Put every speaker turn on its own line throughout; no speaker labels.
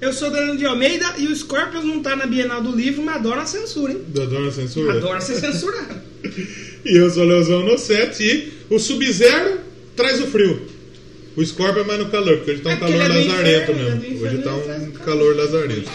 Eu sou Daniel de Almeida e o Scorpions não tá na Bienal do Livro, mas adora a censura, hein?
Adoro a censura.
Adora ser censurado.
E eu sou o Leozão no set e o Sub-Zero traz o frio. O Scorpion é mais no calor, porque hoje tá um
É porque
calor
ele é do
lazarento
inferno, ele é do
mesmo. Hoje
inferno,
tá
ele traz
um
o calor.
calor lazarento.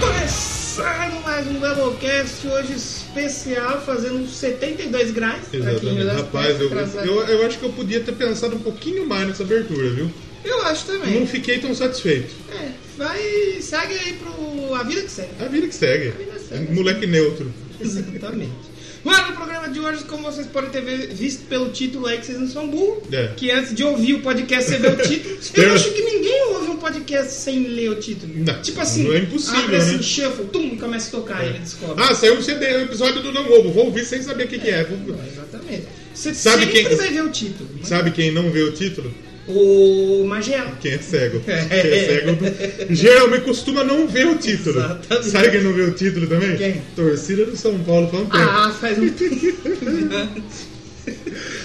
Começando mais um Doublecast, hoje especial, fazendo 72 graus. pra quem
Exatamente.
já
Rapaz,
tá
eu,
atrasado.
eu, eu acho que eu podia ter pensado um pouquinho mais nessa abertura, viu?
Eu acho também.
Não fiquei tão satisfeito.
É, vai, segue aí pro A Vida Que Segue.
A vida que segue.
vida segue.
Moleque neutro.
Exatamente. Mano, o programa de hoje, como vocês podem ter vi- visto pelo título aí, que vocês não são burros,
É.
que antes de ouvir o podcast você vê o título. Eu
Tem-
acho que ninguém ouve um podcast sem ler o título.
Não,
tipo assim,
não é impossível,
abre assim,
né?
shuffle, tum, começa a tocar, ele descobre.
Ah, saiu o CD, o episódio do Não Ovo. Vou ouvir sem saber o que, que é. Vou-
Não, exatamente. Você
Sabe
sempre
quem-
vai ver o título. né?
Sabe quem não vê o título?
O Magela.
Quem é cego. Quem é cego geralmente costuma não ver o título.
Exatamente.
Sabe quem não vê o título também?
Quem?
Torcida do São Paulo Pantera.
Ah, faz um tempo.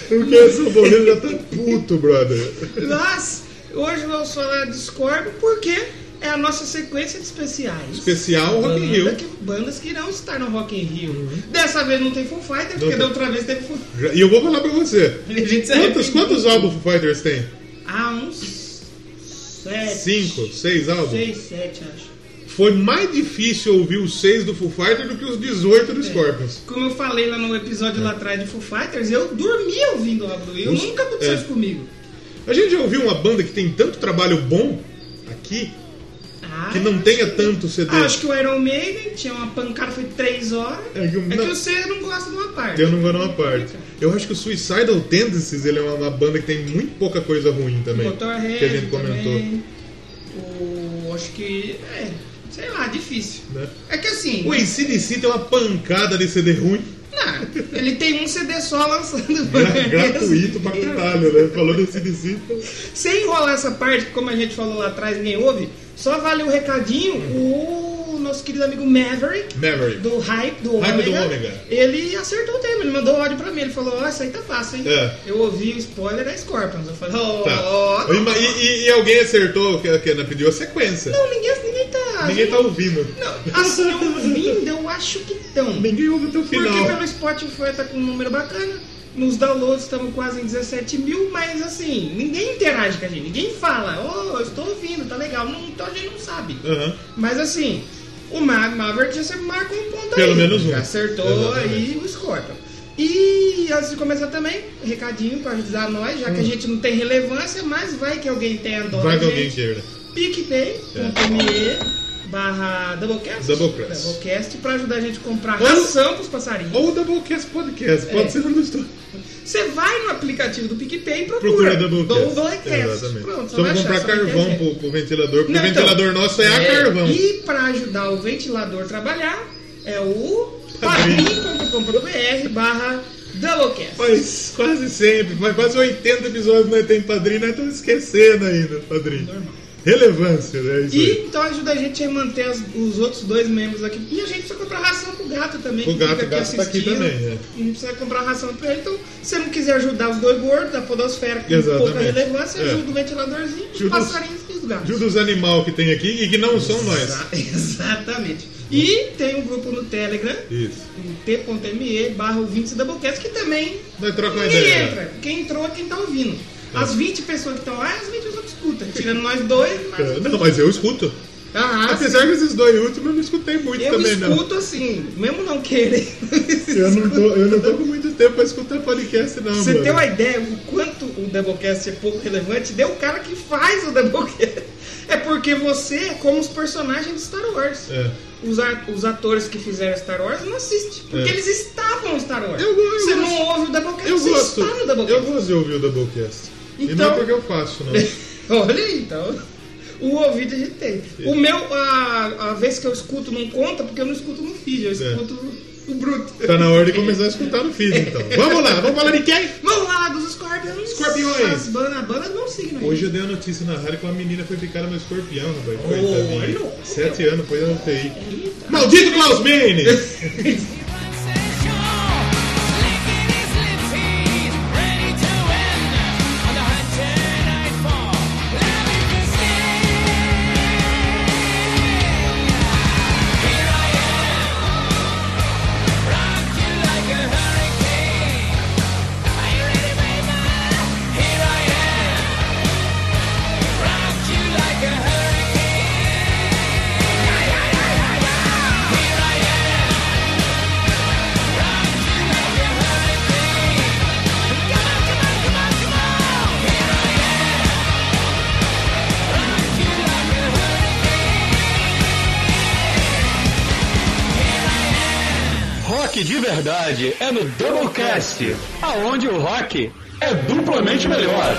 Porque essa boleta já tá puto, brother.
Mas hoje vamos falar de Scorpion porque é a nossa sequência de especiais.
Especial Rock in
Banda
Rio.
que- bandas que irão estar no Rock in Rio. né? Dessa vez não tem Foo Fighters, porque
tem.
da outra vez teve Foo Fighters.
Já- E eu vou falar pra você.
A gente se
Quantos,
arrepende.
quantos álbuns Foo Fighters tem?
Ah, uns sete.
Cinco? Seis álbuns?
É. Seis, sete, acho.
Foi mais difícil ouvir os seis do Foo Fighters do que os 18
É.
do Scorpions.
Como eu falei lá no episódio
É.
lá atrás de Foo Fighters, eu dormi ouvindo o álbum. Eu
Uns-
nunca aconteceu
é.
isso comigo.
A gente já ouviu uma banda que tem tanto trabalho bom aqui
Ah,
que não
acho
tenha tanto CD.
Ah, acho que o Iron Maiden tinha uma pancada, foi três horas.
É que eu-
É que
não.
você não gosta de uma parte.
Eu não vou numa parte. Eu acho que o Suicidal Tendencies ele é uma, uma banda que tem muito pouca coisa ruim também.
Motorhead
que a gente comentou.
também. O... Acho que... É, sei lá, difícil.
Né?
É que assim...
O ACDC tem uma pancada de CD ruim,
Não, ele tem um CD só lançando.
gra- É gratuito pra caralho, né? Falou do ACDC.
Sem enrolar essa parte, que como a gente falou lá atrás, ninguém ouve. Só vale o recadinho, o nosso querido amigo Maverick,
Memory.
do Hype, do
Hype do
Ômega,
Ômega.
ele acertou o tema, ele mandou um áudio pra mim, ele falou, ó, isso aí tá fácil, hein?
É.
Eu ouvi o spoiler da Scorpions, eu falei, ó,
Tá.
ó,
E, e- e alguém acertou, que, que pediu a sequência.
não, ninguém, ninguém tá...
Ninguém tá ouvindo.
Não, assim, ouvindo, eu acho que estão.
Ninguém ouve até o
Porque
final.
pelo Spotify tá com um número bacana. Nos downloads estamos quase em 17 mil, mas assim, ninguém interage com a gente, ninguém fala, ô, eu estou ouvindo, tá legal. Não, então a gente não sabe.
Aham.
Mas assim, o Ma- Maverick já se marcou um ponto
Pelo
aí.
menos um.
Já acertou
Exatamente.
aí o Scorpion. E antes de começar também, recadinho pra ajudar nós, já que a gente não tem relevância, mas vai que alguém tenha dó
Hum. Vai que
da
alguém É.
gente.
queira.
PicPay.me barra Doublecast.
Doublecast.
Doublecast pra ajudar a gente a comprar
Ou-
ração pros passarinhos.
Ou o Doublecast Podcast, pode
É.
ser onde estou.
Você vai no aplicativo do PicPay e procura.
Procura Doublecast.
Doublecast.
Exatamente.
Pronto, só
Então
vai
vamos
achar,
comprar
só vai ter
carvão
gente.
pro, pro ventilador, porque
Não,
o
então,
ventilador nosso é, a
é,
carvão.
E pra ajudar o ventilador a trabalhar, é o
Padrim.
padrim.com.br barra Doublecast.
Mas quase sempre, mas quase 80 episódios nós tem padrinho, nós estamos esquecendo ainda, padrinho.
Normal.
Relevância, né? Isso
E
aí.
então ajuda a gente a manter as- os outros dois membros aqui. E a gente precisa comprar ração pro gato também.
O
que
gato,
fica
o gato tá aqui
assistindo.
também, é.
A gente precisa comprar ração pra ele. Então, se você não quiser ajudar os dois gordos da Podosfera com
Exatamente.
pouca relevância,
É.
ajuda o ventiladorzinho, os
Ajuda os-
passarinhos e os gatos.
Ajuda os animais que tem aqui e que não são nós.
Exa- Exatamente. E tem um grupo no Telegram,
Isso.
no t.me barra ouvintes Doublecast, que também
Nós trocamos uma
ninguém
ideia. né?
entra. Quem entrou é quem tá ouvindo. As 20 pessoas que estão lá, as 20 pessoas que escutam. Tirando nós dois, mas...
É, Não, mas eu escuto.
Ah,
Apesar que esses dois últimos eu não escutei muito
Eu
também, não.
escuto assim, mesmo não querendo.
Eu não, tô, eu não tô com muito tempo pra escutar podcast, não.
Você
mano.
tem uma ideia o quanto o Doublecast é pouco relevante? Deu o cara que faz o Doublecast. É porque você é como os personagens de Star Wars.
É.
Os, a- os atores que fizeram Star Wars não assistem, porque
É.
eles estavam no Star Wars.
Eu go- eu
você
gosto.
não ouve o Doublecast,
Eu
você
gosto.
está no
Eu
Doublecast.
gosto de ouvir o Doublecast. E não
Então-
é porque eu faço, não.
Olha aí, então. O ouvido a gente
É.
tem. O meu, a, a vez que eu escuto não conta, porque eu não escuto no feed, eu escuto
O Bruto. Tá na hora de começar a escutar no feed, então. Vamos lá, vamos falar de quem?
Vamos lá dos Scorpions.
Escorpiões.
As bana, a bana não signo aí.
Hoje eu dei uma notícia na rádio que uma menina foi picada no escorpião, rapaz.
Oh,
Coitadinha.
não.
Sete anos, foi na UTI. Maldito Klaus Meine!
Rock de verdade é no Doublecast, aonde o rock é duplamente melhor.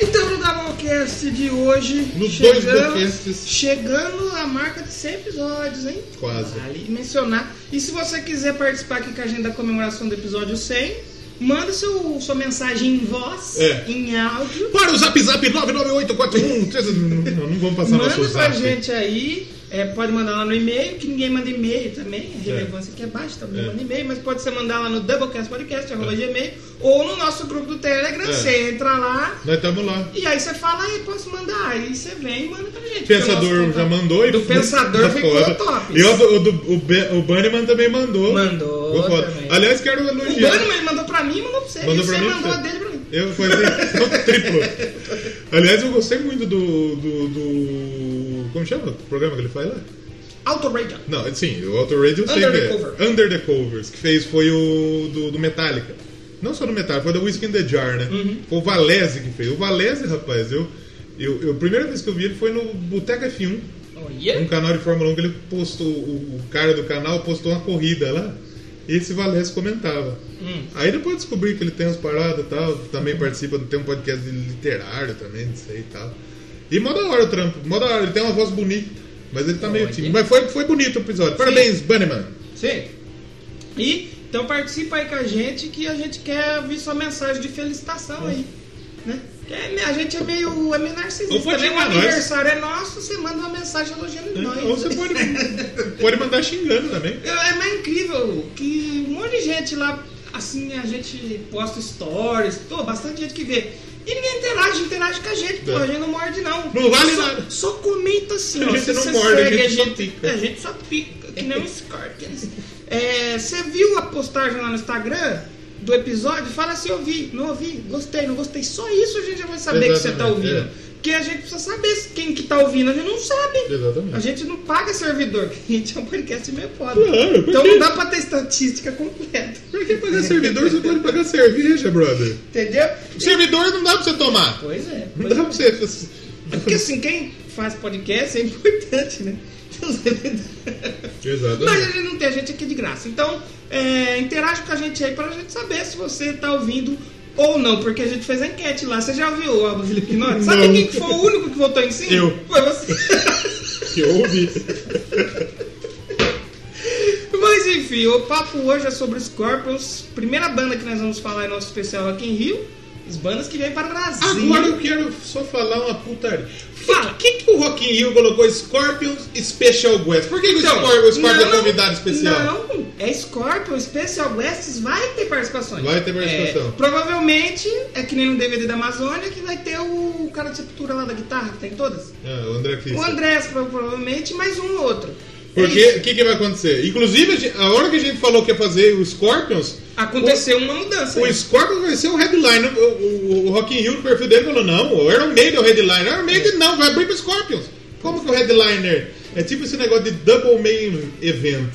Então no Doublecast de hoje.
Nos
chegamos-
dois Doublecasts.
Chegando à marca de 100 episódios, hein?
Quase.
Vale mencionar. E se você quiser participar aqui com a gente da comemoração do episódio 100, manda seu, sua mensagem em voz,
É.
em áudio.
Para o zap zap 99841. Não, não vamos passar nosso
Manda pra
zap.
gente aí. é, pode mandar lá no e-mail, que ninguém manda e-mail também. A relevância aqui é baixa, também
É.
manda e-mail. Mas pode ser mandar lá no doublecastpodcast.gmail ou no nosso grupo do Telegram.
É.
Você entra lá.
Nós estamos lá.
E aí você fala, aí posso mandar? Aí você vem e manda pra gente. Porque o
Pensador
nosso
já mandou e
Do Pensador
tá
ficou
fora.
top.
E o, o, do- o, Be- o Bunnyman também mandou.
Mandou
Ficou foda.
também.
Aliás, quero
O
elogiar.
Bannerman ele mandou pra mim e mandou pra você.
Mandou
e
pra
você
mim,
mandou a
você-
dele pra mim.
Eu foi assim, então, triplo. Aliás, eu gostei muito do, do, do- Como chama o programa que ele faz lá?
Auto Radio.
Não, sim, o Auto Radio eu sei
Under
que
the
é.
Cover.
Under the Covers, que fez foi o do, do Metallica. Não só do Metallica, foi da Whiskey in the Jar, né?
Uhum.
Foi o Valese que fez. O Valese, rapaz, eu, eu, eu- A primeira vez que eu vi ele foi no Boteca F1, um
Olha.
canal de Fórmula 1 que ele postou. O, o cara do canal postou uma corrida lá. E esse Valese comentava.
Hum.
Aí depois descobri que ele tem umas paradas e tal, também participa, tem um podcast de literário também, não sei e tal. E mó da hora o trampo, mó da hora, ele tem uma voz bonita, mas ele tá meio
Olha.
tímido. Mas foi, foi bonito o episódio. Parabéns, Bunnyman.
Sim. E então participa aí com a gente que a gente quer ouvir sua mensagem de felicitação aí. Né? Que é- a gente é meio, é meio
Ou
narcisista.
pode
Também o
xingar nós. É,
aniversário é nosso, você manda uma mensagem elogiando nós.
Ou você pode, pode mandar xingando também.
Eu- É mais incrível que um monte de gente lá, assim, a gente posta stories, pô, bastante gente que vê. E ninguém interage, interage com a gente, pô,
É.
a gente não morde não.
Não vale
só,
nada.
Só comenta assim,
A
ó.
gente
se
não
você
morde, a
segue,
gente só pica.
A gente só pica, que nem um Scorpions. É, você viu a postagem lá no Instagram do episódio? Fala se eu vi, não ouvi, gostei, não gostei. Só isso a gente já vai saber que você tá
Exatamente,
ouvindo.
é.
Porque a gente precisa saber quem que tá ouvindo, a gente não sabe. A
Exatamente.
gente não paga servidor, a gente é um podcast meio foda.
Claro, por
então
quê?
não dá pra ter estatística completa.
Por que pagar servidor? Você pode pagar cerveja, brother.
Entendeu?
Servidor não dá pra você tomar.
Pois é.
Não
pois
dá pra você.
é. Porque assim, quem faz podcast é importante, né? Então, servidor- Mas a
Exatamente.
gente não tem, a gente aqui é de graça. Então, é, interage com a gente aí pra gente saber se você tá ouvindo ou não, porque a gente fez a enquete lá. Você já viu o Felipe Knotti? Sabe
Não.
quem que foi o único que votou em cima?
Eu.
Foi você.
Que eu ouvi.
Mas enfim, o papo hoje é sobre Scorpions, primeira banda que nós vamos falar em nosso especial Rock in Rio, as bandas que vêm para o Brasil.
Agora eu quero só falar uma putaria.
Fala.
Por que, que o Rock in Rio colocou Scorpions Special Guest? Por que, que o Scorpion, o Scorpion é convidado especial?
Então, Não, é Scorpion, Special Guests vai ter participações.
Vai ter participação.
É, provavelmente é que nem no DVD da Amazônia que vai ter o cara de sepultura lá da guitarra, que tem todas.
Ah, o André Kiss.
O Andrés, prova- provavelmente, mais um ou outro. É
Porque
isso.
o que, que vai acontecer? Inclusive, a gente- a hora que a gente falou que ia fazer o Scorpions,
Aconteceu uma mudança.
o Scorpions vai ser o headline. O, o- o Rock in Rio, no perfil dele, falou: não, o Iron Maiden é o headliner. Iron Maiden não, vai abrir pro Scorpions. Como que é o headliner? É tipo esse negócio de Double Main Event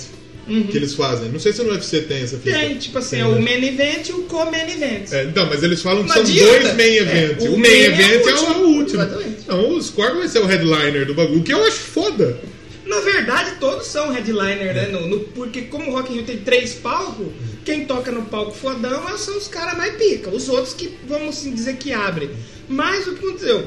que eles fazem. Não sei se no UFC tem essa fita.
Tem, tipo assim,
Tem,
é o
né?
main event e o co-main event.
É, então, mas eles falam que
Não
são
adianta.
dois main
É,
events.
o
o
main
main
é
event é
o último.
o último.
Exatamente.
Então o Scorpion vai ser o headliner do bagulho, o que eu acho foda.
Na verdade, todo todos são headliner, né? No, no- porque como o Rock in Rio tem três palcos, quem toca no palco fodão é, são os caras mais pica. Os outros que, vamos assim dizer, que abrem. Mas o que aconteceu?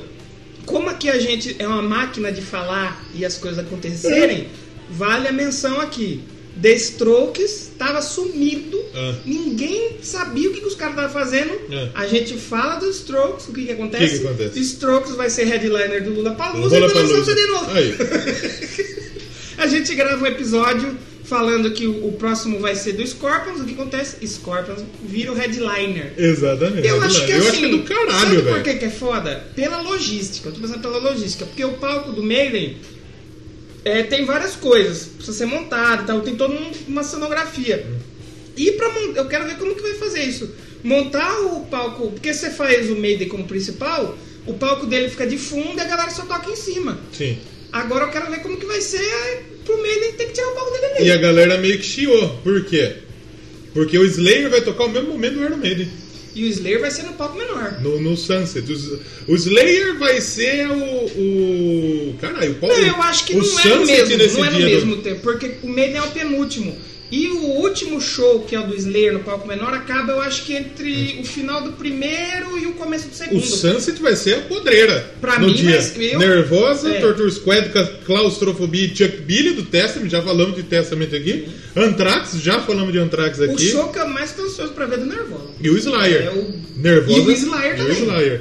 Como aqui a gente é uma máquina de falar e as coisas acontecerem, vale a menção aqui. The Strokes estava sumido,
Ah.
ninguém sabia o que, que os caras estavam fazendo.
Ah.
A gente fala dos Strokes, É. o que, que acontece?
O que que acontece?
Strokes vai ser headliner do Lula Palusa e vai
Rola pra
lançar o
luz.
CD novo.
Aí.
A gente grava um episódio falando que o o próximo vai ser do Scorpions. O que acontece? Scorpions vira o headliner.
Exatamente.
Eu acho que
eu
assim.
acho que é do
sabe
caralho,
por
velho.
que, que é foda? Pela logística. Eu tô pensando pela logística. Porque o palco do Maiden é, tem várias coisas. Precisa ser montado e tal. Tem toda um- uma cenografia. E pra montar. Eu quero ver como que vai fazer isso. Montar o palco. Porque você faz o Maiden como principal, o palco dele fica de fundo e a galera só toca em cima.
Sim.
Agora eu quero ver como que vai ser aí, pro Maiden ter que tirar o palco dele ali.
E a galera meio que chiou. Por quê? Porque o Slayer vai tocar o mesmo momento do Iron Maiden.
E o Slayer vai ser no palco menor.
No, no Sunset. O, o Slayer vai ser o. o caralho, qual é?
Não, eu acho que
o
não é no
Sunset
mesmo,
nesse
não é no
dia do-
mesmo tempo, porque o Maiden é o penúltimo. E o último show, que é o do Slayer no palco menor, acaba, eu acho que entre o final do primeiro e o começo do segundo.
O Sunset vai ser a podreira.
Pra
no
mim,
dia.
mas eu-
Nervosa,
É.
Torture Squad, ca- Claustrofobia e Chuck Billy do Testament. Já falamos de Testament aqui. Anthrax, já falamos de Anthrax
O
aqui.
show que eu mais tô ansioso pra ver é do Nervola.
E o Slayer.
É o-
Nervosa.
E o Slayer
e
também.
Slayer.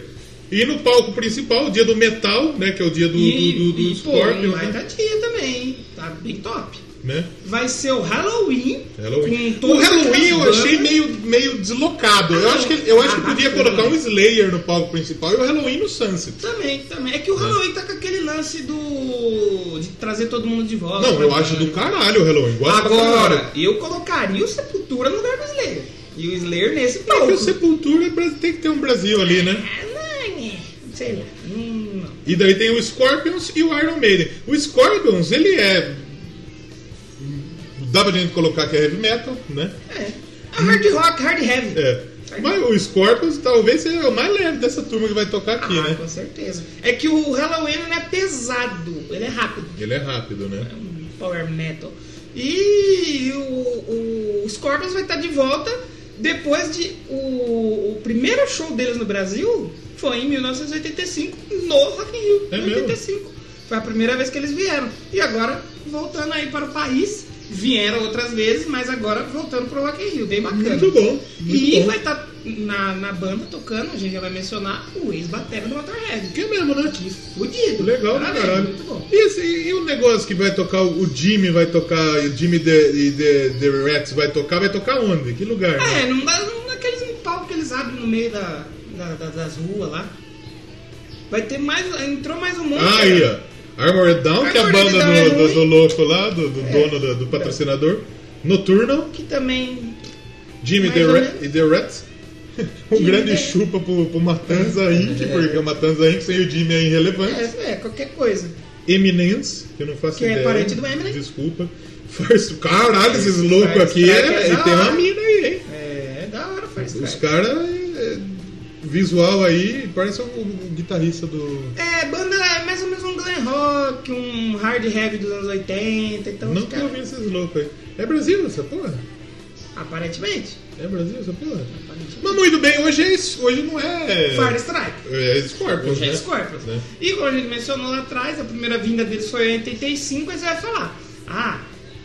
E no palco principal, o dia do metal, né? Que é o dia do,
e,
do, do, do
e, pô,
Scorpion.
vai
né?
tá dia também, hein? Tá bem top.
né?
Vai ser o Halloween.
Halloween.
Com
O
todas
Halloween eu
aquelas
achei
bandas.
meio, meio deslocado.
Ah,
Eu acho que, eu acho que podia colocar um Slayer no palco principal e o Halloween no Sunset.
Também, também. É que o Halloween tá com aquele lance do. de trazer todo mundo de volta.
Não, eu acho do caralho o Halloween. Gosto pra caralho.
Agora, eu colocaria o Sepultura no lugar do Slayer. E o Slayer nesse
É
palco.
que o Sepultura tem que ter um Brasil ali, né?
Ah, não, é. Sei lá. Hum, não.
E daí tem o Scorpions e o Iron Maiden. O Scorpions, ele é. Dá pra gente colocar que é heavy metal, né?
É. É hard rock, hard heavy.
É. Mas o Scorpions talvez seja o mais leve dessa turma que vai tocar aqui,
ah,
né?
com certeza. É que o Halloween não é pesado, ele é rápido.
Ele é rápido, né?
É um power metal. E o, o Scorpions vai estar de volta depois de. O, o primeiro show deles no Brasil foi em 1985, no Rock in Rio.
É
em
mesmo?
85. Foi a primeira vez que eles vieram. E agora, voltando aí para o país, vieram outras vezes, mas agora voltando para o Rock in Rio. Bem bacana.
Muito bom. Muito
e
bom.
vai estar na, na banda tocando, a gente já vai mencionar, o ex-batera do Motorhead.
Que é mesmo, né?
Que fudido.
Legal pra
Parabéns,
caralho.
Ah, é Muito bom.
E, esse, e o negócio que vai tocar, o Jimmy vai tocar, e o Jimmy The, e the, the Rats vai tocar, vai tocar onde? Que lugar?
Ah,
né?
É, não dá não naqueles palcos que eles abrem no meio da, da- da- das ruas lá. Vai ter mais. Entrou mais um monte.
Ah, aí, ó. Armored Down, que é a
Armored
banda
Down é
do, do,
ruim.
do louco lá, do, do dono do, do patrocinador. Nocturnal,
Que também.
Jimmy
Mais
the
ou
Rat,
menos.
e The Rats. Um
Jimmy
grande
the-
chupa pro, pro Matanza Inc., porque o Matanza Inc. sem o Jimmy é irrelevante.
É, é, qualquer coisa.
Eminence, que eu não faço
Que é
ideia.
parente do Eminem.
Desculpa. First, caralho, esses loucos
First
aqui.
Strike
É,
é
e
da
tem uma
hora.
mina aí, hein?
É, é da hora faz
Os caras, é, visual aí, parece o, o guitarrista do.
É, banda é mais ou menos um glam rock, um hard heavy dos anos 80, então
não
os
que eu vi
caras.
esses loucos aí. É Brasil essa porra?
Aparentemente.
É Brasil essa porra?
aparentemente.
Mas muito bem, hoje, é, isso, hoje não é.
Fire Strike.
É Scorpions.
Hoje
né?
é Scorpions.
Né?
E como a gente mencionou lá atrás, a primeira vinda deles foi em 85, aí você vai falar: Ah,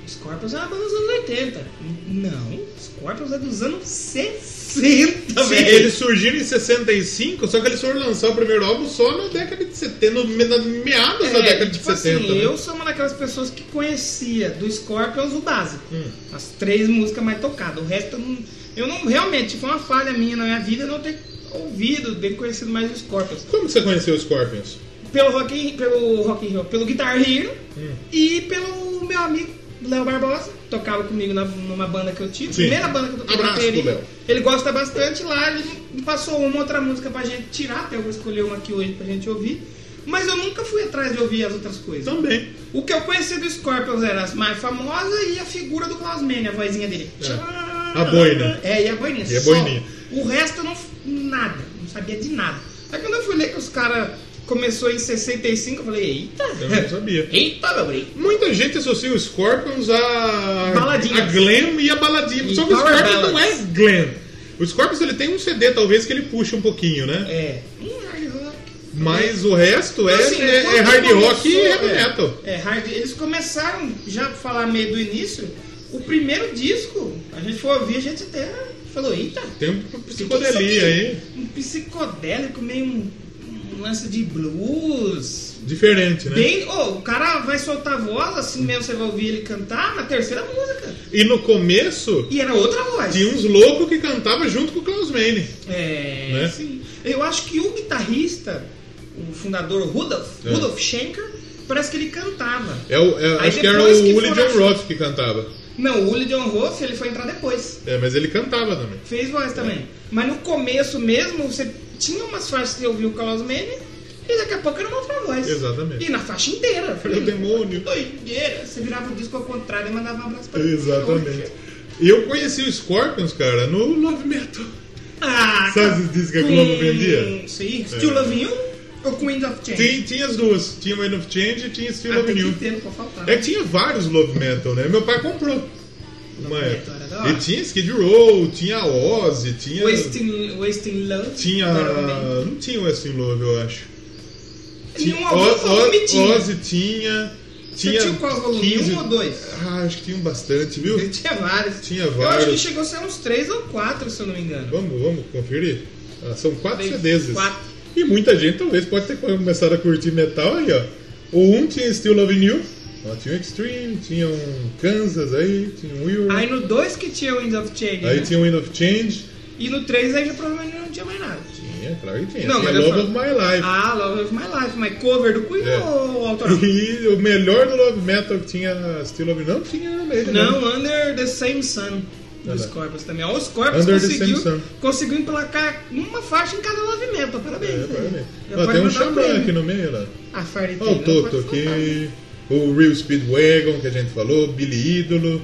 Scorpions é uma banda dos anos 80. Não, Scorpions é dos anos 60,
Sim,
velho.
eles surgiram em 65, só que eles foram lançar o primeiro álbum só na década de 70, no- na meados da
É,
década de
tipo
70.
assim,
né?
eu sou uma daquelas pessoas que conhecia do Scorpions o básico.
Hum.
As três músicas mais tocadas. O resto eu não, eu não realmente foi uma falha minha na minha vida não ter ouvido, ter conhecido mais o Scorpions.
Como que você conheceu os Scorpions?
Pelo Rock in, pelo Rock in Rio, pelo Guitar Hero
Hum.
e pelo meu amigo Léo Barbosa, tocava comigo na- numa banda que eu tive,
Sim.
primeira banda que eu toquei na
Abraço pro
bateria.
Léo.
Ele gosta bastante lá, ele passou uma outra música pra gente tirar, até eu vou escolher uma aqui hoje pra gente ouvir. Mas eu nunca fui atrás de ouvir as outras coisas.
Também.
O que eu conhecia do Scorpions era as mais famosas e a figura do Klaus Mann, a vozinha dele.
É. A boina.
É, e a boininha.
E a
só.
boininha.
O resto eu não. f- nada. Não sabia de nada. Aí quando eu fui ler que os caras começou em 65, eu falei, eita!
Eu não sabia.
Eita, meu brinco!
Muita gente associa o Scorpions a.
Baladinhas.
A glam e a baladinha.
E
Só que o
power
Scorpions
ballads.
não é glam. O Scorpions ele tem um CD, talvez, que ele puxa um pouquinho, né?
É. Hum, hard rock.
Mas o resto é,
Assim,
é-
quando
é hard
começou,
rock e heavy
é,
metal.
É, hard, eles começaram, já pra falar meio do início, o primeiro disco, a gente foi ouvir, a gente até falou, eita!
Tem um psicodelia
que que isso
aí.
aqui? Um psicodélico, meio um, um lance de blues.
Diferente, né?
Bem, ô, o cara vai soltar a voz, assim mesmo você vai ouvir ele cantar na terceira música.
E no começo,
E era outra voz.
tinha uns loucos que cantava junto com o Klaus Meine.
É,
Né?
sim. Eu acho que o guitarrista, o fundador Rudolf,
É.
Rudolf Schenker, parece que ele cantava.
É o- é-
Aí
acho que era
depois
o
que
Willie
foram-
John Roth que cantava.
Não, o Willie John Roth, ele foi entrar depois.
É, mas ele cantava também.
Fez voz
É.
também. Mas no começo mesmo, você tinha umas faixas que eu ouvi o Carlos Mene e daqui a pouco era uma outra voz.
Exatamente.
E na faixa inteira. Eu
Era
Falei,
o demônio.
doideira. Você virava o disco ao contrário e mandava um abraço pra
Exatamente. E eu conheci o Scorpions, cara, no Love Metal.
Ah,
Sabe esses discos que a
Queen,
Globo vendia?
Sim.
É.
Still Love You ou Queen of Change?
Tinha, tinha as duas. Tinha Mind of Change e tinha Still
Ah,
Love
tem
New.
que ter, não pode faltar.
É que tinha vários Love Metal, né? Meu pai comprou. Uma
Metal
época.
era da hora.
E tinha Skid Row, tinha Ozzy, tinha...
Wasting, Wasting Love. né,
Tinha...
do Iron Maiden.
Não tinha Westing Love, eu acho.
Nenhum
Tinha-
álbum
Oz-
volume
Oz-
tinha.
Ozzy tinha...
um Você
Tinha
tinha qual volume?
15
Um ou dois?
Ah, acho que tinha bastante, viu?
Eu tinha vários.
Tinha
Eu acho que
vários.
chegou a ser uns três ou quatro, se eu não me engano.
Vamos, vamos conferir. Ah, são quatro
Três,
CDs. esses.
quatro.
E muita gente talvez pode ter começado a curtir metal aí, ó. O um tinha Still Loving You, ó, tinha um Extreme, tinha um Kansas aí, tinha um Will,
Aí no dois que tinha o Wind of Change.
aí
né?
tinha o Wind of Change.
E no três aí já provavelmente não tinha mais nada.
Tinha, claro que tinha.
Não,
tinha
mas eu
Love
falo-
of My Life.
Ah, Love of My Life, mas cover do Queen
É.
ou autoral?
E o melhor do Love Metal que tinha Still Loving You, não tinha Iron Maiden, né?
não, Under the Same Sun
Ah,
dos
lá.
Corpus também. Ó, Os Corpus
Under the
conseguiu,
Same Sun.
conseguiu emplacar uma faixa em cada Love Metal. Parabéns.
É,
né?
parabéns.
Já
Ó,
pode
tem um
mandar
Xamã
prêmio.
aqui no meio, lá.
Ah, Fire
Ó, o Toto aqui, o Real Speedwagon que a gente falou, Billy Ídolo.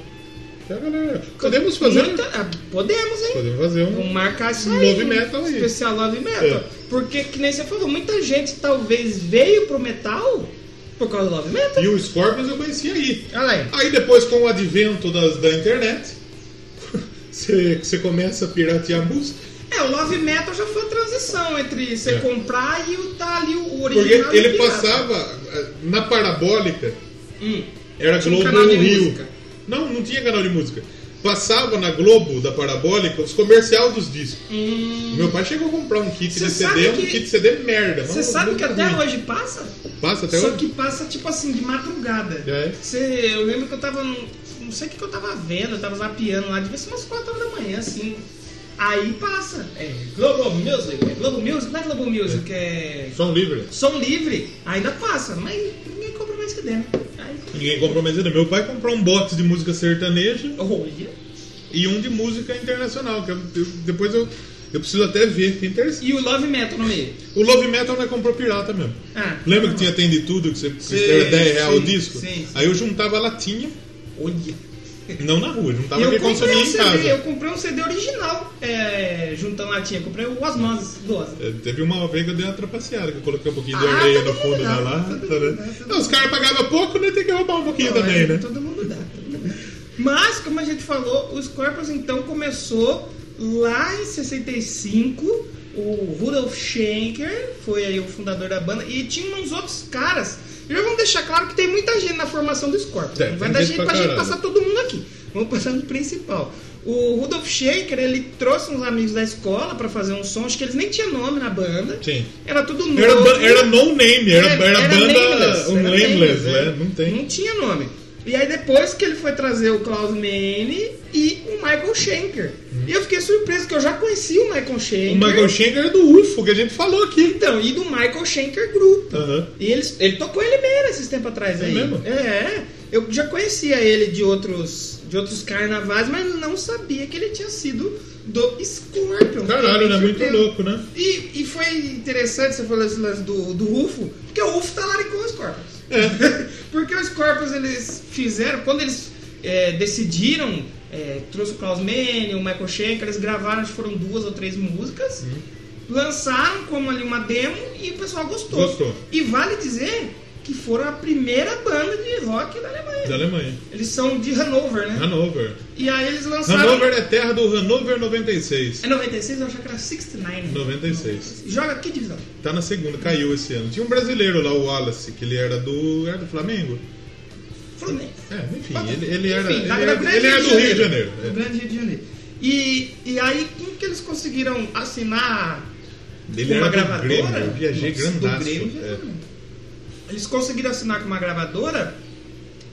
Então, galera, podemos fazer... um
ah, Podemos, hein?
Podemos fazer
Vamos
um.
marcar isso
Um
aí,
love metal aí.
Especial Love Metal.
É.
Porque, que nem você falou, muita gente talvez veio pro metal por causa do Love Metal.
E o Scorpions eu conheci aí.
Olha aí.
Aí depois, com o advento das, da internet, você você começa a piratear música.
É, o Love Metal já foi a transição entre você
É.
comprar e o tá ali o
Porque
original. e o
ele
pirata.
passava eh, na parabólica,
Hum.
era
Tinha um
Globo
canal de
no Rio.
música.
Não, não tinha canal de música. Passava na Globo da parabólica os comercial dos discos.
Hum.
Meu pai chegou a comprar um kit
Você
de
sabe
CD, um
que-
kit de CD merda.
Você
Não,
sabe
não
que até
ruim.
hoje passa?
Passa até
Só
hoje.
que passa tipo assim, de madrugada.
Já é?
Você, eu lembro que eu tava. num- Não sei o que, que eu tava vendo, eu tava zapeando lá, devia ser umas 4 horas da manhã, assim. Aí passa. É Global Music, é Global Music, não é Global Music, é.
Som livre.
Som livre, ainda passa, mas ninguém compra mais que dentro. Aí.
Ninguém comprou mais ainda. Meu pai comprou um box de música sertaneja.
Olha.
e um de música internacional, que eu- eu- depois eu, eu preciso até ver, que é interessante.
E o Love Metal no meio.
O Love Metal não comprou pirata mesmo.
Ah,
Lembra que tinha Tem de Tudo, que você que
Sim,
era 10 reais o
sim,
disco?
sim, sim.
Aí eu juntava a latinha,
Olha.
não na rua, juntava
Eu
que
comprei,
consumia
um
em
CD, eu
casa.
comprei um CD original, é, juntando latinha, comprei o Osmoses do Ozzy.
É, Teve uma vez que eu dei uma trapaceada, que eu coloquei um pouquinho de
Ah,
areia
todo
no fundo
mundo
da
dá,
lata,
todo mundo
né?
dá, todo
Não, os caras pagavam pouco, né? Tem que roubar um pouquinho
Não, é
também,
mas
né?
Todo mundo dá. todo mundo dá. Mas, como a gente falou, os Corpus então começou lá em 65. O Rudolf Schenker foi aí o fundador da banda. E tinha uns outros caras. E já vamos deixar claro que tem muita gente na formação do Scorpions.
É,
não vai
tem
dar gente
gente pra
pra gente
caralho.
passar todo mundo aqui. Vamos passar no principal. O Rudolf Schenker, ele trouxe uns amigos da escola pra fazer um som. Acho que eles nem tinham nome na banda.
Sim.
Era tudo novo.
Era, ba- era no name, era, era, banda
nameless,
um
era
nameless,
nameless, é.
né? Não tem.
Não tinha nome. E aí depois que ele foi trazer o Klaus Meine e o Michael Schenker. E eu fiquei surpreso que eu já conhecia o Michael Schenker.
O Michael Schenker é do UFO, que a gente falou aqui.
então, e do Michael Schenker Group.
Aham.
E eles, ele tocou ele mesmo esses tempos atrás
É
aí.
mesmo?
É, eu já conhecia ele de outros, de outros carnavais, mas não sabia que ele tinha sido do Scorpion.
Caralho, era muito
Surpreso.
louco, né?
E, e foi interessante você falou esse lance do, do Rufo, porque o Rufo talaricou os corpos.
É.
porque os corpos eles fizeram, quando eles é, decidiram,
Uhum.
é, trouxe o Klaus Mann, o Michael Schenker, eles gravaram, acho que foram duas ou três músicas. lançaram como ali uma demo e o pessoal gostou.
Gostou.
E vale dizer que foram a primeira banda de rock da Alemanha.
Da Alemanha.
Eles são de Hanover, né?
Hanover.
E aí eles lançaram.
Hanover é terra do Hanover 96.
É 96, eu achava que era 69.
96.
Joga que divisão?
Tá na segunda, caiu esse ano. Tinha um brasileiro lá, o Wallace, que ele era do. Era do Flamengo?
Fluminense.
É, enfim,
Mas,
ele, ele era.
enfim,
Ele
da- da
era,
Grande
ele era do Rio de Janeiro. é.
Do Grande Rio de Janeiro. E, e aí, como que eles conseguiram assinar
É. Ele
com uma
era do
gravadora?
Grêmio, eu viajei
Nossa,
grandaço.
do Grêmio,
é.
Eles conseguiram assinar com uma gravadora,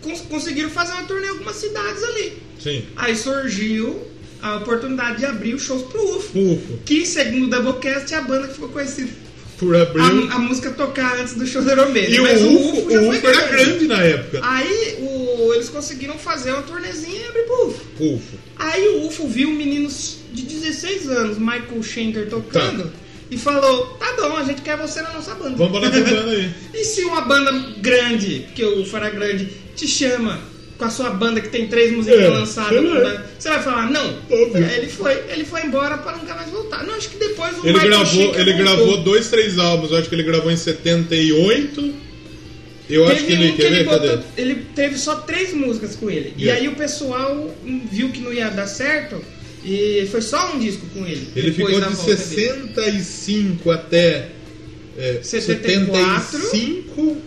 cons- conseguiram fazer uma turnê em algumas cidades ali.
Sim.
Aí surgiu a oportunidade de abrir os shows pro UFO.
Pufo,
Que, segundo o Doublecast, é a banda que ficou conhecida
por abril.
a, a música tocar antes do show do Aeromene.
E o
Ah, Mas
UFO,
já
o
foi
UFO era grande na época.
Aí o- eles conseguiram fazer uma turnezinha e abrir pro UFO.
UFO.
Aí o UFO viu meninos de 16 anos, Michael Schenker, tocando
Tá.
e falou: tá bom, a gente quer você na nossa banda.
Vamos botar essa banda aí.
E se uma banda grande, porque o UFO era grande, te chama com a sua banda que tem três músicas
É,
lançadas,
sei lá.
né? você vai falar: não,
Óbvio.
ele foi, ele foi embora pra nunca mais voltar. Não, acho que depois o
Ele
Michael
gravou,
Schenker
ele
voltou.
gravou dois, três álbuns. Eu acho que ele gravou em 78. Eu acho que
Teve
ele.
um que
Quer
ele
ver?
botou,
Cadê?
ele teve só três músicas com ele. E
Yeah.
aí o pessoal hum, viu que não ia dar certo e foi só um disco com ele.
Ele
depois
ficou
da
de
volta dele.
65 até é,
74.
75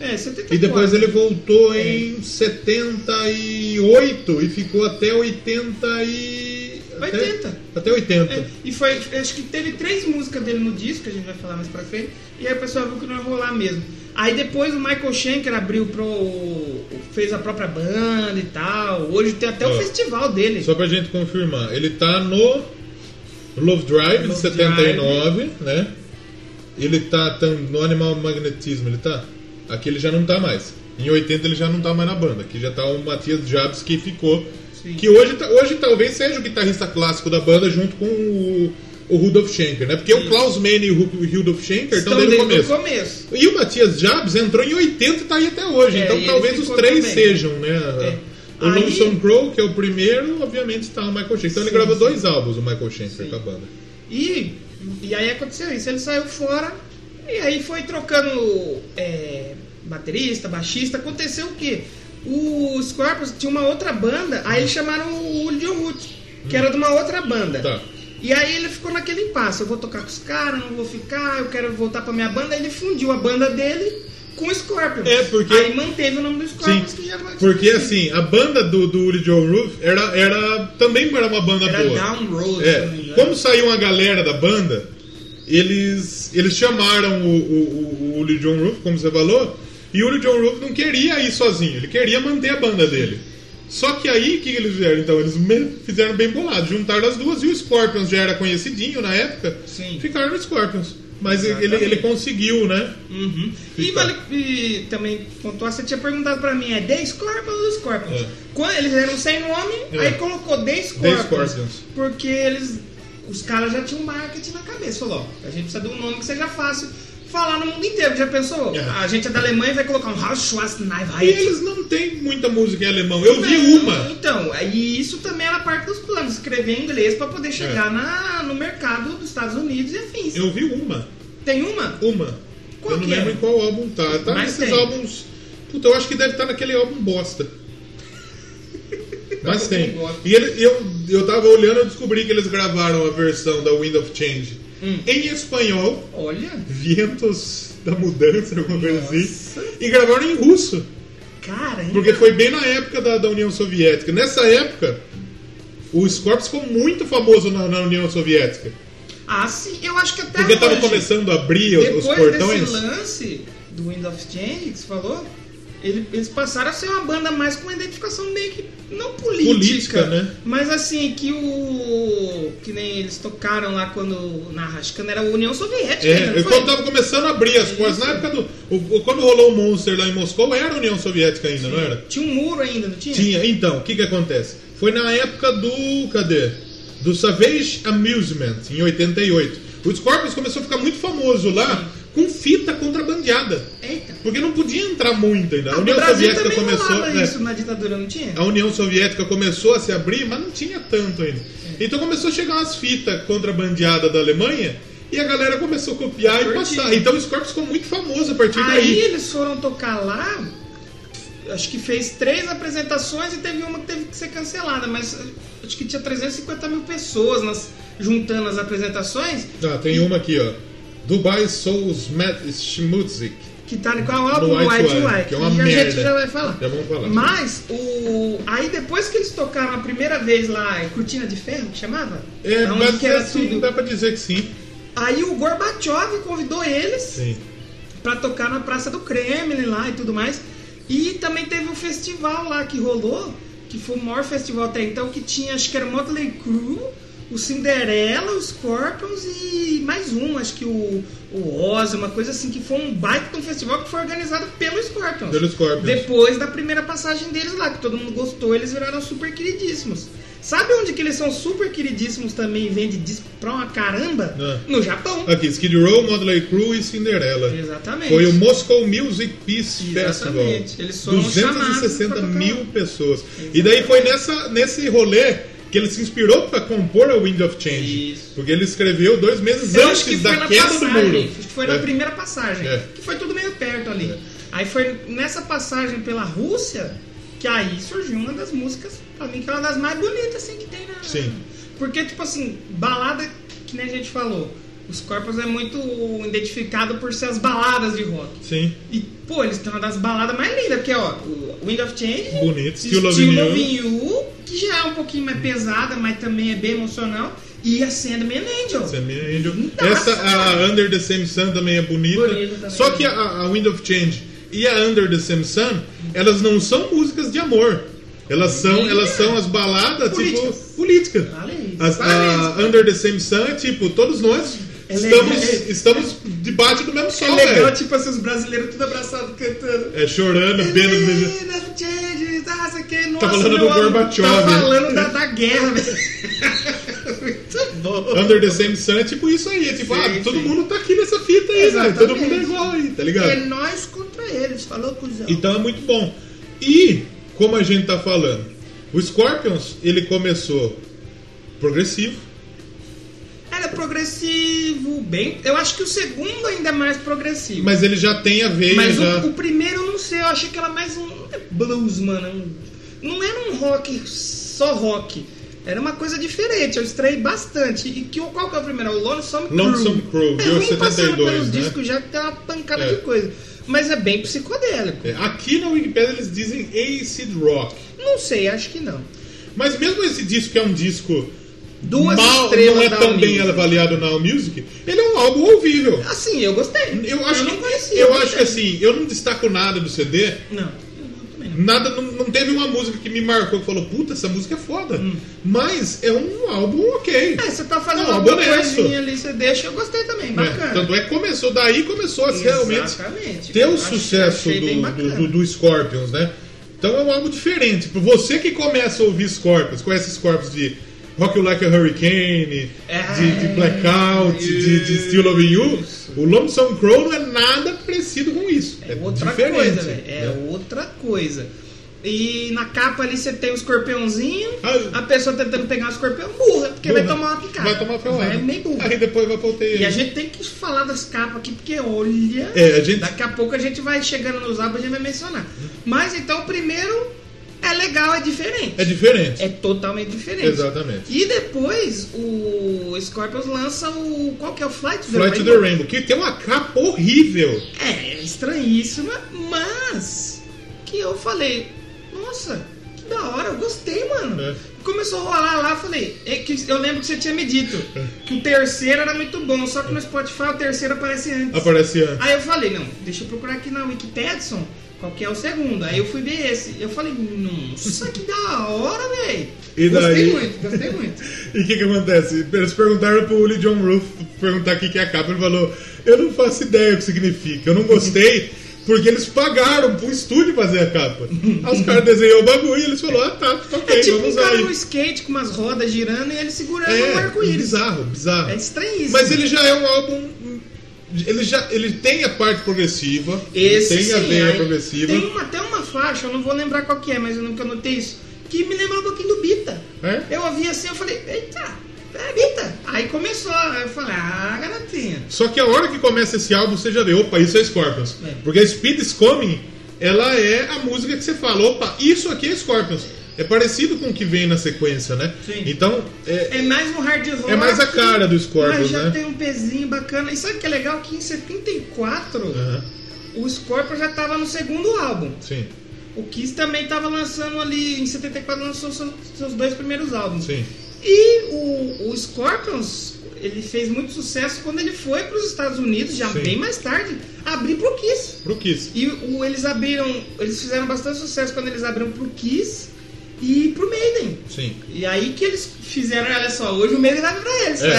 É, 74.
e depois ele voltou
É.
em 78 e ficou até 80 e até-
80.
Até 80.
É, e foi, acho que teve três músicas dele no disco, que a gente vai falar mais pra frente, e aí o pessoal viu que não ia rolar mesmo. Aí depois o Michael Schenker abriu pro. fez a própria banda e tal. Hoje tem até o
Ó,
festival dele.
Só pra gente confirmar, ele tá no Love Drive de
Love
79, né? Ele tá tam- no Animal Magnetismo, ele tá? Aqui ele já não tá mais. Em 80 ele já não tá mais na banda. Aqui já tá o Matias Jabs que ficou.
Sim.
Que hoje, tá- hoje talvez seja o guitarrista clássico da banda junto com o, o Rudolf Schenker, né? Porque o Klaus Mann e o Ru- o Rudolf Schenker estão desde o começo.
o começo.
E o Matias Jabs entrou em 80 e tá aí até hoje.
É, e
então
ele
talvez os
ficou
três
também.
sejam, né?
É.
O
Aí-
Lonesome Crow, que é o primeiro, obviamente está o Michael Schenker. Então ele
Sim,
gravou
sim.
dois álbuns, o Michael Schenker,
Sim.
com a banda.
E, e aí aconteceu isso, ele saiu fora e aí foi trocando é, baterista, baixista. Aconteceu o quê? O Scorpions tinha uma outra banda, aí eles chamaram o John Root, que era de uma outra banda.
Tá.
E aí ele ficou naquele impasse, eu vou tocar com os caras, não vou ficar, eu quero voltar pra minha banda. Aí ele fundiu a banda dele com o Scorpions.
É, porque-
Aí manteve o nome do
Sim,
Scorpions, que já vai-
porque assim, a banda do, do Uri Joe Roof era, era, também era uma banda
Era
boa.
Down Road, se não me
É,
engano.
como saiu uma galera da banda, eles, eles chamaram o, o, o, o Lee John Roof, como você falou, e o Lee John Roof não queria ir sozinho, ele queria manter a banda dele. Só que aí, o que eles fizeram? Então, eles me- fizeram bem bolado, juntaram as duas, e o Scorpions já era conhecidinho na época,
Sim.
ficaram no Scorpions. Mas ele,
Exatamente.
ele conseguiu, né?
Uhum. E,
Fica.
vale, e também pontuar, você tinha perguntado pra mim, é The Scorpions ou Scorpions?
É.
Quando eles eram sem nome,
É.
aí colocou The Scorpions,
Scorpions.
Porque eles. Os caras já tinham um marketing na cabeça, falou, ó, a gente precisa de um nome que seja fácil falar no mundo inteiro. Já pensou?
É.
A gente é da Alemanha e vai colocar um House
E
Schwarzenegger.
eles não têm muita música em alemão, eu vi uma.
Então, e isso também era parte dos planos, escrever em inglês pra poder chegar na, no mercado dos Estados Unidos e afins.
É. Eu vi uma.
Tem uma?
Uma.
Qual
eu não
que
lembro
é?
em qual álbum tá. Tá
Mas
nesses
tem.
álbuns. Puta, eu acho que deve estar naquele álbum bosta. Mas tem.
gosto.
E ele- eu, eu tava olhando eu descobri que eles gravaram a versão da Wind of Change
Hum.
em espanhol,
Olha,
Vientos da Mudança, alguma coisa assim, e gravaram em russo.
cara,
Porque foi bem na época da, da União Soviética. Nessa época, o Scorpions ficou muito famoso na, na União Soviética.
Ah, sim, eu acho que até
Porque tava
hoje.
começando a abrir os-
Depois
os portões.
desse lance do Wind of Change que você falou, ele- eles passaram a ser uma banda mais com uma identificação meio que não política,
Política, né?
mas assim que o que nem eles tocaram lá quando na Rascana era a União Soviética. né?
É,
Não
eu
foi?
quando tava começando a abrir as portas, na época do. o- o- quando rolou o Monster lá em Moscou, era a União Soviética ainda, não era?
Tinha um muro ainda, não tinha?
Tinha, então, o que que acontece? Foi na época do. cadê? Do Savage Amusement, em 88. O Scorpions começou a ficar muito famoso lá com fita contrabandeada.
Eita.
Porque não podia entrar muito ainda. A
No
União
Ah, Brasil
Soviética
também
começou.
rolava
né?
isso na ditadura, não tinha?
a União Soviética começou a se abrir, mas não tinha tanto ainda. Então começou a chegar umas fitas contrabandeadas da Alemanha E a galera começou a copiar e
Curti.
passar. Então o Scorpions ficou muito famoso a partir
Aí
daí.
eles foram tocar lá, acho que fez três apresentações e teve uma que teve que ser cancelada, mas acho que tinha 350 mil pessoas nas- juntando as apresentações,
Ah, tem uma aqui, ó. Dubai Souls Mad Music.
que tá com a obra
No
do
White
White
Wine,
White,
que é uma
e a
merda.
gente já vai falar.
Já vamos falar.
Mas o. Aí depois que eles tocaram a primeira vez lá em Cortina de Ferro, que chamava?
É,
Aonde
mas
que era
assim,
tudo.
dá pra dizer que sim.
Aí o Gorbachev convidou eles
Sim.
pra tocar na Praça do Kremlin lá e tudo mais. E também teve um festival lá que rolou, que foi o maior festival até então, que tinha, acho que era o Motley Crue, o Cinderella, os Scorpions e mais um, acho que o, o Oz, uma coisa assim, que foi um baita de um festival que foi organizado pelo Scorpions.
Pelo Scorpions.
Depois da primeira passagem deles lá, que todo mundo gostou, eles viraram super queridíssimos. Sabe onde que eles são super queridíssimos também e vende disco pra uma caramba?
Ah.
No Japão.
Aqui, Skid Row, Modley Crew e Cinderela.
Exatamente.
Foi o Moscow Music Peace Festival.
Exatamente. Eles foram chamados
260
pra tocar.
mil pessoas. E daí foi nessa, nesse rolê que ele se inspirou para compor a Wind of Change.
Isso.
Porque ele escreveu dois meses
Eu acho que
antes
foi
da
na
queda do
passagem,
muro.
acho que foi na
É.
primeira passagem,
É.
que foi tudo meio perto ali.
É.
Aí foi nessa passagem pela Rússia que aí surgiu uma das músicas, pra mim, que é uma das mais bonitas assim, que tem na.
Sim.
Porque, tipo assim, balada, que nem a gente falou, os corpos é muito identificado por ser as baladas de rock.
Sim.
E, pô, eles têm uma das baladas mais lindas, porque, ó, o Wind of Change.
Bonito. Still
Still
Loving You.
Loving You, que já é um pouquinho mais pesada, mas também é bem emocional. E a Sandman Angel.
Essa é a minha Angel.
Nossa,
Essa, a Under the Same Sun também é bonita.
Bonita também.
Só que a, a Wind of Change e a Under the Same Sun, elas não são músicas de amor. Elas são, elas são as baladas, tipo,
Políticas.
política.
Olha isso.
As- a Under the Same Sun é tipo, todos nós
É legal.
estamos, estamos debaixo do mesmo
É
sol,
legal,
velho.
tipo assim, os brasileiros tudo abraçado cantando.
É chorando, bêbado.
Meninas, changes, ah, isso aqui, nossa,
é- Tá falando
meu
do
amor,
Gorbachev.
Tá falando da, da guerra, velho. Muito bom.
Under the Same Sun é tipo isso aí. É tipo,
Sim,
ah, todo
sim.
mundo tá aqui nessa fita aí, velho. Todo mundo é
Exatamente.
igual aí, tá ligado?
É nós contra eles, falou cuzão.
Então é muito bom. E, como a gente tá falando, o Scorpions, ele começou progressivo.
Era progressivo, bem. Eu acho que o segundo ainda é mais progressivo.
Mas ele já tem a veia
Mas
já.
o, o primeiro eu não sei, eu achei que era mais um blues, mano. um- Não era um rock, só rock. Era uma coisa diferente, eu estranhei bastante. E que, qual que é o primeiro? É O Lonesome Crew.
Lonesome Crew,
é,
de
vamos passando
72,
pelos
né?
discos já que tem uma pancada
É.
de coisa. Mas é bem psicodélico.
É, Aqui na Wikipedia eles dizem acid rock.
Não sei, acho que não.
Mas mesmo esse disco que é um disco
Duas
mal,
estrelas um
não é
da
tão
Unisa.
bem avaliado na Allmusic, ele é um álbum ouvível.
Assim, eu gostei.
Eu acho,
não conhecia.
eu acho que
gostei.
assim, eu não destaco nada do CD,
Não, eu também não.
Nada, não, não teve uma música que me marcou que falou, puta, essa música é foda. Mas é um álbum ok.
Hum. É, você tá fazendo
Não,
alguma
honesto.
coisinha ali, você deixa, eu gostei também,
Né?
bacana.
Tanto é que começou, daí começou a ser realmente
Exatamente.
ter o
Eu achei-
sucesso
achei bem
do,
bacana.
do, do- do Scorpions, né? Então é um álbum diferente. Pra você que começa a ouvir Scorpions, conhece Scorpions de Rock You Like a Hurricane,
É.
de, de Blackout, de, de Still Loving You, o Lonesome Crow não é nada parecido com isso. É,
É outra
diferente.
coisa, velho. É
né?
outra coisa. E na capa ali você tem o escorpiãozinho,
Ah.
a pessoa tentando pegar o escorpião, burra, porque vai
Burra.
tomar uma picada.
Vai tomar uma
É
pelada.
meio burra.
Aí depois vai pra UTI.
E a gente tem que falar das capas aqui, porque olha.
É, a gente-
Daqui a pouco a gente vai chegando nos álbuns e a gente vai mencionar. Mas então, o primeiro é legal, é diferente.
É diferente.
É totalmente diferente.
Exatamente.
E depois o Scorpions lança o. Qual que é o Flight to the
Flight to the
Rainbow?
Rainbow, que tem uma capa horrível.
É, é estranhíssima, mas que eu falei, nossa, que da hora, eu gostei, mano.
É.
Começou a rolar lá, eu falei, é que eu lembro que você tinha me dito
É.
que o terceiro era muito bom, só que no Spotify o terceiro aparece antes.
Aparece antes.
Aí eu falei, não, deixa eu procurar aqui na Wikipedia qual que é o segundo. Aí eu fui ver esse. Eu falei, nossa, que da hora, velho.
E daí?
Gostei muito, gostei muito.
E o que, que acontece? Eles perguntaram pro Willie John Roof perguntar o que, que é a capa. Ele falou: Eu não faço ideia o que significa, eu não gostei. Porque eles pagaram pro estúdio fazer a capa. Aí os caras desenhou o bagulho e eles falaram: ah tá, tá ok,
É tipo
vamos
um
usar
cara no
aí.
skate com umas rodas girando e ele segurando um
É,
arco-íris.
bizarro, bizarro.
É estranhíssimo.
Mas ele já é um álbum. Ele já ele tem a parte progressiva,
Esse
ele tem a é
sim,
veia
aí
progressiva.
Tem uma, até uma faixa, eu não vou lembrar qual que é, mas eu nunca anotei isso, que me lembra um pouquinho do Bita.
É?
Eu ouvi assim, eu falei, eita, Eita! Aí começou, aí eu falei, ah, garotinha.
Só que a hora que começa esse álbum, você já vê, opa, isso é Scorpions.
É.
Porque a Speed is Coming, ela é a música que você fala, opa, isso aqui é Scorpions. É parecido com o que vem na sequência, né?
Sim.
Então, é,
É mais um hard rock.
É mais a cara do Scorpions,
Mas já
né?
tem um pezinho bacana. E sabe o que é legal? Que em 74
Aham,
o Scorpion já tava no segundo álbum.
sim,
O Kiss também tava lançando ali, em 74 lançou seus, seus dois primeiros álbuns.
sim.
E o, o Scorpions, ele fez muito sucesso quando ele foi para os Estados Unidos, já
Sim.
bem mais tarde, abrir pro Kiss.
Pro Kiss.
E o- eles abriram, eles fizeram bastante sucesso quando eles abriram pro Kiss e pro Maiden.
Sim.
E aí que eles fizeram, olha só, hoje o Maiden dá pra eles.
É,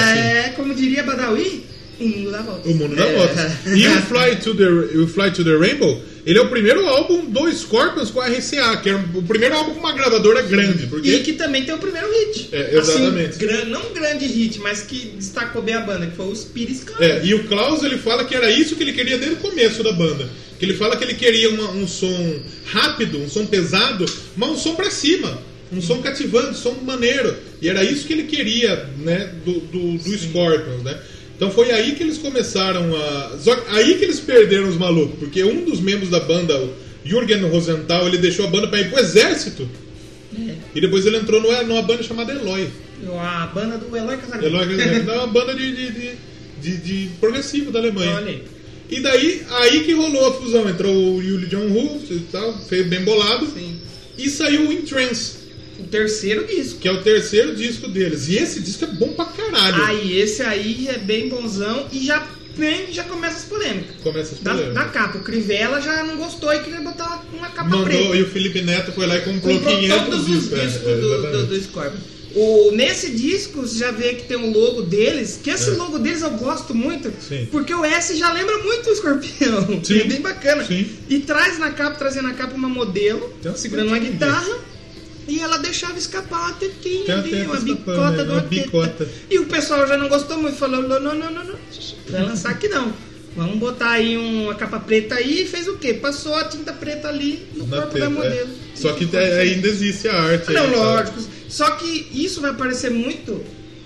É, como diria Badawi, o mundo dá volta.
O mundo da
É.
moto. E o Fly to the, o Fly to the Rainbow, ele é o primeiro álbum do Scorpions com a RCA, que era o primeiro álbum com uma gravadora grande. Porque
E que também tem o primeiro hit.
É, exatamente.
Assim, gran- não um grande hit, mas que destacou bem a banda, que foi o Spirits Club.
É, e o Klaus ele fala que era isso que ele queria desde o começo da banda. Que ele fala que ele queria uma- um som rápido, um som pesado, mas um som pra cima. Um som cativante, um som maneiro. E era isso que ele queria, né, do, do, do Scorpions, né? Então foi aí que eles começaram a. Só que aí que eles perderam os malucos, porque um dos membros da banda, o Jürgen Rosenthal, ele deixou a banda pra ir pro exército. E depois ele entrou numa, numa banda chamada Eloy.
É, A banda do Eloy Casagrande.
Eloy Rosenthal é uma banda de, de, de, de- de progressivo da Alemanha.
Olha aí.
E daí, aí que rolou a fusão. Entrou o Yuli John Woo e tal, fez bem bolado.
Sim.
E saiu o In Trance,
O terceiro disco.
que é o terceiro disco deles. E esse disco é bom pra caralho.
Aí esse aí é bem bonzão e já tem, já começa as polêmicas.
Começa as
Da,
polêmicas.
da capa. O Crivella já não gostou e queria botar uma- uma capa
Mandou,
preta.
e o Felipe Neto foi lá e comprou,
Comprou
500
todos os discos
Então, é, é,
do, do,
exatamente.
do Scorpion. O, nesse disco você já vê que tem um logo deles, que esse
É.
logo deles eu gosto muito,
Sim.
porque o S já lembra muito o escorpião.
Sim.
É bem bacana.
Sim.
E traz na capa, trazendo na capa uma modelo,
Tem uma
segurando uma
cinquentinha.
guitarra, e ela deixava escapar a
Tem
tetinha
uma
ali,
teta
uma
escapando,
bicota
né?
de
Uma
uma teta.
bicota.
E o pessoal já não gostou muito, falou: não, não, não, não, não, não vai lançar aqui não. Vamos botar aí um, uma capa preta aí e fez o quê? Passou a tinta preta ali no
Na
corpo
teta,
da modelo.
é. Só que
Ficou
é-
diferente.
ainda existe a arte.
Ah, Não,
aí, tá? sabe?
lógico. Só que isso vai aparecer muito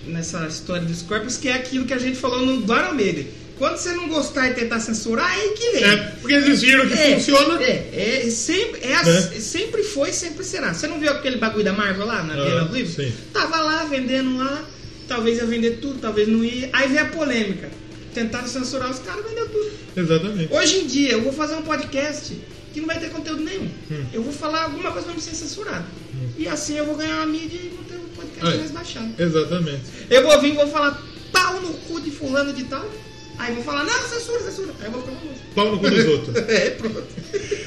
nessa história dos corpos, que é aquilo que a gente falou no Iron Maiden. Quando você não gostar e tentar censurar, é aí que vem.
É, porque eles viram que
É,
funciona. Né?
É, é, sempre, é as- sempre foi, sempre será. Você não viu aquele bagulho da Marvel lá na
Ah,
Bienal do Livro?
sim.
Tava lá vendendo lá, talvez ia vender tudo, talvez não ia. Aí veio a polêmica. Tentaram censurar os caras, vendeu tudo.
Exatamente.
Hoje em dia, eu vou fazer um podcast que não vai ter conteúdo nenhum.
Hum.
Eu vou falar alguma coisa pra não ser censurado. E assim eu vou ganhar uma mídia e não ter um podcast
É.
mais baixado.
Exatamente.
Eu vou vir e vou falar pau no cu de fulano de tal. Aí vou falar, não, censura, censura. Aí eu vou ficar famoso.
Pau no cu dos outros.
É, pronto.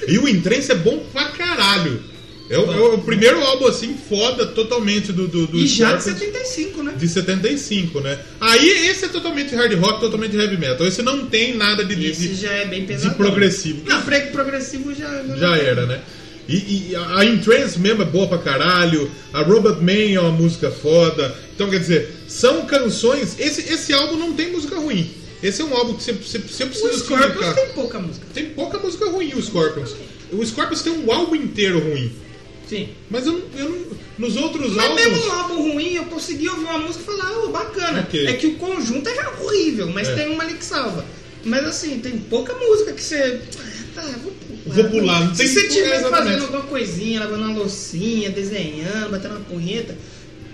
E o Intrance é bom pra caralho. É o, é o primeiro álbum assim foda totalmente do, do, do
E já de
Scorpions,
75, né?
de 75, né? Aí esse é totalmente hard rock, totalmente heavy metal. Então, Esse não tem nada de, de-
Esse
de-
já é bem
de
pesado.
progressivo.
Não, prego progressivo já. é
Já era, né? E, e a a Entrance mesmo é boa pra caralho, a Robot Man é uma música foda. Então, quer dizer, são canções. Esse, esse álbum não tem música ruim. Esse é um álbum que você, você, você precisa
O Scorpions
explicar.
tem pouca música.
Tem pouca música ruim, o Scorpions. O Scorpions tem um álbum inteiro ruim.
Sim.
Mas eu não. eu não- nos outros
Mas
álbuns.
mesmo um álbum ruim, eu consegui ouvir uma música e falar, ô, bacana.
Ok.
É que o conjunto é já horrível, mas
É.
tem uma ali que salva. Mas assim, tem pouca música que você. Ah, Tá, vou pular.
Vou pular, não
Se
tem-
você estiver
exatamente.
fazendo alguma coisinha, lavando uma loucinha, desenhando, batendo uma punheta,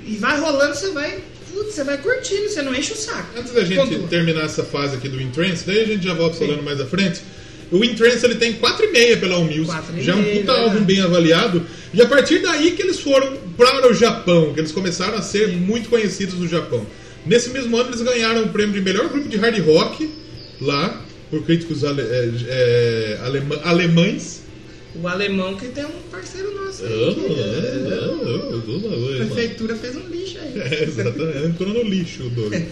e vai rolando, você vai. Putz, você vai curtindo, você não enche o saco.
Antes da gente
Pontua.
terminar essa fase aqui do Entrance, daí a gente já volta falando mais à frente. O Entrance ele tem 4,5 pela Allmusic.
4,5,
Já é um puta
verdade.
álbum bem avaliado. E a partir daí que eles foram para o Japão, que eles começaram a ser muito conhecidos no Japão. Nesse mesmo ano eles ganharam o prêmio de melhor grupo de hard rock lá, por críticos ale- é, é, alema- alemães.
O alemão que tem um parceiro nosso.
Ah,
aí, que- é a
ah, ah, ah, ah,
prefeitura fez um lixo aí.
É, exatamente. Entrou no lixo o Douglas.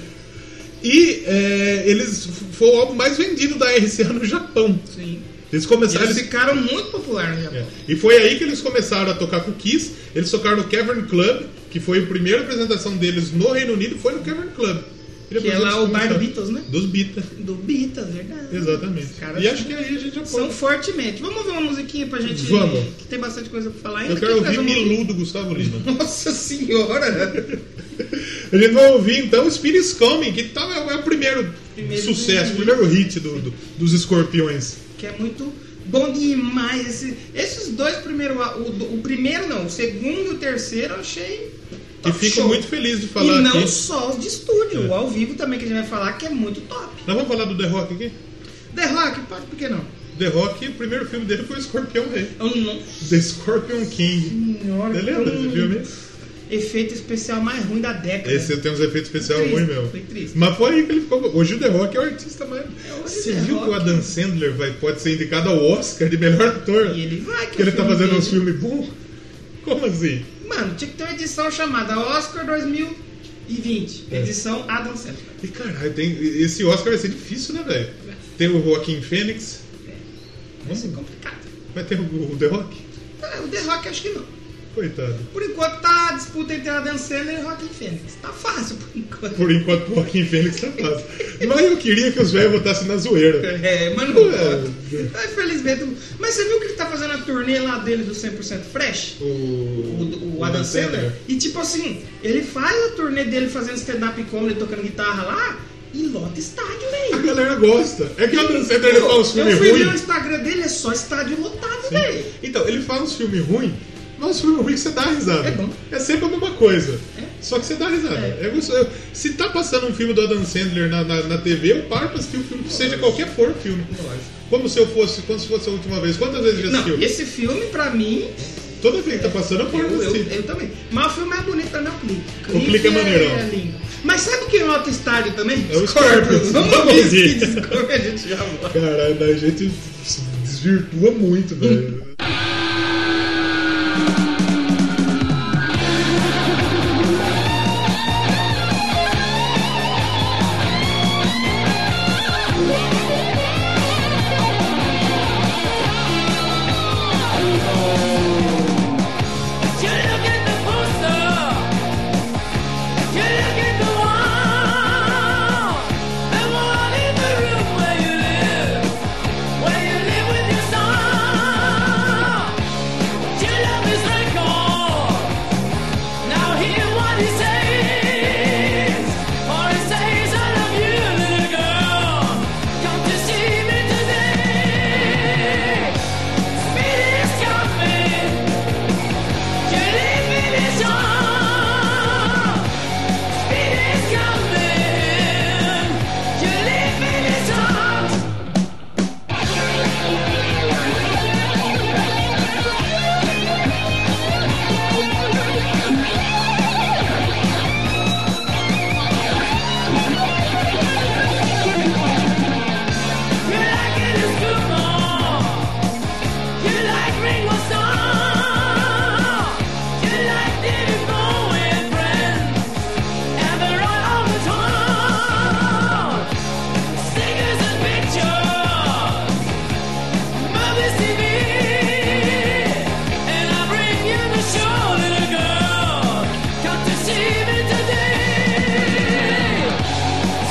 E é, eles foi o álbum mais vendido da RCA no Japão.
Sim.
Eles começaram.
Eles
Eles,
ficaram muito populares no Japão.
é, e foi aí que eles começaram a tocar com o Kiss. Eles tocaram no Cavern Club, que foi a primeira apresentação deles no Reino Unido, foi no Cavern Club. E
Que
depois
é lá
eles
o bar do
começaram-
Beatles, né?
Dos Beatles.
Do Beatles, verdade.
Exatamente.
Os caras
E acho que aí a gente já
são
pode.
fortemente. Vamos ouvir uma musiquinha pra gente.
Vamos.
Que tem bastante coisa pra falar ainda.
Eu quero
Quem
ouvir
faz uma-
Milu do Gustavo Lima.
Nossa senhora!
A gente vai ouvir então Spirits Coming, que tá, é o primeiro,
Primeiro
sucesso, o
hit.
primeiro hit do- do- dos escorpiões.
que é muito bom demais. Esse- esses dois primeiros, o, do- o primeiro não, o segundo e o terceiro eu achei.
E
top
fico
show.
muito feliz de falar
E não
aqui. É.
só os de estúdio, o ao vivo também que a gente vai falar que é muito top.
Nós vamos falar do The Rock aqui?
The Rock, pode, por que não?
The Rock, o primeiro filme dele foi o Escorpião Rei.
Eu não.
The Scorpion King.
Senhora,
Você lembra
foi
desse
um
filme?
Efeito especial mais ruim da década.
Esse tem uns efeitos especiais
Triste,
ruim, meu.
foi triste.
Mas foi aí que ele ficou. Hoje o The Rock é o artista mais.
hoje
Você
o The
viu que o
Rock-
Adam Sandler vai, pode ser indicado ao Oscar de melhor ator?
E ele vai, que
Porque
é o
ele tá
filme
fazendo
dele.
uns filmes bons? Como assim?
Mano, tinha que ter uma edição chamada Oscar 2020.
É.
Edição Adam Sandler.
E caralho, tem... esse Oscar vai ser difícil, né, velho? Tem o Joaquim Fênix.
Vai ser
Hum.
complicado.
Vai ter o o The Rock?
Ah, O The Rock acho que não.
Coitado.
Por enquanto tá a disputa entre Adam Sandler e Rockin' Fênix. Tá fácil por enquanto.
Por enquanto, o Joaquim Fênix tá fácil. Mas eu queria que os velhos votassem na zoeira.
É, mas não
É.
pode. Ah, Infelizmente. não- Mas você viu que ele tá fazendo a turnê lá dele do 100% Fresh?
O,
O, o Adam Sandler. E tipo assim, ele faz a turnê dele fazendo stand-up comedy, tocando guitarra lá e lota estádio,
A
velho.
galera gosta. É que o Adam Sandler ele
Eu,
fala uns
eu
filmes
fui ver o
ruins.
Instagram dele, é só estádio lotado, velho.
Então, ele fala uns filmes ruins, mas uns filmes ruins que você dá risada.
É bom.
É sempre a mesma coisa.
É.
Só que você dá risada.
É.
É gostoso. Se tá passando um filme do Adam Sandler na, na, na TV, eu paro pra assistir o filme, seja qualquer for o filme. Como se eu fosse, como se fosse a última vez. Quantas vezes já
Não,
assistiu?
esse filme, pra mim,
Toda vez que tá passando, eu paro pra
Eu, eu,
assistir.
eu também. Mas o filme é bonito também, o clipe.
O clipe é maneirão.
lindo. Mas sabe quem nota estádio também?
É o Scorpions.
Vamos
Vamos
ouvir esse
ouvir.
que Scorpions, a gente já volta.
Caralho, daí a gente se desvirtua muito, velho.
You look at the poster. You look at the wall. The wall in the room where you live, where you live with your son. You love his record. Now hear what he says. For he says, I love you, little girl. Come to see me today. Speed is coming. You leave me this time. Speed is coming. You leave me this time. You like it is good more. You like Ringo Starr. You like David Bowie and friends, and they're all over town. Stickers and pictures, movies, TV, and I bring you the show, little girl. Come to see me today.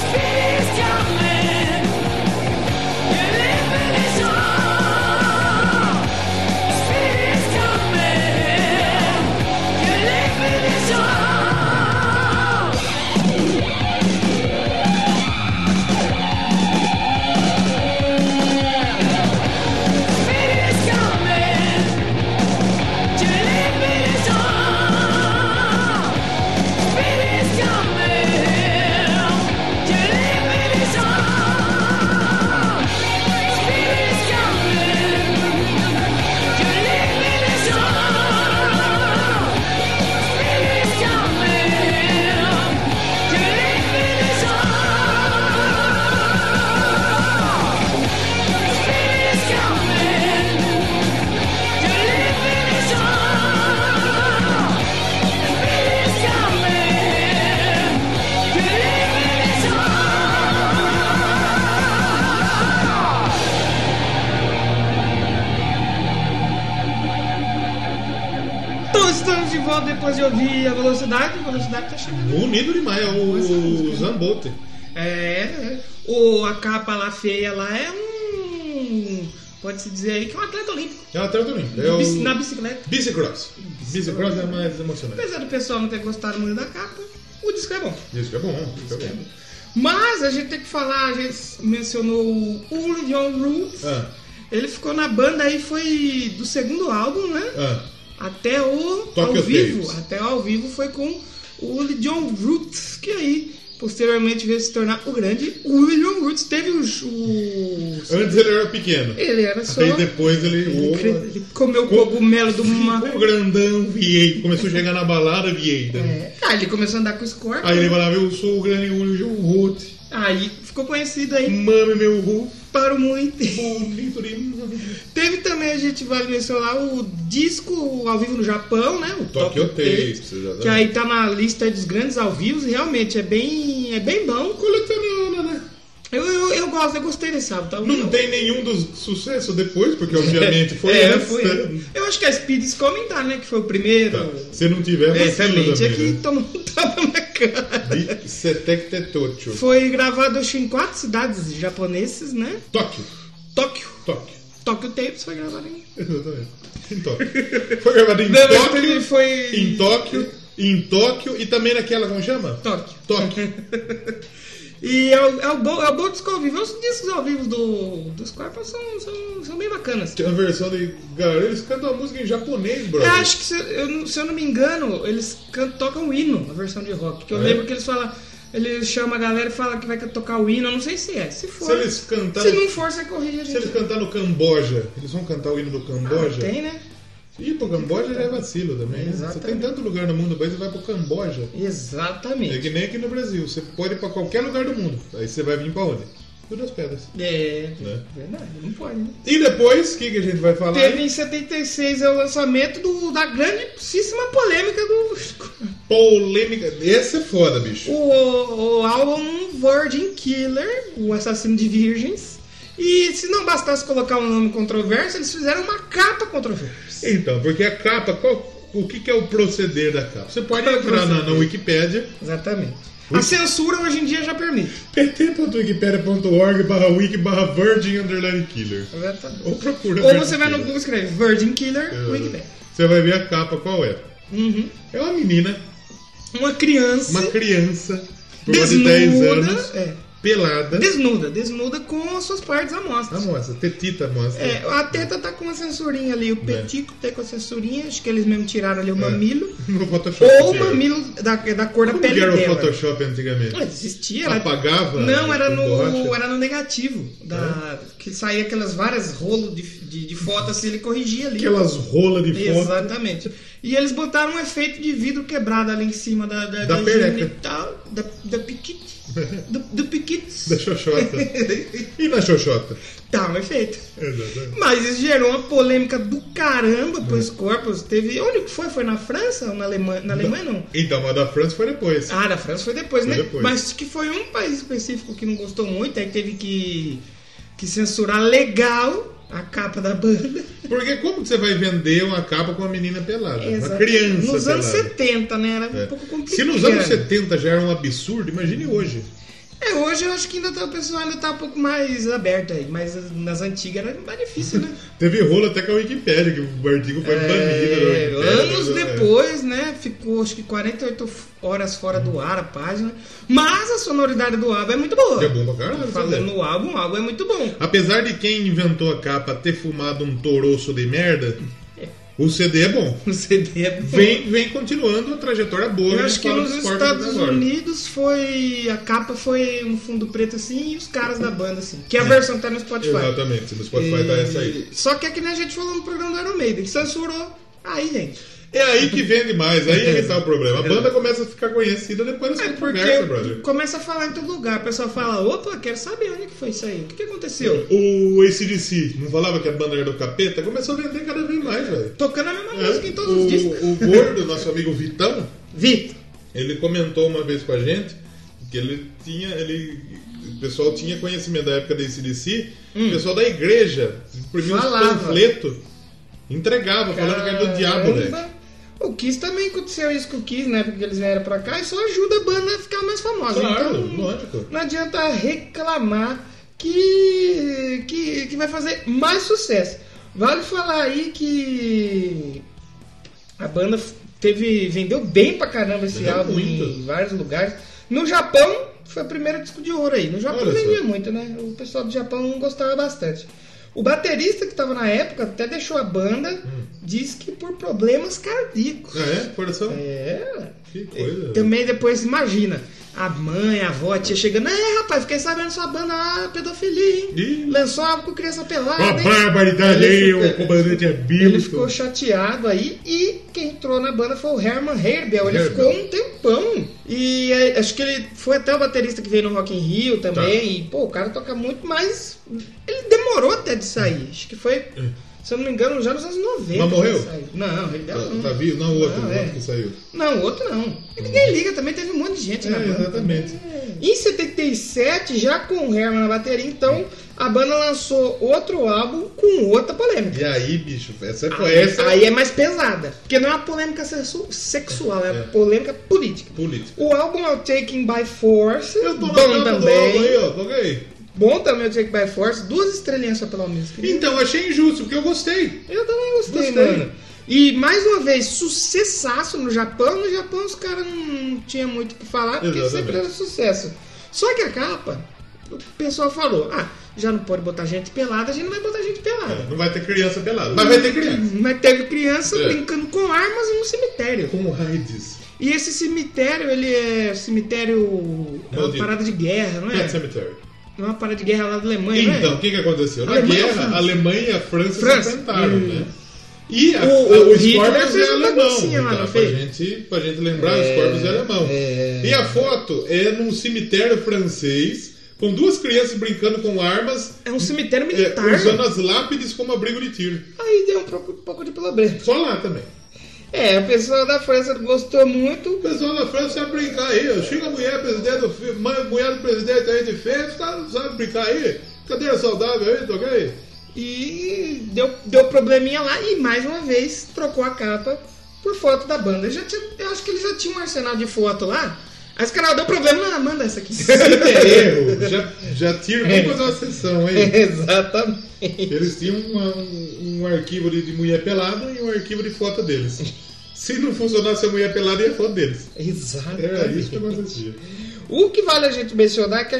Speed is coming. You leave me this time. Speed is coming. You leave me this time. Speed is coming. You leave me this time. Speed is coming. You leave me this time. Speed is coming. You leave me this time. Speed is coming. You leave me this time. Speed is coming. You leave me this time. Speed is coming. You leave me this time.
Então estamos de volta depois de ouvir a velocidade. A velocidade tá chegando.
Unido demais, é o Zambolt.
É, é. O, a capa lá feia lá é um. Pode-se dizer aí que é um atleta olímpico.
É o ator do Unido. É
Bici-
o...
Na bicicleta.
Bicicross. Bicicross é mais emocionante.
Apesar do pessoal não ter gostado muito da capa, o disco é bom.
Isso que é bom, isso que é bom.
Mas a gente tem que falar, a gente mencionou o Ullion Roots.
Ah,
Ele ficou na banda aí, foi do segundo álbum, né?
ah,
Até o
Toque
ao
os
vivo.
dedos.
Até o ao vivo foi com o William Roots, que aí posteriormente veio se tornar o grande William Roots. Teve o. o-
Antes ele era pequeno.
ele era só.
Aí depois ele.
Ele, cre-
Opa,
ele comeu o cogumelo do uma.
Ficou grandão, Vieira. Começou a chegar na balada, Vieira.
É. Ah, ele começou a andar com o Scorpion.
Aí ele falava, eu sou o grande William Root.
Aí ficou conhecido aí
Mame meu ru,
para o mundo inteiro.
bonito demais.
Teve também, a gente vai mencionar o disco ao vivo no Japão, né? O
Tokyo Tapes,
Tapes,
exatamente.
Que aí tá na lista dos grandes ao vivo e realmente é bem, é bem bom.
Coletanona, né?
Eu, eu, eu gosto, eu gostei desse álbum. Tá?
Não tem nenhum dos sucesso depois, porque obviamente foi
é,
antes.
foi.
né?
Eu acho que a Speeds comentar, né? Que foi o primeiro.
Tá. Se não tiver,
É,
vacila
realmente é
também,
que
né?
tomou um tapa na cara.
De Setectetocho.
Foi gravado acho, em quatro cidades japonesas, né?
Tóquio.
Tóquio.
Tóquio.
Tokyo Tapes foi gravado em.
Exatamente. Em Tóquio. Foi gravado em
Não, mas
Tóquio.
ele foi-
Em Tóquio. Em Tóquio e também naquela, como chama?
Tóquio.
Tóquio.
E é o, é o bom, é o bom disco ao vivo. Os discos ao vivo do, do Scorpion são, são, são bem bacanas.
Tinha a versão de Garoto, eles cantam a música em japonês, brother.
Eu acho que, se eu, não- se eu não me engano, eles can- tocam o hino, a versão de rock. Que eu
É?
lembro que eles falam. Ele chama a galera e fala que vai tocar o hino. Eu não sei se é. Se for.
Se eles cantaram-
Se não for, você corrige a
Se
gente.
eles cantar no Camboja, eles vão cantar o hino do Camboja?
Ah, Tem, né?
Ih, pro Camboja já é vacilo também. né? Você
Exatamente.
tem tanto lugar no mundo, mas você vai pro Camboja. É
Exatamente.
que nem aqui no Brasil. Você pode ir pra qualquer lugar do mundo. Aí você vai vir pra onde? Rio das Pedras.
É.
Né?
Verdade, não pode, né?
E depois, o que, que a gente vai falar?
Teve em 76 é o lançamento do, da grandíssima polêmica do.
Polêmica. Essa é foda, bicho.
o, o álbum Virgin Killer, o assassino de virgens. E se não bastasse colocar um nome controverso, eles fizeram uma capa controversa.
Então, porque a capa, qual- o que, que é o proceder da capa? Você pode
Qual é o
entrar na, na
proceder?
Wikipédia,
Exatamente. A censura hoje em dia já permite.
pt.wikipedia.org barra wiki barra virgin underline killer.
Exatamente.
Ou procura
Ou
Virgin
você vai no
Killer.
Google e escreve Virgin Killer
É.
Wikipedia.
Você vai ver a capa qual é.
Uhum.
É uma menina,
Uma criança
uma criança, por volta de
desnuda,
10 anos,
é,
pelada.
desnuda, desnuda com as suas partes à mostra.
A moça, tetita mostra.
É, a teta tá com uma censurinha ali,
É.
o petico tá com a censurinha, acho que eles mesmo tiraram ali o mamilo.
No Photoshop.
Ou o
tinha.
mamilo da, da cor da
Como
pele É.
que era o
dela.
Photoshop antigamente?
Não existia. Era...
Apagava?
Não, era
com
no,
borracha? É.
era no negativo. Da... Que saía aquelas várias rolos de, de, de foto assim, ele corrigia ali.
Aquelas rolas de foto.
Exatamente. E eles botaram um efeito de vidro quebrado ali em cima da, da,
Da pereca.
genital, da, da piquete. do, do piquete.
Da xoxota. e na xoxota?
tá, um efeito.
Exatamente.
Mas isso gerou uma polêmica do caramba pro
É.
Scorpions. Teve. Onde que foi? Foi na França ou na Alemanha? Na Alemanha não.
Então, a da França foi depois.
Ah, da França foi depois,
Foi
né?
depois.
Mas que foi um país específico que não gostou muito, aí teve que, que censurar legal a capa da banda.
Porque como que você vai vender uma capa com uma menina pelada? Ah, Uma
Exato.
criança
Nos anos
pelada.
70, né? Era
É.
um pouco complicado.
Se nos anos 70 já era um absurdo, imagine hoje.
É, hoje eu acho que ainda tá, o pessoal ainda tá um pouco mais aberto aí, mas nas antigas era mais difícil, né?
Teve rolo até com a Wikipédia, que o artigo foi banido. da
É,
Wikipédia,
anos
né?
depois, né? Ficou acho que 48 horas fora do ar a página. Mas a sonoridade do álbum é muito boa.
É né? bom pra caralho,
Falando
sabe?
no álbum, o álbum é muito bom.
Apesar de quem inventou a capa ter fumado um toroço de merda, o CD é bom.
O CD é bom.
Vem, vem continuando a trajetória boa.
Eu
né,
acho que
fala tá
nos
dos corpos
Estados
agora.
Unidos foi. A capa foi um fundo preto assim e os caras da banda assim. Que é a versão que tá no Spotify.
Exatamente, no Spotify tá essa aí.
E- Só que aqui nem a gente falou no programa do Iron Maiden, censurou. Aí, gente.
É aí que vende mais, aí é que tá o problema. A banda começa a ficar conhecida depois
É
dessa
porque
conversa, brother.
começa a falar em todo lugar. O pessoal fala: opa, quero saber onde que foi isso aí. O que, que aconteceu?
O ACDC, não falava que a banda era do capeta? Começou a vender cada vez mais, velho.
Tocando a mesma música em todos
É. o,
os discos.
o gordo, nosso amigo Vitão,
Vitor.
ele comentou uma vez com a gente que ele tinha. Ele, o pessoal tinha conhecimento da época da ACDC, o pessoal da igreja imprimia uns
Hum. Falava.
panfletos, entregava, falando que era do diabo, velho. Ah,
Caramba. O Kiss também aconteceu isso com o Kiss, né? Porque eles vieram pra cá e só ajuda a banda a ficar mais famosa.
Claro,
então,
lógico.
não adianta reclamar que, que, que vai fazer mais sucesso. Vale falar aí que a banda f- Teve, vendeu bem pra caramba esse
Vendeu
álbum em
muito.
vários lugares. No Japão, foi o primeiro disco de ouro aí. No Japão
Olha só.
vendia muito, né? O pessoal do Japão gostava bastante. O baterista que tava na época até deixou a banda, disse que por problemas cardíacos.
Ah, Hum. é? Coração?
É.
Que coisa.
Também depois, imagina, a mãe, a avó, a tia chegando. É, rapaz, fiquei sabendo sua banda lá, pedofilia, hein?
Ih.
Lançou álbum com criança pelada.
Uma
hein?"
barbaridade aí,
Ele
o
fica-
comandante é
Ele
Abílio.
ficou chateado aí e quem entrou na banda foi o Herman Herbel. Ele
Herbel.
ficou um tempão. E é, acho que ele foi até o baterista que veio no Rock in Rio também.
Tá.
E, pô, o cara toca muito, mas ele demorou até de sair. Acho que foi, se eu não me engano, já nos anos 90.
Hum. É. Mas morreu?
que ele saiu. Não, Herbel não.
Tá, tá vivo? Não, o outro,
Não,
o
é.
outro que saiu.
Não, outro não. E ninguém liga também, teve um monte de gente na
Uhum. É,
banda.
exatamente.
Em 77, já com o Herman na bateria, então a banda lançou outro álbum com outra polêmica.
E aí, bicho, essa é
Aí,
essa
aí é mais pesada. Porque não é uma polêmica sexu- sexual, é, uma polêmica política.
política.
O álbum é o Taking by Force.
Eu tô
bom
na capa do álbum aí,
também.
ó. Toca aí.
Bom também o Taking by Force. Duas estrelinhas só pela música.
Então, achei injusto, porque eu gostei.
Eu também gostei,
Gostei.
mano. E mais uma vez, sucessaço no Japão. No Japão os caras não tinham muito o que falar, porque
Exatamente.
sempre era sucesso. Só que a capa, o pessoal falou: ah, já não pode botar gente pelada, a gente não vai botar gente pelada.
Não vai ter criança pelada. Mas vai ter criança.
Mas teve criança
É.
brincando com armas no cemitério.
Com o AIDS.
E esse cemitério, ele é cemitério. É uma
Maldito.
parada de guerra, não é?
Pet Cemetery.
Não é uma parada de guerra lá da Alemanha, não
Então,
é?
o que, que aconteceu? Na
Alemanha ou
guerra,
França?
a Alemanha e a França,
França.
se enfrentaram,
Hum.
né? E a,
O-
a-
o
o
Hitler
Scorpions
fez
é
uma
alemão.
dancinha lá, não
Então, pra,
fez?
gente, pra gente lembrar, o Scorpions é alemão.
é.
E a foto é num cemitério francês, com duas crianças brincando com armas,
É um cemitério
é,
militar.
usando as lápides como abrigo de tiro.
Aí deu um pouco, um pouco de problema.
Só lá também.
É, o pessoal da França gostou muito.
O pessoal da França sabe brincar aí. ó. Chega a mulher, presidente do fi- mãe, mulher do presidente aí de férias, os caras sabem brincar aí. Cadeira saudável aí, toca aí.
E deu, deu probleminha lá e mais uma vez trocou a capa por foto da banda. Eu, já tinha, eu acho que ele já tinha um arsenal de foto lá. Aí os caras deu problema, ah, manda essa aqui.
Se der erro, já, já tiro.
É.
Vamos fazer uma sessão aí.
Exatamente.
Eles tinham uma- um, um arquivo de, de mulher pelada e um arquivo de foto deles. Se não funcionasse a mulher pelada, ia a foto deles.
Exatamente.
Era É isso que acontecia.
O Um que vale a gente mencionar é que a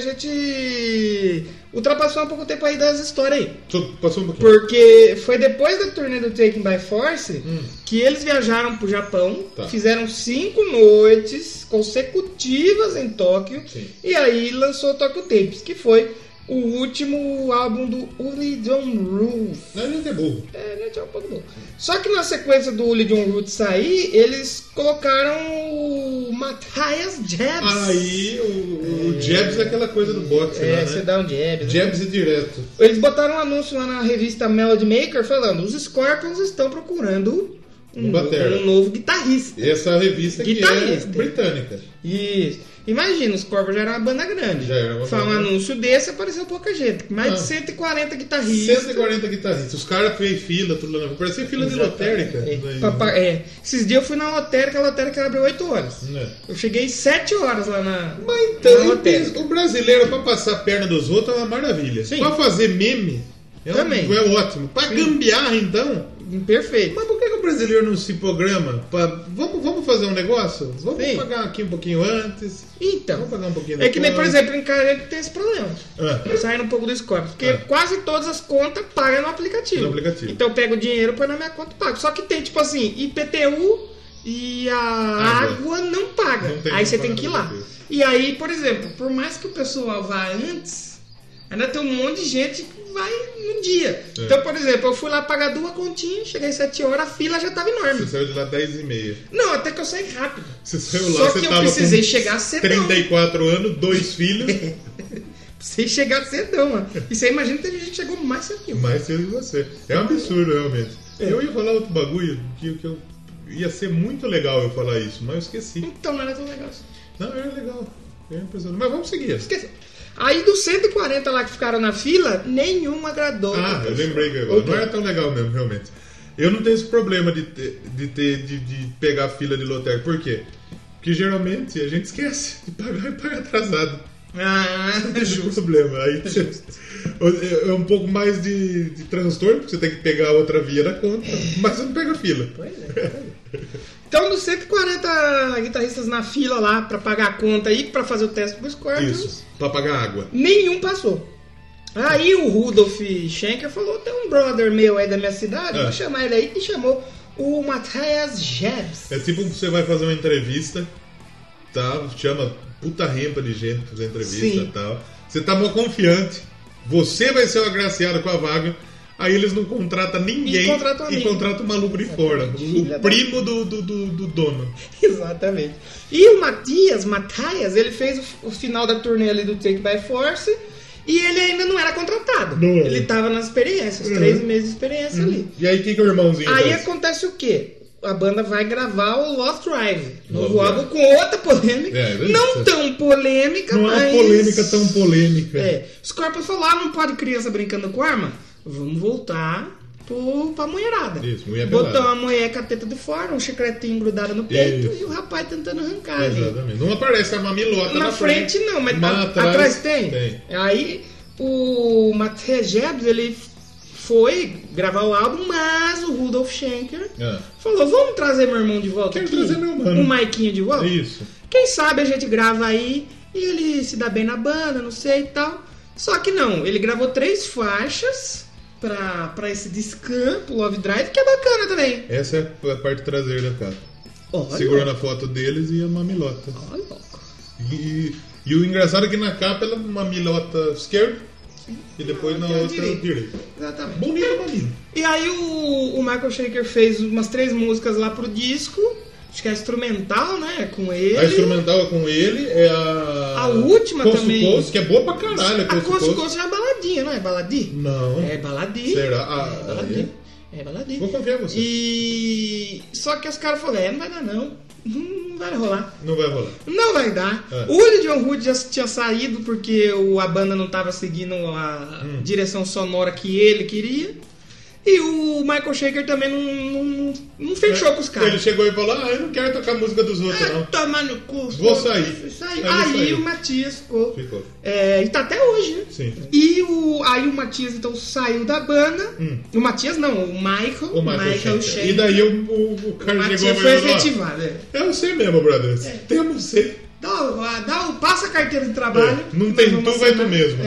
gente ultrapassou um pouco o tempo aí das histórias aí.
Só passou um pouquinho.
Porque foi depois da turnê do Taking by Force
Hum.
que eles viajaram pro Japão,
Tá.
fizeram cinco noites consecutivas em Tóquio
Sim.
e aí lançou o Tokyo Tapes, que foi o último álbum do Uri John Roof.
Não, a gente é burro.
É, né, tinha um pouco bom. Só que na sequência do Uli John Root sair, eles colocaram o Matthias Jabs.
Aí o, o Jabs é aquela coisa do boxe
É,
lá,
você
né?
dá um jab. né?
Jabs é direto.
Eles botaram um anúncio lá na revista Melody Maker falando: os Scorpions estão procurando um,
Um batera.
um novo guitarrista.
Essa revista que é
Guitarrista.
britânica.
Isso. Imagina, os Scorpions já era uma banda grande.
Já era uma
Foi um
banda.
anúncio desse apareceu pouca gente. Mais
Ah.
de 140 guitarristas.
140 guitarristas. Os caras fez fila, tudo lá. na- Parecia fila de lotérica.
É,
Né?
papa- é. Esses dias eu fui na lotérica, a lotérica abriu 8 horas.
Né?
Eu cheguei 7 horas lá na.
Mas então,
na
eu
lotérica.
penso, o brasileiro pra passar a perna dos outros é uma maravilha.
Sim.
Pra fazer meme é, um-
Também.
é ótimo. Pra gambiarra, então.
Perfeito.
Mas por que, que o brasileiro não se programa? Pra- vamos, vamos fazer um negócio? Vamos
Sim.
pagar aqui um pouquinho antes.
Então,
Vamos pagar um pouquinho
é que nem, por
depois.
exemplo, em Careca tem esse problema.
Ah,
Saindo um pouco do Scorpio. Porque
É.
quase todas as contas pagam no aplicativo.
No aplicativo.
Então eu pego o dinheiro, põe na minha conta e pago. Só que tem, tipo assim, IPTU e a
Água.
água não paga.
Não tem
aí
como
você
pagar
tem que ir
no
lá.
aplicativo.
E aí, por exemplo, por mais que o pessoal vá antes, ainda tem um monte de gente que vai no dia.
É.
Então, por exemplo, eu fui lá pagar duas continhas, cheguei 7 horas, a fila já tava
você
enorme.
saiu de lá 10 e meia.
Não, até que eu saí rápido.
Você saiu lá,
Só
você
que eu
tava
precisei
com
chegar cedão.
34 anos, dois filhos,
Sem chegar cedão, mano. E você imagina que teve gente que chegou mais cedo que eu.
mais cedo que você. É um absurdo, realmente.
É.
Eu ia falar outro bagulho que, que eu ia ser muito legal eu falar isso, mas eu esqueci.
Então não era tão legal. assim.
Não, era legal. Era impressionante. Mas vamos seguir.
Esqueci. Aí dos 140 lá que ficaram na fila, nenhum agradou.
Ah, eu
Depois.
lembrei que agora.
Ok.
Não era tão legal mesmo, realmente. Eu não tenho esse problema de ter, de, ter, de, de pegar fila de lotérica. Por quê? Porque geralmente a gente esquece de pagar e paga atrasado.
Ah,
Esse é o problema. Aí você- é um pouco mais de, de transtorno, porque você tem que pegar outra via da conta, mas você não pega fila.
pois é. Então, dos 140 guitarristas na fila lá pra pagar a conta e pra fazer o teste pro Scorpions,
Isso, pra pagar água.
nenhum passou. Aí o Rudolf Schenker falou: tem um brother meu aí da minha cidade,
É.
vou chamar ele aí, e chamou o Matthias Jebs.
É tipo você vai fazer uma entrevista, tá? Chama puta rempa de gente pra fazer entrevista
Sim.
e tal. Você tá mó confiante, você vai ser o agraciado com a vaga. Aí eles não contratam ninguém
E contratam
e
ninguém.
contratam o maluco de fora.
Filha da-
O primo do, do, do, do dono.
Exatamente. E o Matias, Matias, ele fez o, o final da turnê ali do Take by Force e ele ainda não era contratado.
Não era.
Ele tava nas experiências,
Uhum.
três meses de experiência ali.
E aí o que, que o irmãozinho
Aí é
faz?
acontece o quê? A banda vai gravar o Lost Drive, novo
Lost
álbum com outra polêmica.
É, é isso.
não tão polêmica,
Não é
mas.
uma polêmica tão polêmica.
É. Os corpos falaram, não pode criança brincando com arma? Vamos voltar pro, pra mulherada.
Isso, mulher pelada.
Botar uma mulher com a teta de fora, um chicletinho grudado no peito
Isso.
e o rapaz tentando arrancar. ali.
Exatamente. Não aparece a mamilota
Na frente não, mas a- atrás, tem.
tem.
Aí o Matheus Jebs, ele foi gravar o álbum, mas o Rudolf Schenker
Ah,
falou, vamos trazer meu irmão de volta
Quero
aqui?
trazer meu mano."
O Maiquinho de volta?
Isso.
Quem sabe a gente grava aí e ele se dá bem na banda, não sei e tal. Só que não, ele gravou três faixas pra, pra esse Discam, pro Love Drive, que é bacana também.
Essa é a parte traseira da cara.
Olha,
Segurando a foto deles e a mamilota.
olha.
E, e o engraçado é que na capa ela é uma milota esquerda e depois
Não,
na
tem a
outra
direita.
direita.
Exatamente.
Bonita mamilo.
E aí o, o Michael Shaker fez umas três músicas lá pro disco, acho que é instrumental, né? Com ele.
A instrumental é com ele, é a.
A última
Coast to
também.
Coast, que é boa pra caralho.
a
Coast to
Coast
Coast.
Coast é uma baladinha, não é? Baladinha?
Não.
É baladinha.
Será? Ah,
é baladinha. É baladinha.
Vou confiar em você.
E só que os caras falaram, é, não vai dar não. Não, não vai rolar.
Não vai rolar.
Não vai dar.
É.
O Willie John Hood já tinha saído porque o, a banda não tava seguindo a
Hum.
direção sonora que ele queria. E o Michael Shaker também não, não, não fechou com os
É, Ele
caras.
chegou e falou: Ah, eu não quero tocar a música dos outros,
Ah,
não.
tomar no curso.
Vou sair.
Saí.
Eu vou
Aí
sair.
o Matias ficou.
Ficou.
É, e tá até hoje, né?
Sim.
E o, aí o Matias então saiu da banda.
Hum.
O Matias não, o Michael.
O Michael, Schenker.
Schenker.
E daí o, o, o cara
O
chegou
Matias
e
foi É.
falou, "Ó,
efetivado. é.
É você mesmo, brother. Temos você.
Dá, o- a- dá, o- passa a carteira de trabalho.
É, não
nós
tem
vamos
tu, vai
assinar.
tu mesmo.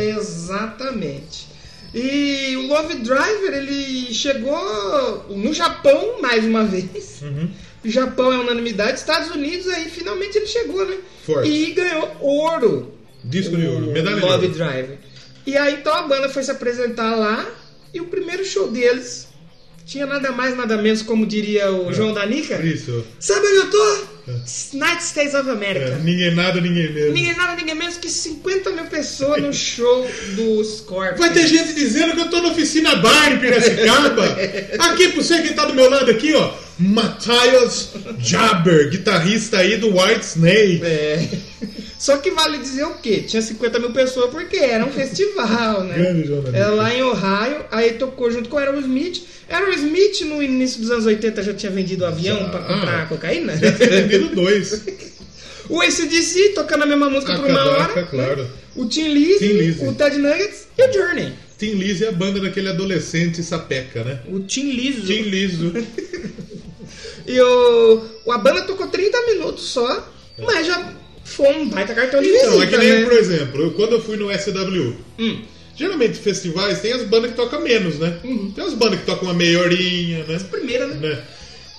Exatamente. E o Love Driver, ele chegou no Japão mais uma vez.
Uhum.
O Japão é unanimidade. Estados Unidos, aí finalmente ele chegou, né?
Forte.
E ganhou ouro.
Disco de ouro,
O
medalha de
Love
ouro.
Driver. E aí então a banda foi se apresentar lá e o primeiro show deles tinha nada mais, nada menos, como diria
É.
o João Danica.
Isso.
Sabe onde eu tô?
É.
United States of America.
É, ninguém nada, ninguém mesmo.
Ninguém nada, ninguém menos que 50 mil pessoas no show do Scorpions.
Vai ter gente dizendo que eu tô na oficina bar em Piracicaba. aqui, pra você que tá do meu lado aqui, ó. Matthias Jabber, guitarrista aí do White Snake.
É. Só que vale dizer o quê? Tinha 50 mil pessoas porque era um festival, né?
Grande jornalista.
É lá em Ohio, aí tocou junto com o Aerosmith. Aerosmith no início dos anos 80 já tinha vendido avião
Já.
pra comprar cocaína.
Tem vendido dois.
o ACDC tocando a mesma música
A
Tá por uma
casaca,
hora.
claro.
O Tim Lizzy,
Tim Lizzy.
o Ted Nuggets e o Journey.
Tim Lizzy é a banda daquele adolescente sapeca, né?
O Tim Lizzy.
Tim Liso.
E o, a banda tocou 30 minutos só, mas já foi um baita cartão de
Então,
visita,
é que nem,
né?
por exemplo, eu- quando eu fui no SW,
Hum.
geralmente festivais tem as bandas que tocam menos, né?
Uhum.
Tem as bandas que tocam uma meia horinha, né?
Primeira, né?
né?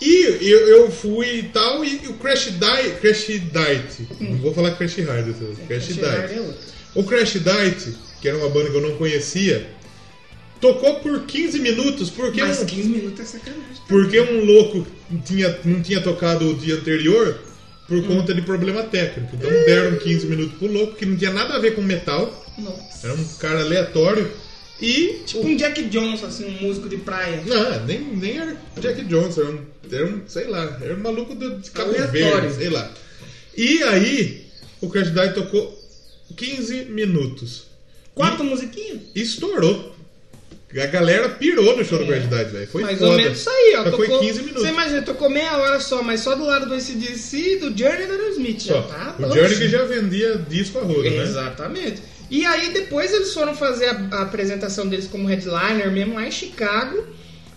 E eu, eu fui e tal, e o Crash Diet. Crash Diet. Não vou falar Crash Hard, dessa vez, Crash
Chegar é
Diet.
outra.
O Crash Diet, que era uma banda que eu não conhecia, tocou por 15 minutos, porque,
Mas
um,
15 minutos é sacanagem.
porque um louco tinha, não tinha tocado o dia anterior por
Hum.
conta de problema técnico. Então deram 15 minutos pro louco, que não tinha nada a ver com metal,
Nossa.
era um cara aleatório. E
Tipo um Jack Johnson, assim, um músico de praia.
Não, é, nem, nem era Jack Johnson, era um, era um, sei lá, era um maluco do, de Cabo
Aleatório.
Verde, sei lá. E aí, o Crash Diet tocou 15 minutos
Quatro musiquinhas?
e estourou. A galera pirou no show do Crash Diet, velho. Foi
É. Mais
foda.
ou menos isso aí, ó.
Mas
Tocou-
foi 15 minutos.
Você imagina, tocou meia hora só, mas só do lado do ACDC, do Journey e do Aerosmith. Já
Só.
tá?
o Journey que já vendia disco a roda, né?
Exatamente. E aí depois eles foram fazer a, a apresentação deles como headliner mesmo lá em Chicago.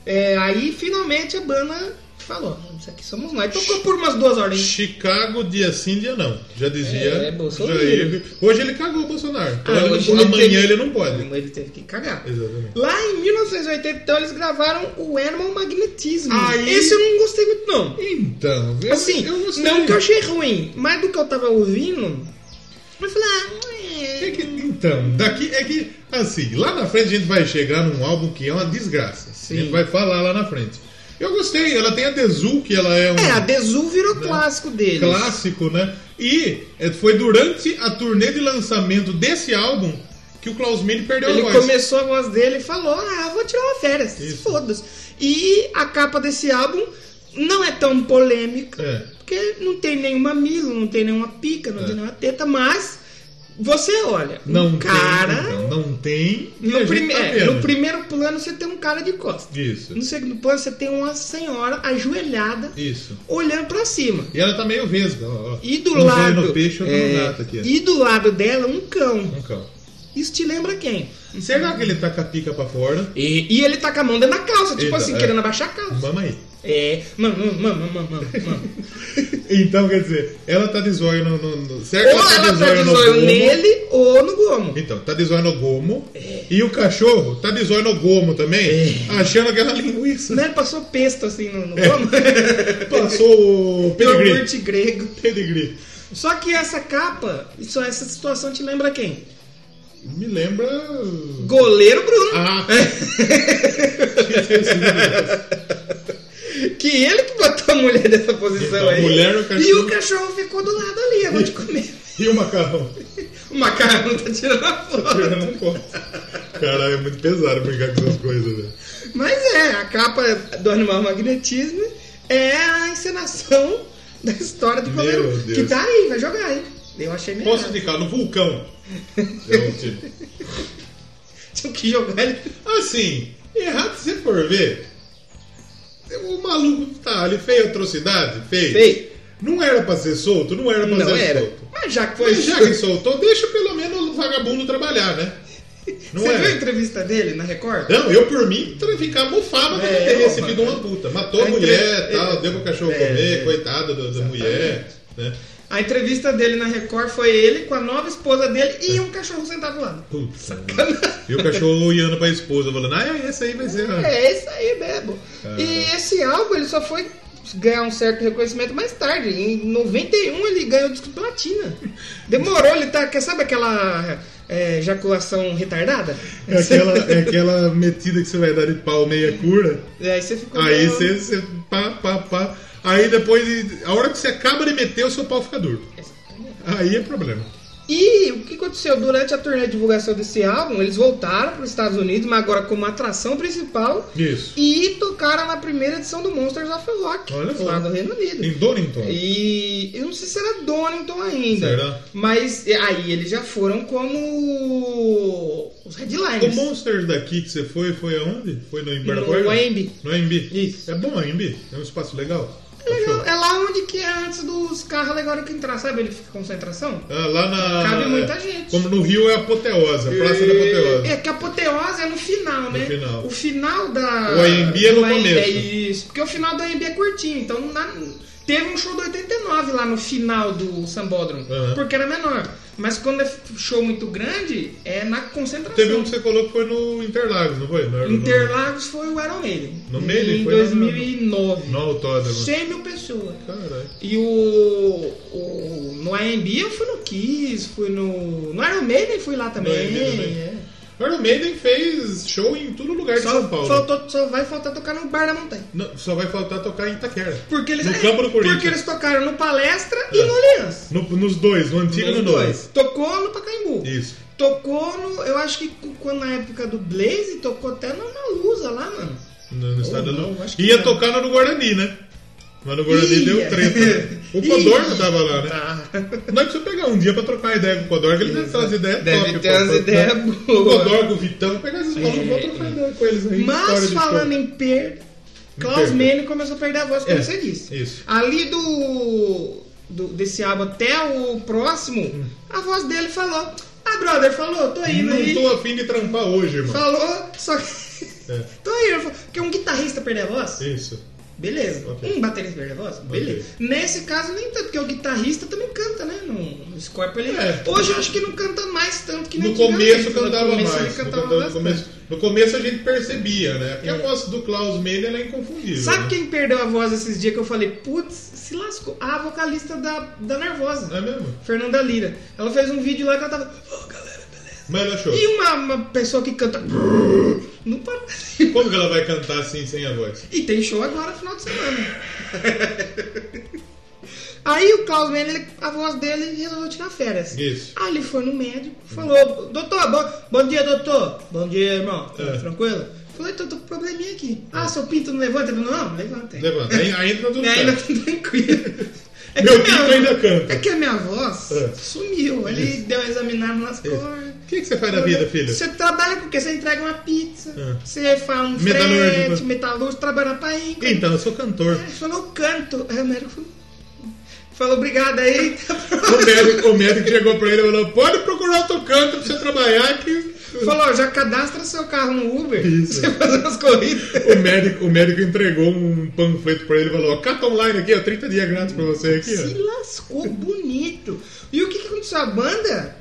É, aí finalmente a banda falou, isso aqui somos nós. Tocou por umas duas horas.
Chicago, dia sim, dia não. Já dizia.
É, é Bolsonaro.
já ele- hoje ele cagou o Bolsonaro. Então
Ah,
ele não-
hoje ele
amanhã
teve-
ele não pode.
Amanhã Ele teve que cagar.
Exatamente.
Lá em 1982 então, eles gravaram o Animal Magnetism.
Aí-
Esse eu não gostei muito, não.
Então, eu,
Assim,
eu gostei.
não que eu achei ruim, mas do que eu tava ouvindo, eu falei, ah,
É
é.
que- então, daqui é que, assim, lá na frente a gente vai chegar num álbum que é uma desgraça. A gente vai falar lá na frente. Eu gostei, ela tem a Dezu, que ela é um
É, a Dezu virou clássico deles.
clássico, né? E é, foi durante a turnê de lançamento desse álbum que o Klaus Mini perdeu
Ele
a voz.
começou a voz dele e falou, ah, vou tirar uma férias,
Isso.
foda-se. E a capa desse álbum não é tão polêmica,
É.
porque não tem nenhuma mamilo, não tem nenhuma pica, não tem nenhuma teta, mas você olha,
Não
um cara...
tem, então, não tem. e a
No,
gente
prime-
tá
é,
vendo.
no primeiro plano você tem um cara de costas.
Isso,
No segundo plano você tem uma senhora ajoelhada
isso.
olhando pra cima.
E ela tá meio vesga, ó. ó.
E do
Um olho
lado.
no peixe, outro
é,
no gato aqui. ó.
E do lado dela um cão.
Um cão.
Isso te lembra quem?
Será que ele tá com a pica pra fora?
E, e ele tá com a mão dentro da calça, tipo
Eita,
assim,
é.
querendo abaixar a calça.
Mama aí.
É. Mano, mano, mano, mano, mano, mano.
Então, quer dizer, ela tá de zóio no. no, no certo?
ou ela tá de
gomo.
zoio nele É. ou no gomo.
Então, tá de zóio no gomo. E o cachorro tá de zóio no gomo também, achando que era linguiça.
É. Né? Ele passou pesto assim no, no gomo.
Passou o pedigree.
Iogurte grego.
Pedigree.
Só que essa capa, só essa situação te lembra quem?
Me lembra.
Goleiro Bruno.
Ah!
É.
Tinha esquecido disso.
Que ele que botou a mulher nessa posição
Então, a
aí.
mulher no cachorro.
E o cachorro ficou do lado ali, eu vou te comer.
e o macarrão?
O macarrão tá tirando a foto.
Tirando a foto. Caralho, é muito pesado brincar com essas coisas, velho.
Mas é, a capa do Animal Magnetismo é a encenação da história do
Meu
goleiro.
Deus.
Que tá aí, vai jogar aí. Eu achei melhor.
Posso indicar no vulcão. É um tipo.
Tinha que jogar ele.
Assim, errado se você for ver. O maluco tá ali, fez atrocidade? Fez.
Fez.
Não era pra ser solto? Não era pra
Não
ser
era.
solto.
Mas já que foi.
um Mas já que soltou, deixa pelo menos o vagabundo trabalhar, né? Não
Você viu a
era.
entrevista dele na Record?
Não, eu por mim tra- ficar mofado pra
É,
ter
eu,
recebido uma puta. Matou a
A
mulher
entre-
tal, deu pro cachorro
É,
comer,
é.
coitado da- da mulher. Né?
A entrevista dele na Record foi ele com a nova esposa dele e um cachorro sentado do lado.
Putz. E o cachorro olhando pra esposa, falando, ah, esse aí vai ser. a-
É isso aí, Bebo.
Caramba.
E esse álbum ele só foi ganhar um certo reconhecimento mais tarde. Em 91 ele ganhou o disco de platina. Demorou, ele tá. Quer sabe aquela é, ejaculação retardada?
É aquela, é aquela metida que você vai dar de pau meia cura.
E Aí você ficou.
Aí
meio-
você, você pá, pá, pá. Aí depois, de- a hora que você acaba de meter, o seu pau fica duro. Aí é problema.
E o que aconteceu? Durante a turnê de divulgação desse álbum, eles voltaram para os Estados Unidos, mas agora como atração principal.
Isso.
E tocaram na primeira edição do Monsters of Rock,
Olha só.
lá do Reino Unido.
Em Donington.
E eu não sei se era Donington ainda.
Será?
Mas e- aí eles já foram como os
O
headliners.
Monsters daqui que você foi, foi aonde? Foi no Ibirapuera?
No Embi.
No Embi.
Isso.
É bom o Embi? É um espaço legal?
Legal,
Achou?
É lá onde que é antes dos carros alegóricos entrar, sabe? Ele fica concentração.
Ah, lá na...
Cabe muita gente.
Como no Rio é Apoteosa, Praça da Apoteosa.
É que a apoteose é no final, né?
final.
O final da.
O AMB é no
do AMB,
começo.
É isso. Porque o final do AMB é curtinho. Então na- teve um show do 89 lá no final do Sambódromo.
Aham.
Porque era menor. Mas quando é f- show muito grande, é na concentração.
Teve um que você colocou que foi no Interlagos, não foi? Não era no-
Interlagos foi o Iron Maiden.
No Maiden?
Em
Foi
2009.
No Autódromo.
100 mil pessoas.
Caralho.
E o, o- No AMB eu fui no Kiss, fui no. No Iron Maiden fui lá também.
AMB também.
é.
Iron Maiden fez show em todo lugar de
Só,
São Paulo.
faltou- só vai faltar tocar no Bar da Montanha.
Não, só vai faltar tocar em Itaquera.
Porque eles,
No
é,
campo do Corinthians.
porque eles tocaram no Palestra e
É.
no Aliança.
No- nos dois, no antigo e no
Nos
novo.
dois. Tocou no Pacaembu.
Isso.
Tocou no. Eu acho que quando na época do Blaze, tocou até no Malusa lá, mano.
No, no estado
Oh, não,
do...
acho que
Ia
não.
tocar no do Guarani, né? Mas no Guarani
Ih,
deu
é.
treta. né? O
Ih,
Codorna tava lá, né?
Tá.
Nós precisamos pegar um dia pra trocar ideia com o Codorna, que ele deve ter umas ideias
Deve
top,
ter umas
pô.
ideias
O
boas.
Codorna com o Vitão, pegar esses malucos,
É.
vou trocar ideia com eles aí. história
Mas
de
falando
show.
em perda, Klaus
perda.
Mene começou a perder a voz, como
É,
você disse.
isso.
Ali do, do- desse álbum até o próximo, a voz dele falou: Ah, brother, falou, tô indo
Hum. Não
aí.
tô afim de trampar hoje, irmão.
Falou, só que.
É.
tô indo. Porque um guitarrista perder a voz
Isso.
Beleza.
Ok.
Um baterista nervoso? Beleza. Nesse caso nem tanto, porque o guitarrista também canta, né? No, no Scorpion ele...
É.
Hoje eu acho que não canta mais tanto que nem
No começo
antigamente, mas
cantava
assim, no começo
mais.
Ele
no
cantava
cantava- No
bastante.
começo, no começo a gente percebia, né? Porque
É.
a voz do Klaus Mayer ela é inconfundível.
Sabe
né?
quem perdeu a voz esses dias que eu falei, putz, se lascou? A vocalista da, da Nervosa,
É mesmo?
Fernanda Lira. Ela fez um vídeo lá que ela tava. "Ô, galera, beleza?"
Mas ela achou.
E uma, uma pessoa que canta. Não para.
Como que ela vai cantar assim sem a voz?
E tem show agora no final de semana. Aí o Klaus Mendes, ele- a voz dele resolveu tirar férias.
Isso.
Aí ele foi no médico, falou, doutor, bom, bom dia, doutor. Bom dia, irmão.
É.
Tranquilo? Falei, tô, tô com um probleminha aqui. Ah, seu pinto não levanta? Ele falou, Não, levanta. aí."
Levanta. Aí- Ainda não
É, ainda tá tranquilo. É
Meu
que a
pinto ainda canta.
É que a minha voz
É.
sumiu. Ele deu uma examinada nas cores.
O que, que você faz na vida, filho?
Você trabalha com o quê? Você entrega uma pizza,
É. né?
você faz um
Metalúrgico.
frete, metalúrgico, trabalha pra Inca.
Então, eu sou cantor.
Ele falou, canto. Aí o médico falou, falou obrigado aí. tá pronto.
O médico, o médico chegou pra ele e falou: pode procurar outro canto pra você trabalhar que.
falou, ó, já cadastra seu carro no Uber,
Isso.
você faz umas corridas.
O médico, o médico entregou um panfleto pra ele e falou: ó, cata online aqui, ó, 30 dias grátis pra você aqui,
Se
ó.
lascou bonito. E o que, que aconteceu? A banda,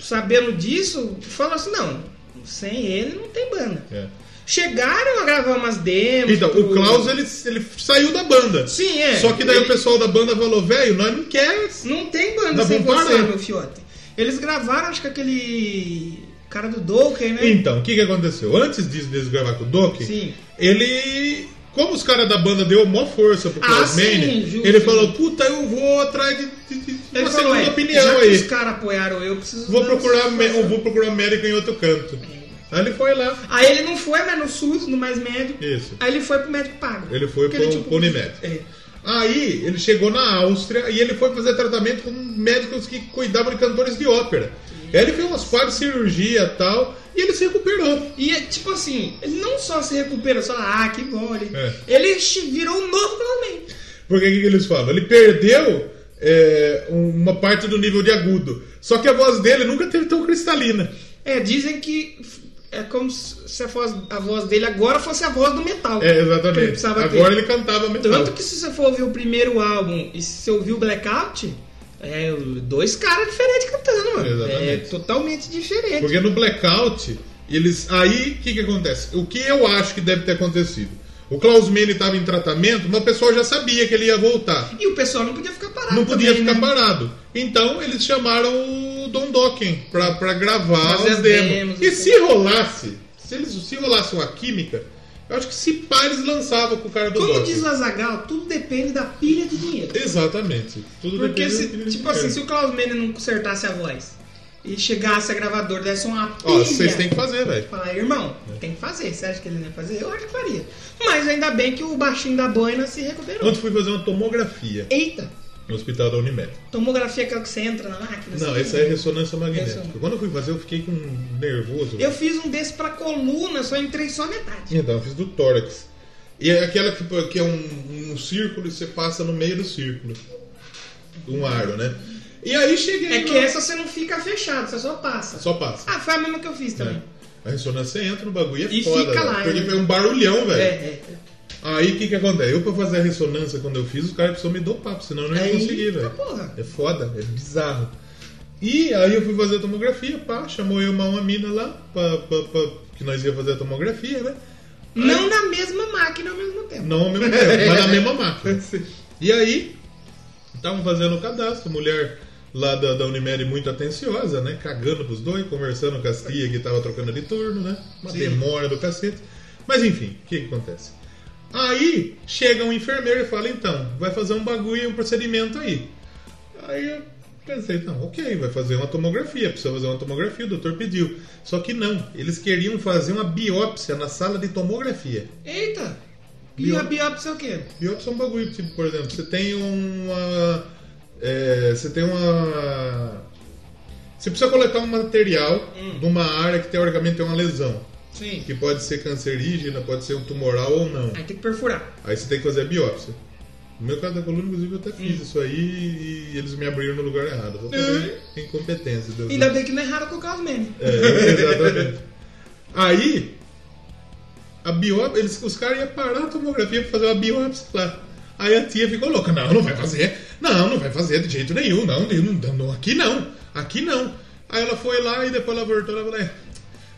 sabendo disso, falou assim, não, sem ele não tem banda.
É.
Chegaram a gravar umas demos.
Então, o
tudo.
Klaus ele, ele saiu da banda.
Sim, é.
Só que daí
Ele-
o pessoal da banda falou: velho, nós não quer.
Não tem banda
Dá
sem
bom
você,
parar.
meu fiote. Eles gravaram, acho que aquele cara do Dokken, né?
Então, o que, que aconteceu? Antes disso deles gravar com o Doc,
Sim.
ele. Como os caras da banda deu mó força pro
Ah,
Klaus
sim,
Mane,
justo.
ele falou: puta, eu vou atrás de, de, de
Ele falou,
uma segunda
"Ué, já
opinião
que
aí.
os caras apoiaram eu, eu preciso...
Vou
dar
procurar,
uma
mé-
satisfação."
eu vou procurar médico em outro canto.
É.
Aí ele foi lá.
Aí ele não foi mais no SUS, no mais médico.
Isso.
Aí ele foi pro médico pago.
Ele foi
Porque
pro- pro Unimed.
É.
Aí ele chegou na Áustria e ele foi fazer tratamento com médicos que cuidavam de cantores de ópera. Aí ele fez umas quatro cirurgias e tal, e ele se recuperou.
E, é, tipo assim, ele não só se recuperou, só, ah, que bom, ele...
É.
Ele chi- virou um novo Flamengo.
Porque o que que eles falam? Ele perdeu é, uma parte do nível de agudo. Só que a voz dele nunca teve tão cristalina.
É, dizem que f- é como se se a voz, a voz dele agora fosse a voz do metal.
É,
Que ele
exatamente.
precisava ter.
Agora ele cantava metal.
Tanto que se você for ouvir o primeiro álbum e se você ouvir o Blackout, é dois caras diferentes cantando, mano.
Exatamente.
É totalmente diferente.
Porque no blackout, eles. Aí o que, que acontece? O que eu acho que deve ter acontecido? O Klaus Mene estava em tratamento, mas o pessoal já sabia que ele ia voltar.
E o pessoal não podia ficar parado.
Não podia
também,
ficar
né?
parado. Então eles chamaram o Don Dokken pra, pra gravar
Fazer
os
as
demos.
demos,
e
assim.
se rolasse, se eles se rolasse uma química, eu acho que se pá eles lançavam com o cara do
Como
Dokken.
diz o Azagal, tudo depende da pilha de dinheiro.
Exatamente. Tudo
Porque
depende
se,
do que eles
tipo assim,
querem.
se o Klaus Mene não consertasse a voz e chegasse a gravador desse uma pilha.
Ó, vocês têm que fazer, velho.
Falar, irmão, tem que fazer. Você acha que ele não ia fazer? Eu acho que faria. Mas ainda bem que o baixinho da boina se recuperou.
Ontem fui fazer uma tomografia
Eita!
no hospital da Unimed.
Tomografia é aquela que você entra na máquina.
Não,
assim,
essa é ressonância magnética.
Ressonância.
Quando eu fui fazer, eu fiquei com um nervoso.
Eu fiz um desse pra coluna, só entrei só metade.
Então, eu fiz do tórax. E é aquela que, que é um, um círculo e você passa no meio do círculo. Um aro, né? E aí cheguei.
Uhum. É que
no-
essa você não fica fechado, você só passa.
Só passa.
Ah, foi a mesma que eu fiz também.
né? A ressonância entra no bagulho e é
E
foda.
fica
velho,
lá,
porque
né?
é um barulhão,
É,
velho.
é.
Aí o que que acontece? Eu pra fazer a ressonância quando eu fiz, o cara precisou me dar o papo, senão eu não ia
É Eita
conseguir, velho.
porra.
É foda, é bizarro. E aí eu fui fazer a tomografia, pá, chamou eu uma, uma mina lá, pra, pra- pra- que nós ia fazer a tomografia, né?
Não na mesma máquina ao mesmo tempo.
Não ao mesmo tempo, É, mas na mesma máquina. né? E aí, estavam fazendo o cadastro, mulher lá da, da Unimed muito atenciosa, né? Cagando pros dois, conversando com as tia que tava trocando de turno, né? Uma demora do cacete. Mas enfim, o que, que acontece? Aí chega um enfermeiro e fala, então, vai fazer um bagulho, um procedimento aí. Aí eu pensei, não, ok, vai fazer uma tomografia, precisa fazer uma tomografia, o doutor pediu. Só que não, eles queriam fazer uma biópsia na sala de tomografia.
Eita! E
Bio-
a biópsia é o quê?
Biópsia é um bagulho, tipo, por exemplo, você tem uma. é, você tem uma. Você precisa coletar um material
Hum.
de uma área que teoricamente tem uma lesão.
Sim.
Que pode ser cancerígena, pode ser um tumoral ou não.
Aí tem que perfurar.
Aí você tem que fazer a biópsia. No meu caso da coluna, inclusive, eu até fiz isso aí e eles me abriram no lugar errado. Vou fazer incompetência. Deus
é Ainda bem que não erraram com o Klaus Mene.
é, exatamente. Aí, a biópsia, eles, os caras iam parar a tomografia pra fazer uma biópsia lá. Aí a tia ficou louca, não, não vai fazer, não, não vai fazer de jeito nenhum, não, não, não, aqui não, aqui não. Aí ela foi lá e depois ela voltou, ela falou, é,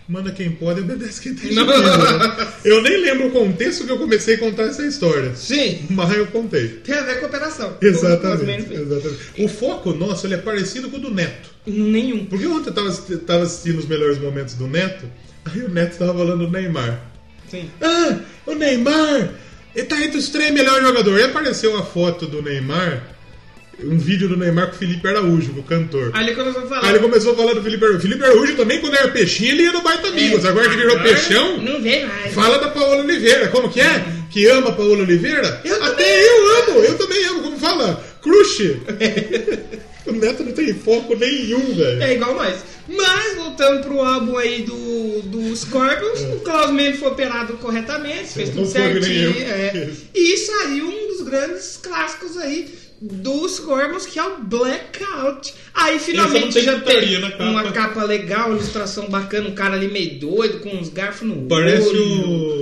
manda quem pode, obedece quem tem juízo. né? Eu nem lembro o contexto que eu comecei a contar essa história,
Sim,
mas eu contei.
tem a ver com operação.
Exatamente, exatamente. O foco nosso, ele é parecido com o do Neto.
Nenhum.
Porque ontem eu tava, assisti- tava assistindo os melhores momentos do Neto, aí o Neto tava falando do Neymar.
Sim.
Ah, o Neymar! Ele tá entre os três melhores jogadores. Aí apareceu a foto do Neymar, um vídeo do Neymar com o Felipe Araújo, o cantor.
Aí ele começou a falar.
Aí ele começou a falar do Felipe Araújo. Felipe Araújo também, quando era peixinho, ele ia no Baita Amigos. Agora que virou peixão,
É, Não vem mais.
Fala da Paola Oliveira, como que é? Que ama a Paola Oliveira?
Eu
Até
também.
eu amo, eu também amo, como fala? Crush! o Neto não tem foco nenhum, velho.
É igual nós. Mas, voltando pro álbum aí do, do Scorpions, o Klaus Mendes foi operado corretamente, fez
Não
tudo
foi que nem
certinho.
eu.
é. E saiu um dos grandes clássicos aí do Scorpions, que é o Blackout. Aí, finalmente,
tem
já
putaria
tem
na capa.
uma capa legal, ilustração bacana, um cara ali meio doido, com uns garfos no
Parece
olho.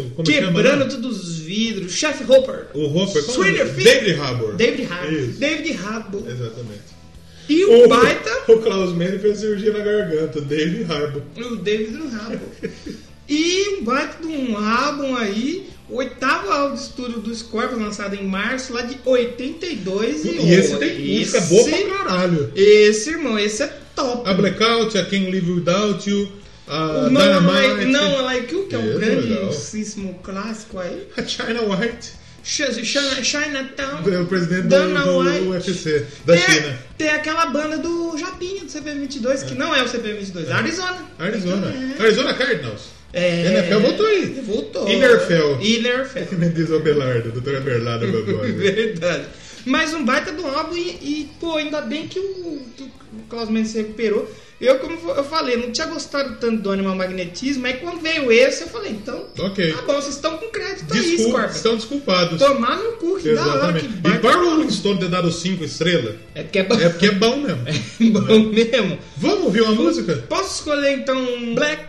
o- como chama,
quebrando
né?
todos os vidros. Chef Hopper.
O Hopper, como é?
Swinger Fit.
David Harbour.
David Harbour.
Isso. É.
David Harbour.
Exatamente.
E o Baita...
O Klaus Mann fez cirurgia na garganta, David Harbour.
O David no rabo. E um baita de um álbum aí, o oitavo álbum de estúdio do Scorpions, lançado em março lá de 82.
E, esse tem música boa pra caralho.
Esse, irmão, esse é top.
A Blackout, a Can't Live Without You, a
o não,
Dynamite,
like, não Like You, que é um
Esse é legal.
grandíssimo clássico aí.
a China White,
Ch- Ch- Chinatown.
o presidente
Dana
do,
White. É.
do UFC, da
tem,
China.
tem aquela banda do Japinha, do CP22, que não é o CP22, é Arizona.
Arizona. Arizona Cardinals.
É.
NFL voltou aí.
Voltou.
Innerfell.
Innerfell.
Que nem diz o Abelardo, doutor Abelardo Babosa.
Verdade. Mas um baita do álbum e, e, pô, ainda bem que o, que o Klaus Mendes se recuperou. Eu, como fo- eu falei, não tinha gostado tanto do Animal Magnetismo, aí quando veio esse, eu falei, então,
Ok.
tá bom, vocês estão com crédito Tá aí,
Desculpa,
Scorpion.
estão desculpados.
Tomar no cu, que da hora,
Exatamente.
que
E
baita.
para o Rolling Stone ter dado 5 estrelas,
É porque é bom,
é porque é bom mesmo.
bom mesmo.
Vamos ouvir uma música?
Posso escolher, então,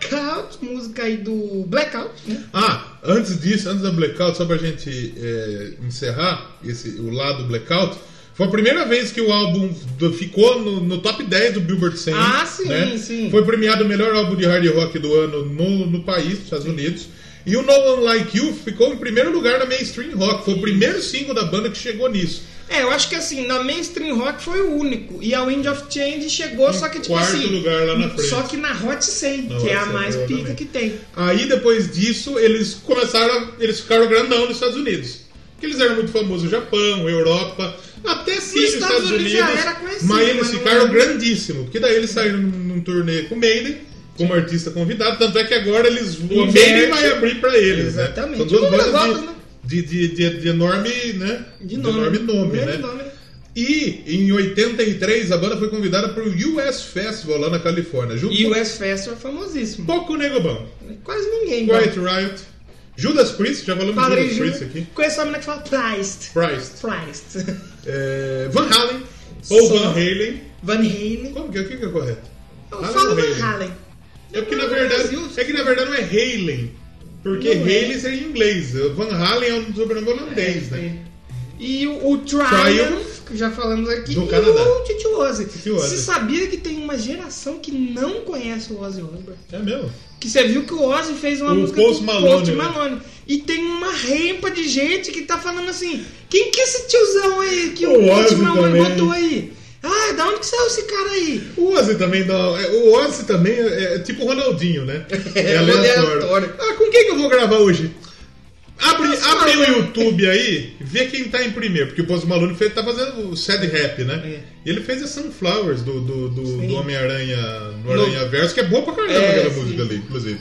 Blackout, música aí do Blackout, né?
Ah, antes disso, antes da Blackout, só pra gente é, encerrar esse, o lado Blackout, foi a primeira vez que o álbum do- ficou no, no top 10 do Billboard 100.
Ah, sim,
né?
sim.
Foi premiado o melhor álbum de hard rock do ano no, no país, nos Estados Unidos. E o No One Like You ficou em primeiro lugar na mainstream rock. Foi o primeiro single da banda que chegou nisso.
É, eu acho que assim, na mainstream rock foi o único. E a Wind of Change chegou, só que tipo
Um quarto
assim.
lugar lá na frente.
Só que na Hot 100,
Na
que é a
Hot 100,
mais pica
provavelmente.
que tem.
Aí depois disso, eles começaram. A, eles ficaram grandão nos Estados Unidos. Porque eles eram muito famosos no Japão, Europa, até sim
Estados
nos Estados
Unidos
Unidos.
já era conhecido,
mas eles
mas não
ficaram
era.
grandíssimos. Porque daí eles saíram num, num turnê com o Maiden, como artista convidado. Tanto é que agora eles. O
Inverte.
Maiden vai abrir pra eles.
Exatamente.
Né? São duas
Tudo
bandas
negócio,
de,
né?
de, de, de- de enorme, né?
De nome.
enorme nome,
Grande
né?
nome.
E em 83 a banda foi convidada para o US Festival lá na Califórnia. Junto
E
com
o S Festival é famosíssimo.
Pouco Nego Bom.
Quase ninguém. né?
Quiet Riot. Judas Priest, já falamos
Padre
de Judas Priest
Júlio.
aqui.
Conheço a menina que fala Priced.
Priest.
Priced.
É, Van Halen. Ou
Só.
Van Halen.
Van Halen.
Como que, o que que é correto?
Eu
Halen
falo
ou
Van
Halen?
Halen.
É porque na
Não,
verdade.
Brasil.
É que na verdade não é Halen. Porque
Não é.
Halen seria em inglês. Van Halen é um sobrenome holandês, né?
E o, o Triumph,
Triumph,
que já falamos aqui,
do
e
Canadá.
o Titi Ozzy.
Titi Ozzy.
Você sabia que tem uma geração que não conhece o Ozzy Osbourne?
É mesmo?
Que você viu que o Ozzy fez uma
O
música
Um Post
com o
Malone,
Post
né?
Malone. E tem uma rempa de gente que tá falando assim: quem que é esse tiozão aí que o,
O
Post
Ozzy
Malone
também.
botou aí? Ah, da onde que saiu esse cara aí?
O Ozzy também dá. é, O Ozzy também é, é tipo o Ronaldinho, né?
É, aleatório.
Ah, com quem que eu vou gravar hoje? Abre,
Post
abre o
Malone.
YouTube aí, vê quem tá em primeiro, porque o Post Malone fez, tá fazendo o sad rap, né? E ele fez a Sunflowers do, do, do,
É. Sim.
do Homem-Aranha, do Aranha Verso, que é boa pra caramba
É,
aquela
sim.
música ali, inclusive.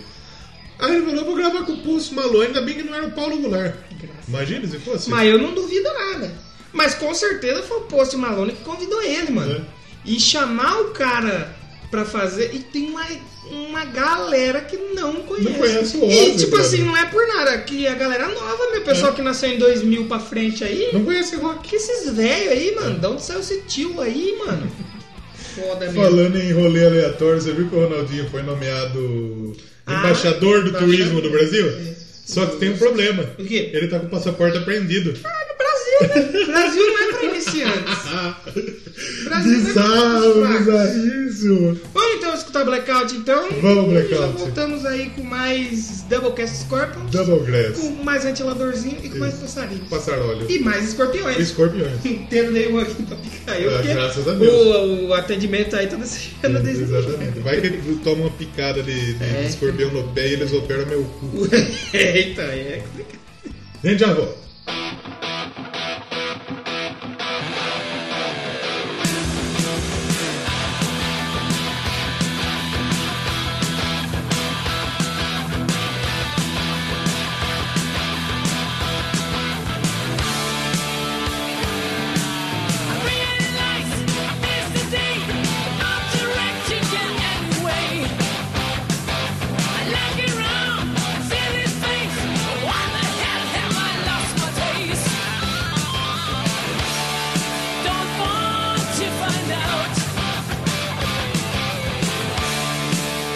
Aí ele falou, eu vou gravar com o Post Malone, ainda bem que não era o Paulo Goulart.
Engraçado.
Imagina se fosse.
Mas eu não duvido nada. Mas com certeza foi o Post Malone que convidou ele, mano.
É.
E chamar o cara pra fazer. E tem uma, uma galera que não conhece.
conhece o
E
Ozzy,
tipo
cara.
assim, não é por nada. Que a galera nova, meu pessoal que nasceu em 2000 pra frente aí.
É. Não conhece rock. É.
Que esses velhos aí, mano? De onde saiu esse tio aí, mano? Foda mesmo.
Falando em rolê aleatório, você viu que o Ronaldinho foi nomeado
Ah,
embaixador do
embaixador.
turismo do Brasil?
É.
Só que tem um problema.
O quê?
Ele tá com o passaporte apreendido.
No Brasil, né? Brasil não é pra iniciantes. Brasil não é pra
Bizarro,
fracos.
bizarríssimo.
Vamos então escutar Blackout, então.
Vamos,
Já
Blackout.
voltamos aí com mais Doublecast Scorpions,
Double Glass.
com mais ventiladorzinho e com mais
Isso.
passarinhos.
Passarólios.
E mais escorpiões.
Escorpiões.
Não teve nenhum aqui pra picar eu,
Ah,
porque
graças a Deus.
o, o atendimento aí tá descendo desde
Exatamente. Vai que ele toma uma picada de, de
É.
escorpião no pé e eles operam meu cu.
Eita, é complicado.
Gente, já volta.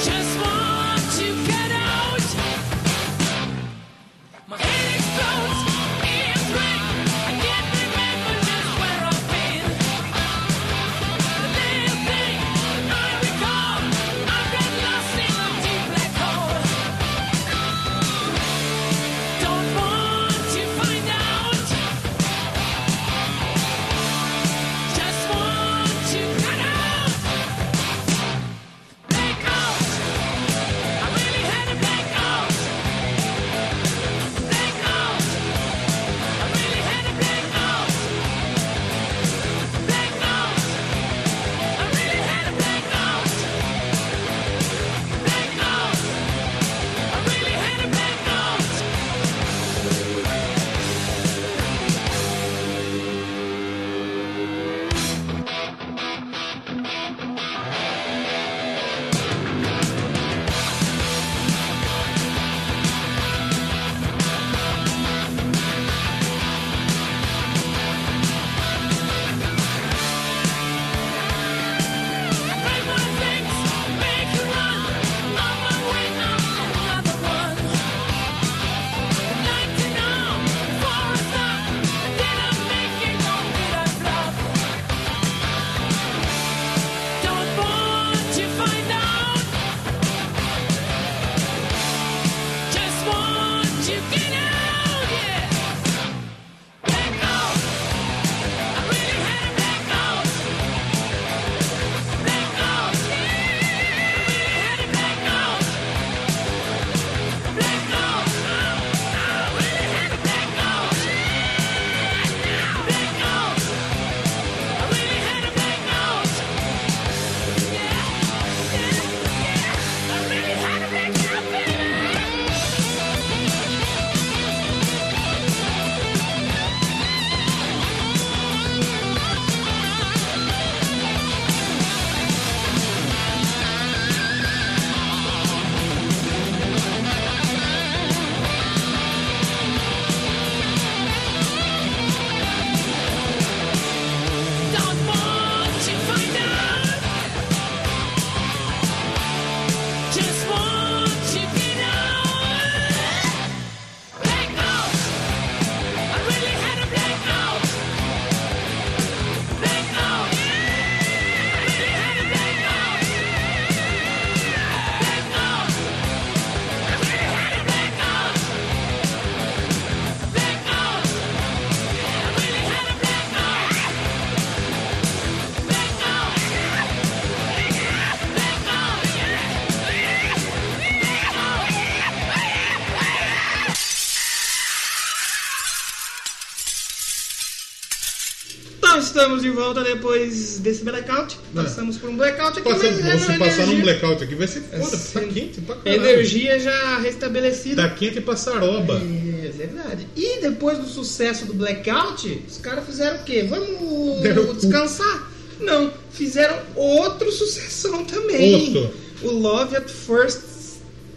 Just want to get out. My head explodes, ears ring. I can't remember just where I've been. The little thing I recall, I got lost in a deep black hole. Don't want to find out. Just want to cut out. Blackout. I really had a blackout. Blackout. I really had a blackout. Blackout. I really had a blackout. Blackout. I really had a blackout. Break my things, make you run. On my way, I'm another one. Like to know for a fact, did I make it or did I flop? Don't want to find out. Just want to get out, yeah. Blackout. I really had a blackout. Blackout. I really had a blackout. Blackout. I really had a blackout. Blackout. I really had a blackout. Yeah, yeah, I really had a blackout, baby. Don't want to find out. Just want to get out. Blackout. I really had a blackout. Blackout. I really had a blackout. Blackout. I really had a blackout. Blackout. I really had a blackout.
Então estamos de volta depois desse blackout. Passamos por um blackout aqui,
Passando,
mas
Ah. se
a
passar num
energia-
blackout aqui vai ser foda.
Assim,
Tá quente pra caralho.
Energia já restabelecida.
Tá quente pra saroba.
É verdade. E depois do sucesso do Blackout, os caras fizeram o quê? Vamos
Deram o-
descansar? Não, fizeram outro sucessão também.
Outro.
O Love at First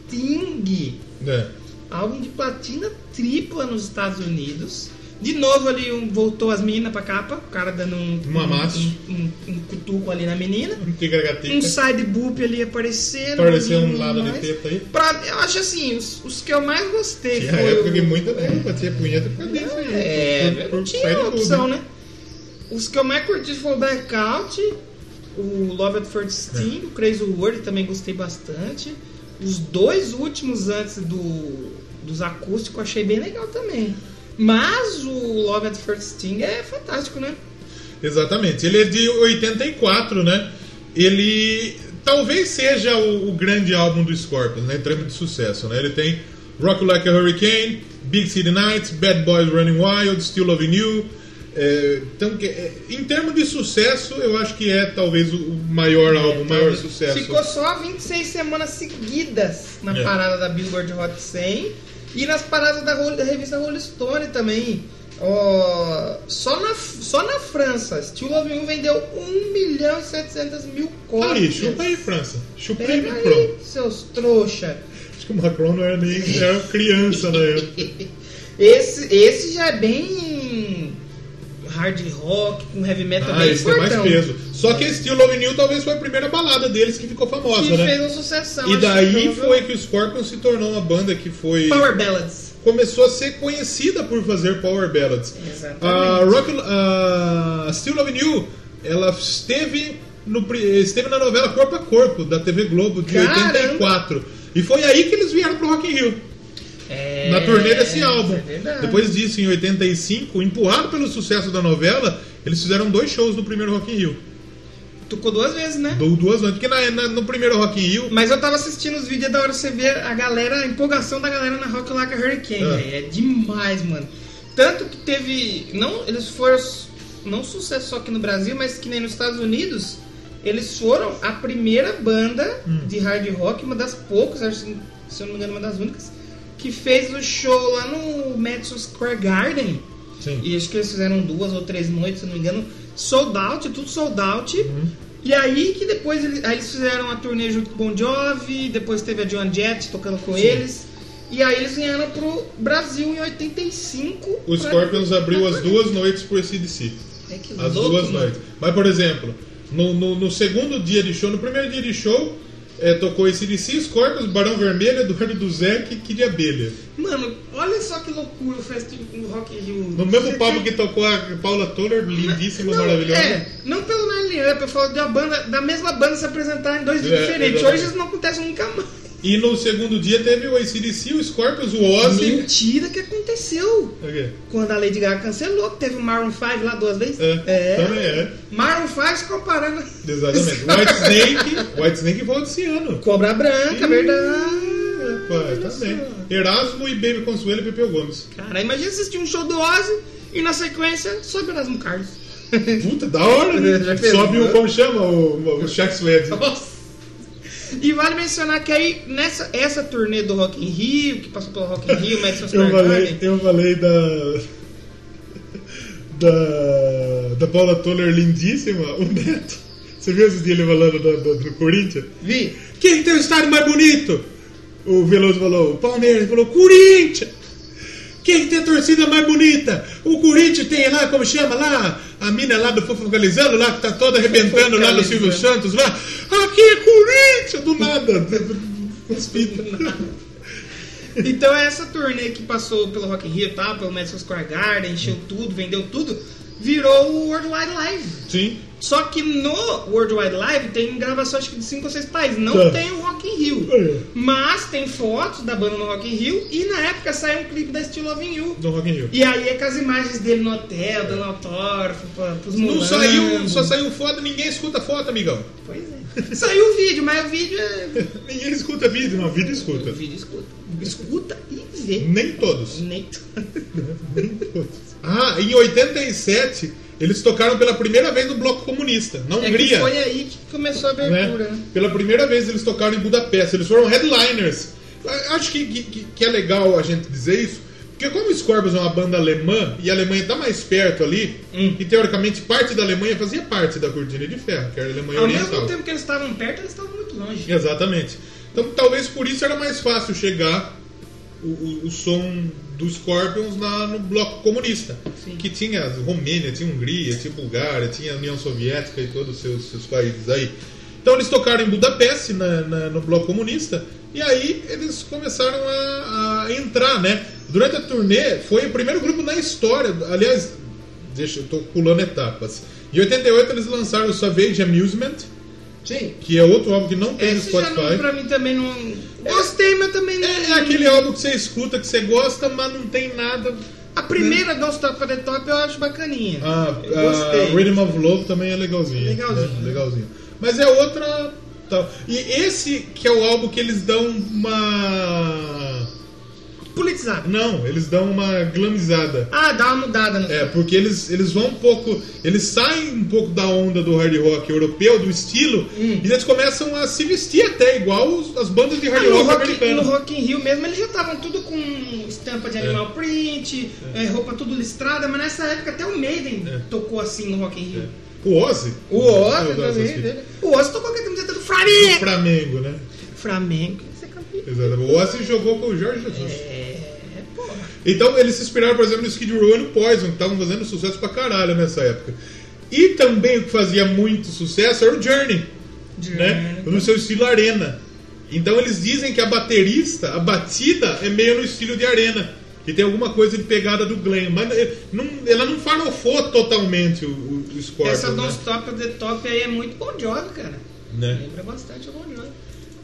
Sting.
É.
Álbum de platina tripla nos Estados Unidos. De novo ali um- voltou as meninas pra capa, o cara dando um,
Um amasso.
um, um, um cutuco ali na menina. Um
Tigregatica.
side boop ali aparecendo.
Apareceu um
e
lado de
mais.
teta aí.
Pra, eu acho assim, os, os que eu mais gostei
Tinha
foi.
época
o-
que muita né, batia punheta por causa disso aí.
É,
Por- por-
tinha
sai do
opção,
clube.
né? Os que eu mais curti foram o Blackout, o Love at First Sting, o Crazy World também gostei bastante. Os dois últimos antes do, dos acústicos eu achei bem legal também. Mas o Love at First Sting é fantástico, né?
Exatamente. Ele é de 84, né? Ele talvez seja o, o grande álbum do Scorpions, né? Em termos de sucesso, né? Ele tem Rock Like a Hurricane, Big City Nights, Bad Boys Running Wild, Still Loving You. É, então, que- é, em termos de sucesso, eu acho que é talvez o- o
É,
maior álbum, o
tá.
maior sucesso.
Ficou só 26 semanas seguidas na
É.
parada da Billboard Hot 100 e nas paradas da, Roll- da revista Rolling Stone também. Ó, só, na, só na França, Still Love You vendeu 1 milhão e 700 mil
Tá
cópias.
aí, chupa aí, França. Chupa aí,
Pega
Macron.
aí, seus trouxa.
Acho que o Macron não era nem era criança na época.
Esse, esse já é bem hard rock, com heavy metal
Ah,
bem
esse tem mais
fortão,
peso. Só que Still Loving You talvez foi a primeira balada deles que ficou famosa,
Que
né?
fez uma sucessão.
E
acho
daí
que
foi que o Scorpion se tornou uma banda que foi
Power Ballads.
começou a ser conhecida por fazer power ballads. A Rock a Still Loving You, ela esteve no pri- esteve na novela Corpo a Corpo da TV Globo de
Caramba!
84. E foi aí que eles vieram pro Rock in Rio,
É,
na turnê desse
isso
álbum.
É verdade.
Depois disso, em 85, empurrado pelo sucesso da novela, eles fizeram dois shows no primeiro Rock in Rio.
Tocou duas vezes, né?
Du- Duas noites, porque na- na- no primeiro Rock in Rio
Mas eu tava assistindo os vídeos é da hora você vê a galera, a empolgação da galera na Rock Like a Hurricane,
Ah.
velho. É demais, mano. Tanto que teve. Não, eles foram. s- Não sucesso só aqui no Brasil, mas que nem nos Estados Unidos. Eles foram a primeira banda de hard rock, uma das poucas, acho que, se eu não me engano, uma das únicas, que fez o show lá no Madison Square Garden.
Sim.
E acho que eles fizeram duas ou três noites, se não me engano, sold out, tudo sold out.
Uhum.
E aí que depois eles, aí eles fizeram a turnê junto com o Bon Jovi, depois teve a John Jett tocando com eles. E aí eles vieram pro Brasil em 85. pra-
O Scorpions abriu
pra-
as duas noites pro ACDC.
É que
As
louco,
duas
mano.
noites. Mas, por exemplo, no, no- no segundo dia de show, no primeiro dia de show, é, tocou ACDC, Scorpions, Barão Vermelho, Eduardo Duzek e Kid Abelha.
Mano, olha só que loucura o festival do Rock in Rio.
No mesmo
Você
palco
quer-
que tocou a Paula Toller, lindíssima,
não,
maravilhosa.
É, não pelo Nine Up, eu falo de uma banda, da mesma banda se apresentar em dois dias
É,
diferentes.
exatamente.
Hoje isso não acontece nunca mais.
E no segundo dia teve o ACDC, o Scorpions, o Ozzy.
Mentira que aconteceu.
O quê?
Quando a Lady Gaga cancelou, que teve o Maroon 5 lá duas vezes.
É, Também é.
Maroon 5 se comparando.
Exatamente. White Snake, White Snake volta esse ano.
Cobra Branca, é verdade.
Rapaz, tá bem. Erasmo e Baby Consuelo e Pepeu Gomes.
Cara, imagina assistir um show do Ozzy e na sequência sobe o Erasmo Carlos.
Puta, da hora,
Já
né?
fez,
Sobe
né?
o, como chama? O, o Shaq Suede.
Nossa. E vale mencionar que aí, nessa essa turnê do Rock in Rio, que passou pelo Rock in Rio, Madison
Eu
Square
falei,
Garden,
eu falei da. Da. Da Paula Toller lindíssima, o Neto. Você viu esse dia ele falando do, do, do Corinthians?
vi,
Quem tem o estádio mais bonito? O Veloso falou, o Palmeiras Ele falou, Corinthians! Quem tem a torcida mais bonita? O Corinthians tem lá, como chama lá? A mina lá do Fofocalizando, lá que tá toda arrebentando lá do Silvio Santos, lá. Aqui é Corinthians, do nada. Cuspita.
Então essa turnê que passou pelo Rock in Rio, tá, pelo Madison Square Garden, encheu tudo, vendeu tudo, virou o World Wide Live.
Sim.
Só que no World Wide Live tem gravação acho que de 5 ou 6 países. Não
Tá.
tem o Rock in Rio.
É.
Mas tem fotos da banda no Rock in Rio e na época saiu um clipe da Still Loving You.
Do Rock in Rio.
E aí é com as imagens dele no hotel, dando autógrafo pra, pros
Não é.
mulambos.
saiu, só saiu foto, ninguém escuta foto, amigão.
Pois é. Saiu o vídeo, mas o vídeo é...
Ninguém escuta vídeo, não, vídeo
O
escuta.
vídeo escuta. Escuta e vê. Né?
Nem todos.
Nem...
Ah, em 87 eles tocaram pela primeira vez no Bloco Comunista, na
É que
Hungria.
foi aí que começou a
né?
abertura, né?
Pela primeira vez eles tocaram em Budapeste, eles foram headliners. Eu Acho que, que- que é legal a gente dizer isso, porque como o Scorpions é uma banda alemã e a Alemanha está mais perto ali,
Hum.
e teoricamente parte da Alemanha fazia parte da cortina de ferro, que era a Alemanha
Ao
Oriental.
É mesmo tempo que eles estavam perto, eles estavam muito longe.
Exatamente. Então talvez por isso era mais fácil chegar o, o- o som do Scorpions na, no bloco comunista.
Sim.
Que tinha Romênia, tinha Hungria, tinha Bulgária, tinha União Soviética e todos os seus, seus países aí. Então eles tocaram em Budapeste, na- na- no bloco comunista, e aí eles começaram a, a entrar, né? Durante a turnê, foi o primeiro grupo na história, aliás, deixa, eu tô pulando etapas. Em 88 eles lançaram o Savage Amusement,
Sim.
que é outro álbum que não tem no
Esse já
Spotify.
não, pra mim também não. Gostei, mas também não.
É, é aquele álbum que você escuta, que você gosta, mas não tem nada.
A primeira Don't Stop for the Top eu acho bacaninha.
Ah,
Eu
ah,
gostei.
Rhythm of Love também é legalzinho.
Legalzinho.
né? Legalzinho. Mas é outra. tal. E esse que é o álbum que eles dão uma. Ah.
Politizada.
Não, eles dão uma glamizada.
Ah, dá uma mudada no.
É, porque eles, eles vão um pouco. Eles saem um pouco da onda do hard rock europeu, do estilo,
Hum.
e eles começam a se vestir até igual os- as bandas de
Ah,
hard
no,
rock,
rock, no
americanas.
Rock in Rio mesmo, eles já estavam tudo com estampa de
É.
animal print, eh, roupa tudo listrada, mas nessa época até o Maiden
É.
tocou assim no Rock in Rio.
O Ozzy?
O
Eu
Oz
adoro essas
também.
fitas.
né? O Oz tocou com a camiseta do
O
Flamengo.
Flamengo, né?
Flamengo ia ser campeão.
Exatamente. O Ozzy jogou com o Jorge Jesus.
É, porra.
Então eles se inspiraram, por exemplo, no Skid Row e no Poison, que estavam fazendo sucesso pra caralho nessa época. E também o que fazia muito sucesso era o Journey, né?
Uhum.
No seu estilo arena. Então eles dizem que a baterista, a batida é meio no estilo de arena. Que tem alguma coisa de pegada do Glenn. Mas eh, não- ela não farofou totalmente o, o, o Scorpion,
Essa
né?
Don't Stop the Top aí é muito bom job, cara.
Né?
Lembra bastante o Bon Jovi.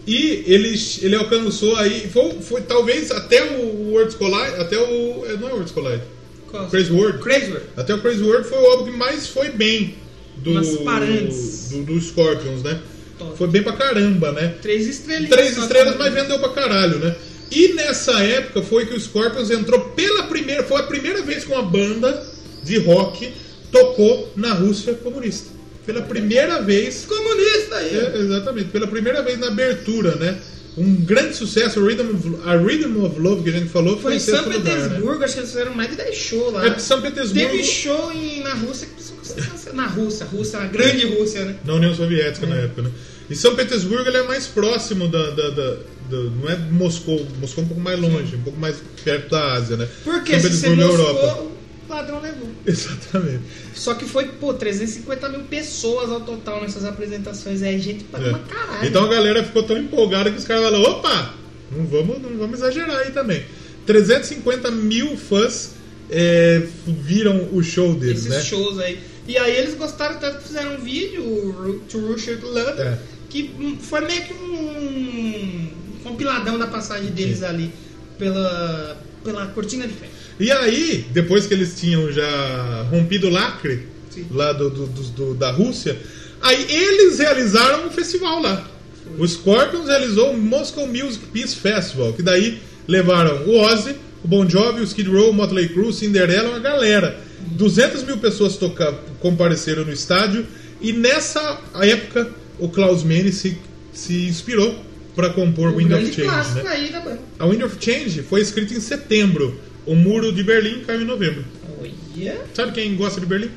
E ele, ele alcançou aí, foi, foi talvez até o World's Collide, até o. eh, Não é World's Collide,
Qual?
Crazy World.
Crazy World.
Até o Crazy World foi o álbum que mais foi bem do,
Mas parantes.
do, do Scorpions, né?
Top.
Foi bem pra caramba, né?
Três estrelas.
Três estrelas, mas vendeu pra caralho, né? E nessa época foi que o Scorpions entrou pela primeira, foi a primeira vez que uma banda de rock tocou na Rússia comunista. Pela primeira vez
Comunista aí.
é, exatamente, pela primeira vez na abertura, né? Um grande sucesso, o Rhythm of, a Rhythm of Love que a gente falou
Foi
foi,
em
em
São
sexto lugar, né?
Petersburgo, acho que eles fizeram mais de 10 shows lá.
É que São Petersburgo
Teve show em, na Rússia que precisou ser cancelado. Na Rússia, Rússia, a grande
É.
Rússia, né?
na União Soviética na época, né? E São Petersburgo ele é mais próximo da, da- da- da- não é Moscou, Moscou é um pouco mais longe, um pouco mais perto da Ásia, né?
Porque
São
se você
Petersburgo é Europa.
Moscou, o ladrão levou.
Exatamente.
Só que foi, pô, 350 mil pessoas ao total nessas apresentações. É gente pra
É.
uma caralho.
Então a galera ficou tão empolgada que os caras falaram: opa, não vamos, não vamos exagerar aí também. 350 mil fãs é, viram o show deles,
esses
né?
shows aí. E aí eles gostaram tanto que fizeram um vídeo, o Ru- To Russia to Love,
É.
que hum, foi meio que um compiladão da passagem deles ali pela, pela cortina de ferro.
E aí, depois que eles tinham já rompido o lacre
Sim.
lá do, do- do- do- da Rússia, aí eles realizaram um festival lá. O Scorpions realizou o Moscow Music Peace Festival, que daí levaram o Ozzy, o Bon Jovi, o Skid Row, o Motley Crue, o Cinderella, uma galera. 200 mil pessoas toca- compareceram no estádio e nessa época o Klaus Meine se, se inspirou para compor o
Um
Wind of
grande
Change.
clássico
Né?
aí da banda.
A Wind of Change foi escrita em setembro. O muro de Berlim caiu em novembro.
Olha.
Sabe quem gosta de Berlim?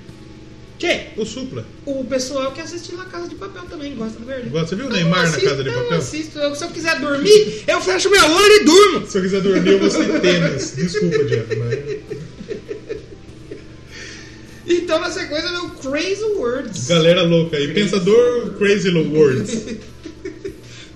Que
O Supla.
o pessoal que assiste La Casa de Papel também gosta do Berlim.
Gosta, você viu o
Eu não
Neymar na
assisto,
Casa de
eu não
Papel?
assisto. Eu- se eu quiser dormir, eu fecho meu olho e durmo.
Se eu quiser dormir, eu vou sem tênis. Desculpa, Diego. Mas...
Então, na sequência, meu Crazy Words.
Galera louca aí. Pensador Crazy Words.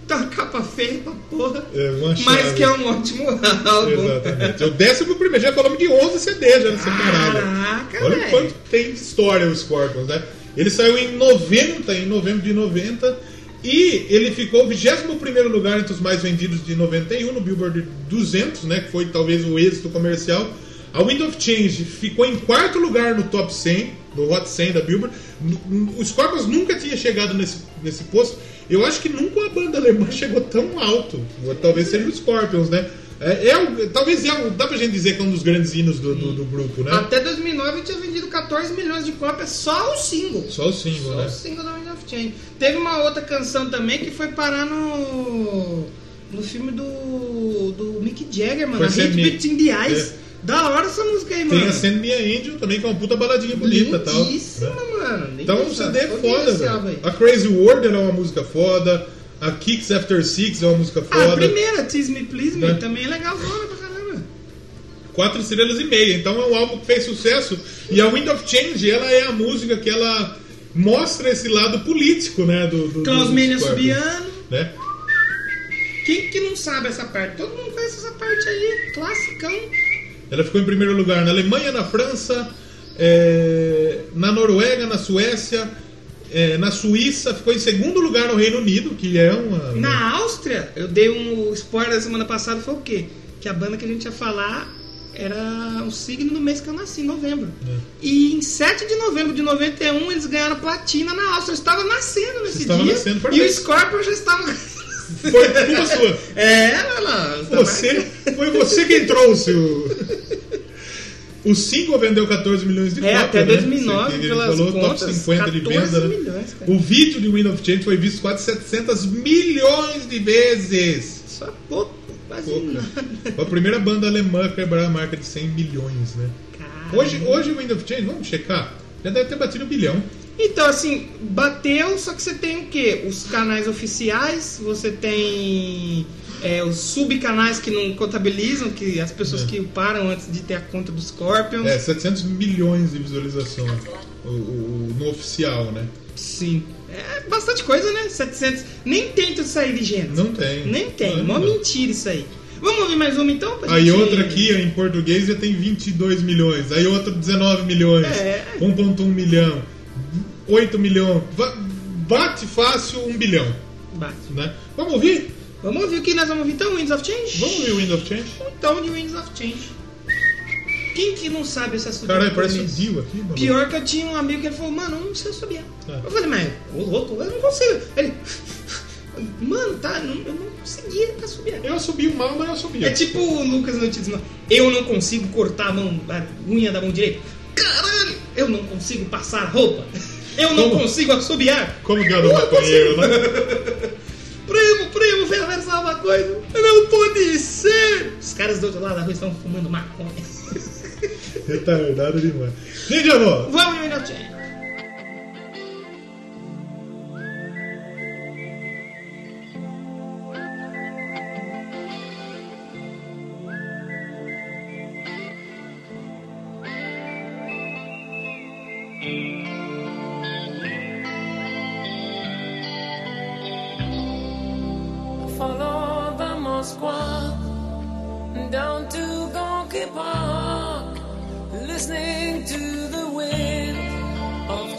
Tá uma capa feia pra porra.
É, uma
mas
chave.
que é um ótimo álbum.
Exatamente. É O décimo primeiro. Já falamos de 11 CDs já nessa
Ah,
parada.
Caraca,
Olha quanto
velho.
tem de história o Scorpions, né? Ele saiu em 90, em novembro de 90. E ele ficou 21 lugar entre os mais vendidos de 91 no Billboard 200, né? Que foi talvez o êxito comercial. A Wind of Change ficou em quarto lugar no top 100, no Hot 100 da Billboard. N- n- O Scorpions nunca tinha chegado nesse, nesse posto. Eu acho que nunca uma banda alemã chegou tão alto. Ou Talvez seja o Scorpions, né? É, é o- talvez é, o- dá pra gente dizer que é um dos grandes hinos do, do- do grupo, né?
Até 2009 eu tinha vendido 14 milhões de cópias só o single.
Só o single,
Só
né?
o single da Wind of Change. Teve uma outra canção também que foi parar no. no filme do. do Mick Jagger, mano.
Foi
A
ser
Hit
Mi-
Between the Eyes.
É.
Da hora essa música aí,
Tem
mano.
a Send Me a Angel também, que é uma puta baladinha bonita e tal.
Lindíssima,
né?
mano.
Então é um
Nossa,
CD
foi
foda,
esse álbum
velho.
aí.
A Crazy World ela é uma música foda. A Kicks After Six é uma música
Ah, a
foda.
primeira, Tease Me Please Me,
Né?
também é legalzona pra caralho.
Quatro estrelas e meia. Então é um álbum que fez sucesso. E a Wind of Change, ela é a música que ela mostra esse lado político, né? Do, do,
Klaus
do
Menia
Scorpions,
Subiano.
Né?
Quem que não sabe essa parte? Todo mundo conhece essa parte aí, classicão.
Ela ficou em primeiro lugar na Alemanha, na França, é, na Noruega, na Suécia, é, na Suíça, ficou em segundo lugar no Reino Unido, que é uma.
Na Áustria, eu dei um spoiler da semana passada, foi o quê? Que a banda que a gente ia falar era o signo do mês que eu nasci, novembro.
É.
E em 7 de novembro de 91, eles ganharam platina na Áustria. Eu estava nascendo nesse
estava
dia.
nascendo,
e o
parabéns.
Scorpion já estava...
Foi culpa sua.
é, olha lá. eu tava-
Você, foi você quem trouxe o. O single vendeu 14 milhões de
É,
cópias,
até
né?
2009,
Ele
pelas
falou top
contas,
50 de
14
venda. né?
milhões, cara.
o vídeo de Wind of Change foi visto quase 700 milhões de vezes.
Só pouco, quase
Pouca.
nada.
Foi a primeira banda alemã a quebrar a marca de 100 milhões, né?
Cara.
Hoje, hoje o Wind of Change, vamos checar, já deve ter batido um bilhão.
Então, assim, bateu, só que você tem o quê? Os canais oficiais, você tem é, os subcanais que não contabilizam, que as pessoas que param antes de ter a conta do Scorpions.
É, 700 milhões de visualizações o, o- no oficial, né?
Sim. É bastante coisa, né? 700. Nem tenta sair de gênero.
Não tem.
Nem tem.
Não, é
Mó
não.
mentira isso aí. Vamos ouvir mais uma então? pra
Aí
gente-
outra aqui, em português, já tem 22 milhões. Aí outra 19 milhões.
É.
1.1 milhão. 8 milhão. Va- Bate fácil 1 bilhão,
Bate.
né? Vamos ouvir?
Vamos ouvir o que nós vamos ouvir então? Winds of Change?
Vamos ouvir o Wind of Change?
Então, de Winds of Change. Quem que não sabe essa subida?
Caralho,
do
parece um
começo?
Dio aqui, mano.
Pior que eu tinha um amigo que ele falou, mano, eu não sei subir.
Ah.
Eu falei, mas ô louco, eu não consigo. Ele, mano, tá, não- eu não conseguia tá subindo.
Eu subi mal, mas eu subi.
É tipo o Lucas Notícias, mano. Eu não consigo cortar a mão, a unha da mão direita. Caralho, eu não consigo passar roupa. Eu não
Como?
consigo assobiar.
Como que é o do
Eu não
maconheiro, né?
Primo, primo, vem conversar uma coisa. Não pode ser. Os caras do outro lado da rua estão fumando maconha.
Retardado tá demais. Gente, eu vou.
Vamos, Minutinho.
Follow the Moscow down to Gonky Park, listening to the wind of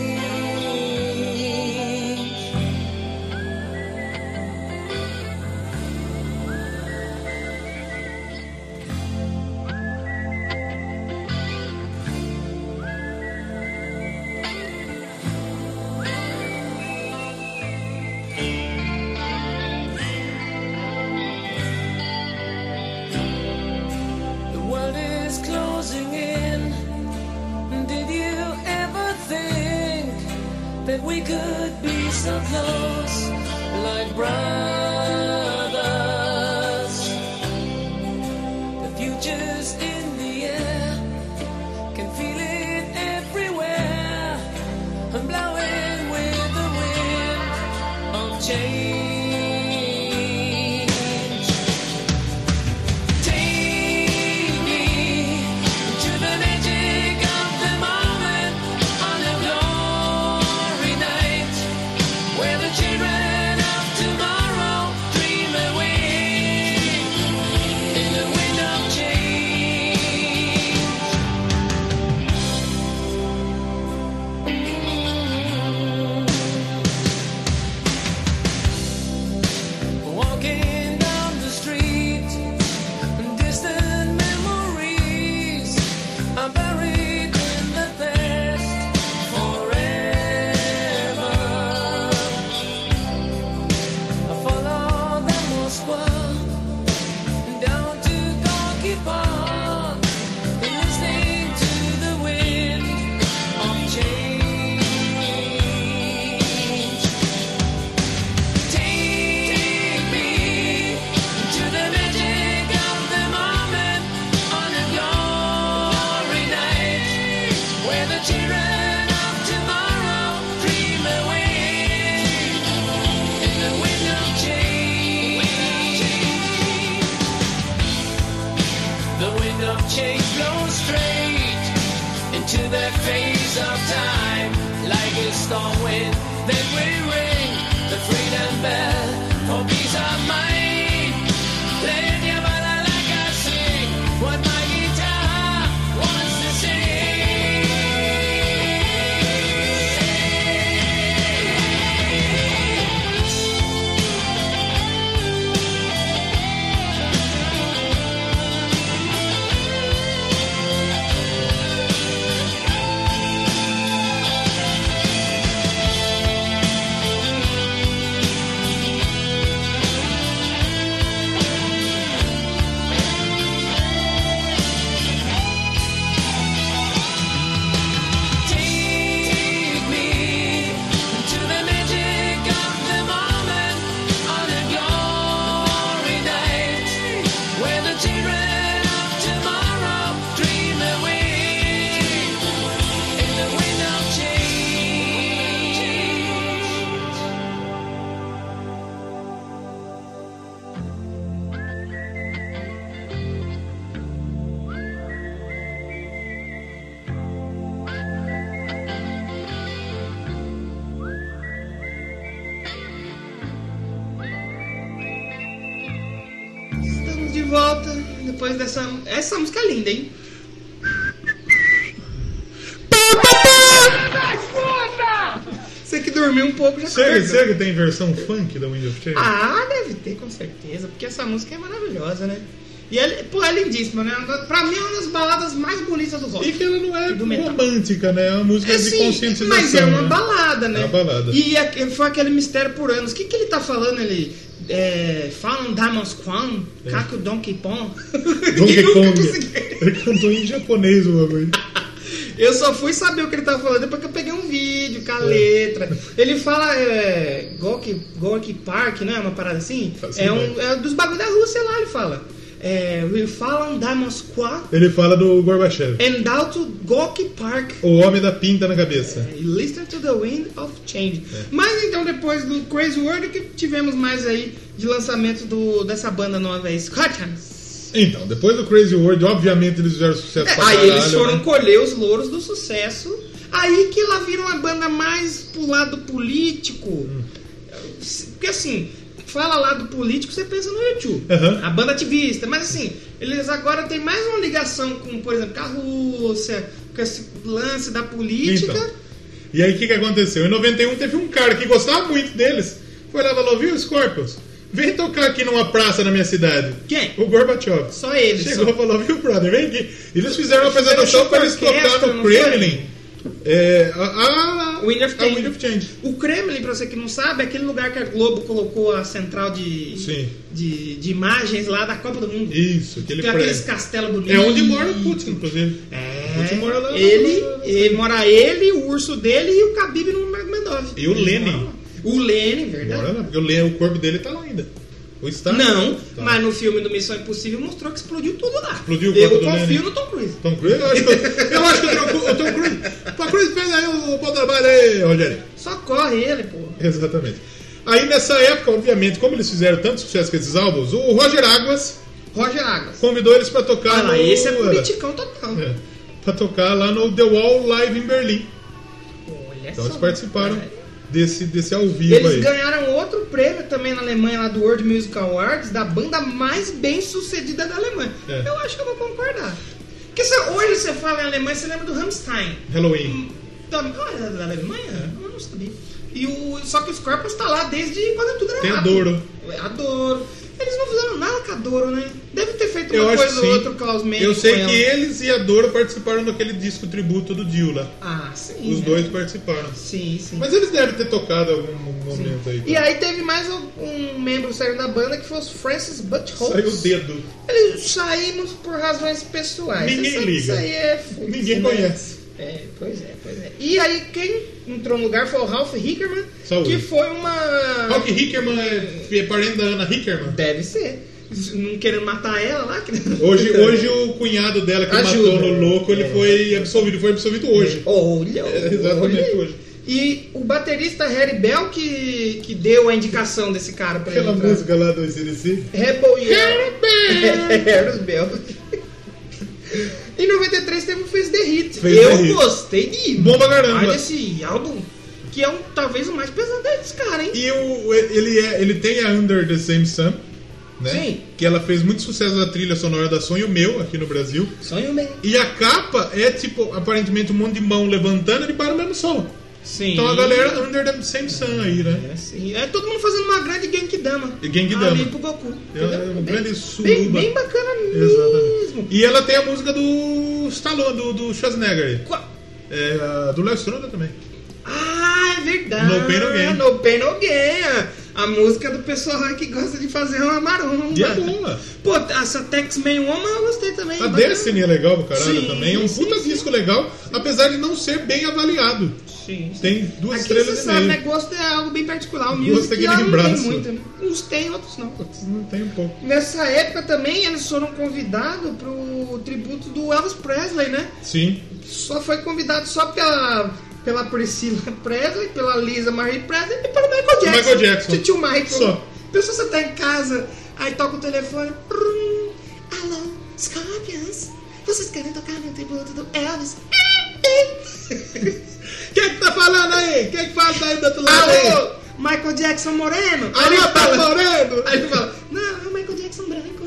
The world is closing in. Did you ever think that we could be so close, like brothers? The future's in the air, can feel it everywhere. I'm blowing with the wind of change. Take me to the magic of the moment on a glory night, where the children of tomorrow
the face of time, like a storm wind. Then we ring the freedom bell for peace of mind. Play it your mother like I sing, what my guitar wants to sing. Take me to the magic of the moment on a glory night where the children of tomorrow dream away in the wind of change.
Estamos de volta depois dessa. Essa música é linda, hein? Você que dormiu um pouco já
Será,
acordou.
será que tem versão funk da Wind of Change?
Ah, deve ter, com certeza, porque essa música é maravilhosa, né? E ela, pô, é lindíssima, né? Pra mim é uma das baladas mais bonitas do rock.
E que ela não é
Do metal.
romântica, né? É uma música
É,
de
sim,
conscientização.
Mas é uma
né?
balada, né?
É uma balada.
E aque- foi aquele mistério por anos. O que, que ele tá falando? Ele. É, falam Diamonds Kwan, Kaku Donkey Pong.
É. Donkey
Eu nunca
Kong.
consegui.
Ele cantou em japonês o bagulho.
Eu só fui saber o que ele tava falando depois que eu peguei um vídeo
É.
com a letra. Ele fala é, Gorky, Gorky Park, não é uma parada assim?
Faz
É, um,
ideia.
é dos bagulho da Rússia lá, ele fala. É, we falam da Moscou
Ele fala do Gorbachev.
and out to Gorky Park.
O homem da pinta na cabeça.
E Listen to the Wind of Change.
É.
Mas então, depois do Crazy World, o que tivemos mais aí de lançamento do, dessa banda nova aí? Scott Hans.
Então, depois do Crazy World, obviamente eles fizeram sucesso pra
É, Aí
caralho,
eles foram
né?
colher os louros do sucesso. Aí que lá viram uma banda mais pro lado político. Porque assim, fala lá do político, você pensa no YouTube.
Aham.
A banda ativista. Mas assim, eles agora têm mais uma ligação com, por exemplo, com a Rússia, com esse lance da política.
Então. E aí o que, que aconteceu? Em 91 teve um cara que gostava muito deles. Foi lá e falou, viu, Scorpions? Vem tocar aqui numa praça na minha cidade.
Quem?
O Gorbachev.
Só eles.
Chegou
só.
e falou, viu, brother, vem aqui. Eles fizeram uma apresentação
show
para eles
com orquestra,
tocar no
não foi?
Kremlin. É, a, a, a
Wind of Change.
Wind of Change.
O Kremlin, pra você que não sabe, é aquele lugar que a Globo colocou a central de,
Sim.
de, de imagens lá da Copa do Mundo.
Isso, aquele
Tem aqueles
prédio.
castelos bonitos.
É onde mora o Putin, inclusive.
É,
Putin mora lá.
ele, ele mora ele, o urso dele e o Khabib no Magmedov.
E o
Ele
Lenin.
mora lá. O Lenin,
Mora
verdade.
lá, porque eu leio, o corpo dele tá lá ainda. O Stalin.
Não,
Tá.
mas no filme do Missão Impossível mostrou que explodiu tudo lá.
Explodiu o
Eu
corpo do
confio
Lenin.
no Tom Cruise.
Tom Cruise? Eu acho que, eu acho que o Tom Cru- o Tom Cruise. Tom Cruise fez aí o bom trabalho aí, Rogério.
Só corre ele, pô.
Exatamente. Aí nessa época, obviamente, como eles fizeram tanto sucesso com esses álbuns, o Roger Águas
Roger Águas.
convidou eles pra tocar
Olha lá,
no.
esse é politicão total.
É, pra tocar lá no The Wall Live em Berlim.
Olha
Então
é só.
eles participaram desse, desse ao vivo
Eles
aí.
ganharam outro prêmio também na Alemanha, lá do World Music Awards, da banda mais bem sucedida da Alemanha.
É.
Eu acho que eu vou concordar. Porque se- hoje você fala em Alemanha, você lembra do Rammstein.
Halloween.
Também, ah, era da Alemanha? Eu não sabia. E o, só que os corpos tá lá desde quando tudo era
Tem a
mato.
Douro.
É, A Douro. Eles não fizeram nada com a Douro, né? Deve ter feito
Eu
uma
acho que
coisa
sim.
ou outra com os
Eu sei que eles e a Doro participaram daquele disco tributo do Dio lá.
Ah, sim.
Os
né?
dois participaram.
Sim, sim.
Mas eles devem ter tocado em algum momento aí.
E aí teve mais um, um membro saiu da banda que foi o Francis Butthole.
tá? Saiu o dedo.
Eles saímos por razões pessoais. Você
Ninguém
sabe que
liga.
Isso aí é foda,
Ninguém
né?
conhece.
É, pois é, pois é. E aí quem entrou no lugar foi o Ralph Hickerman,
Saúde.
que foi uma.
Rock Hickerman é, é parente da Ana Hickerman.
Deve ser. Não querendo matar ela lá. Que...
Hoje, hoje o cunhado dela que
Então. Ajuda.
matou no louco, ele
É.
foi absolvido. Foi absolvido hoje.
Olha,
É, exatamente
olha.
hoje.
E o baterista Harry Bell que, que deu a indicação desse cara pra
Aquela
ele. entrar.
música lá do ICDC.
Rebel Yell. Harry Bell. Em 93 teve o Face the Hit.
Face
eu
the Hit.
gostei de
Bom pra caramba.
Olha esse álbum, que é um, talvez o mais pesado desses caras, hein?
E o, ele, é, ele tem a Under the Same Sun, né?
Sim.
Que ela fez muito sucesso da trilha sonora da Sonho Meu aqui no Brasil.
Sonho bem.
E a capa é tipo, aparentemente, um monte de mão levantando e para o mesmo som.
Sim.
Então a galera Under the Same Sun aí, né?
É, sim. É todo mundo fazendo uma grande Genkidama.
E Genkidama.
Ali pro Goku.
É uma
entendeu?
grande
bem,
suruba.
Bem, bem bacana mesmo.
Exatamente. E ela tem a música do Stallone, do, do Schwarzenegger.
Qua-
É, a do Léo Stronda também.
Ah, é verdade.
No Pain No Gain.
No Pain No Gain. A música do pessoal lá que gosta de fazer uma maromba.
E é boa.
Pô, essa Tex Man Woman eu gostei também.
A
Bacana.
Destiny é legal pra caralho
Sim,
também. É um
sim,
puta
sim.
disco legal, apesar de não ser bem avaliado.
Sim.
Tem duas
Aqui você
estrelas e
sabe,
meio.
né? Gosto é algo bem particular. O
Gosto
music
é que
ela
nem
não
braço.
tem muito. né? Uns tem, outros não.
Não tem um pouco.
Nessa época também eles foram convidados pro tributo do Elvis Presley, né?
Sim.
Só foi convidado só pela, pela Priscila Presley, pela Lisa Marie Presley e pelo Michael Jackson.
Michael Jackson.
Tio Michael.
Só.
Pessoa você tá em casa, aí toca o telefone. prum, Alô, Scorpions? Vocês querem tocar no tributo do Elvis?
Quem é que tá falando aí? Quem é que fala aí do outro
Alô, Michael Jackson Moreno? Aí ele fala-
morando?
Aí ele fala, não, é o Michael Jackson branco.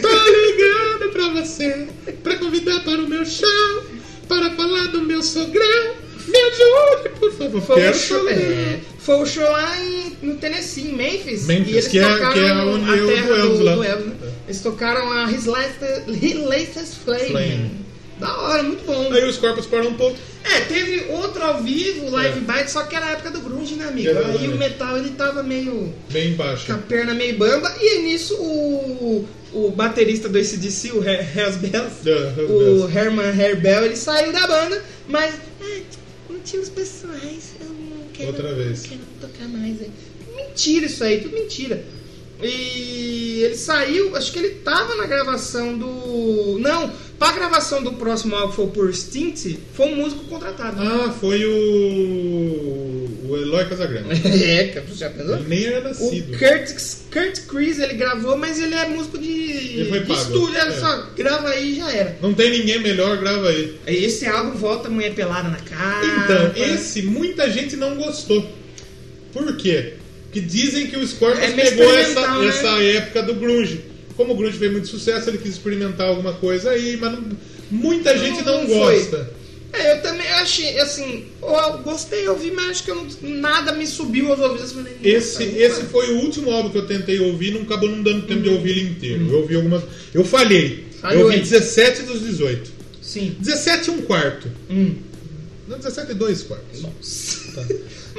Tô ligando pra você, pra convidar para o meu show, para falar do meu sogrão. Me ajude, por favor. um
Foi,
Quero
o show, é,
saber.
foi o show lá em- no Tennessee, em Memphis.
Memphis,
e eles
que é-
tocaram
que é onde eu
a terra
do Elvis lá. É.
Elvis, né? Eles tocaram a His Latest, His Latest Flame.
Flame.
Da hora, muito bom.
Aí os corpos param um pouco.
É, teve outro ao vivo, live bite, só que era a época do grunge, né, amigo?
É. Era,
Aí
né?
o metal, ele tava meio...
Bem embaixo.
com a perna meio bamba. E nisso, o, o baterista do ACDC, o Hasbell,
É, Hell's
o
Bells.
Herman Herbel, ele saiu da banda, mas... "Ah, Motivos pessoais, eu não quero,
Outra vez.
não quero tocar mais. aí." Mentira isso aí, tudo mentira. E ele saiu, acho que ele tava na gravação do... Não, pra gravação do próximo álbum, que foi o Por Stint, foi um músico contratado.
Ah, foi o. O Eloy Casagrande.
É, cara, você já pensou?
Ele nem era
O
nascido.
Kurt, Kurt Chris ele gravou, mas ele é músico de,
Ele foi
de
pago.
estúdio, ele
É.
só grava aí e já era.
Não tem ninguém melhor, grava aí.
Esse álbum volta Mulher Pelada na cara.
Então, esse muita gente não gostou. Por quê? Porque dizem que o Scorpions
É meio
pegou essa,
experimental, né?
essa época do grunge. Como o grunge fez muito sucesso, ele quis experimentar alguma coisa aí, mas não- muita gente não,
não foi.
gosta.
É, eu também achei, assim, eu gostei, eu ouvi, mas acho que eu não- nada me subiu aos ouvidos. Eu falei, nossa,
Esse,
não
esse
vai.
foi o último álbum que eu tentei ouvir, não acabou não dando tempo de ouvir ele inteiro. Eu ouvi algumas, eu falhei.
Falhou,
eu ouvi
hein?
17 dos 18.
Sim.
17 e um quarto.
Hum.
Não, 17 e dois quartos.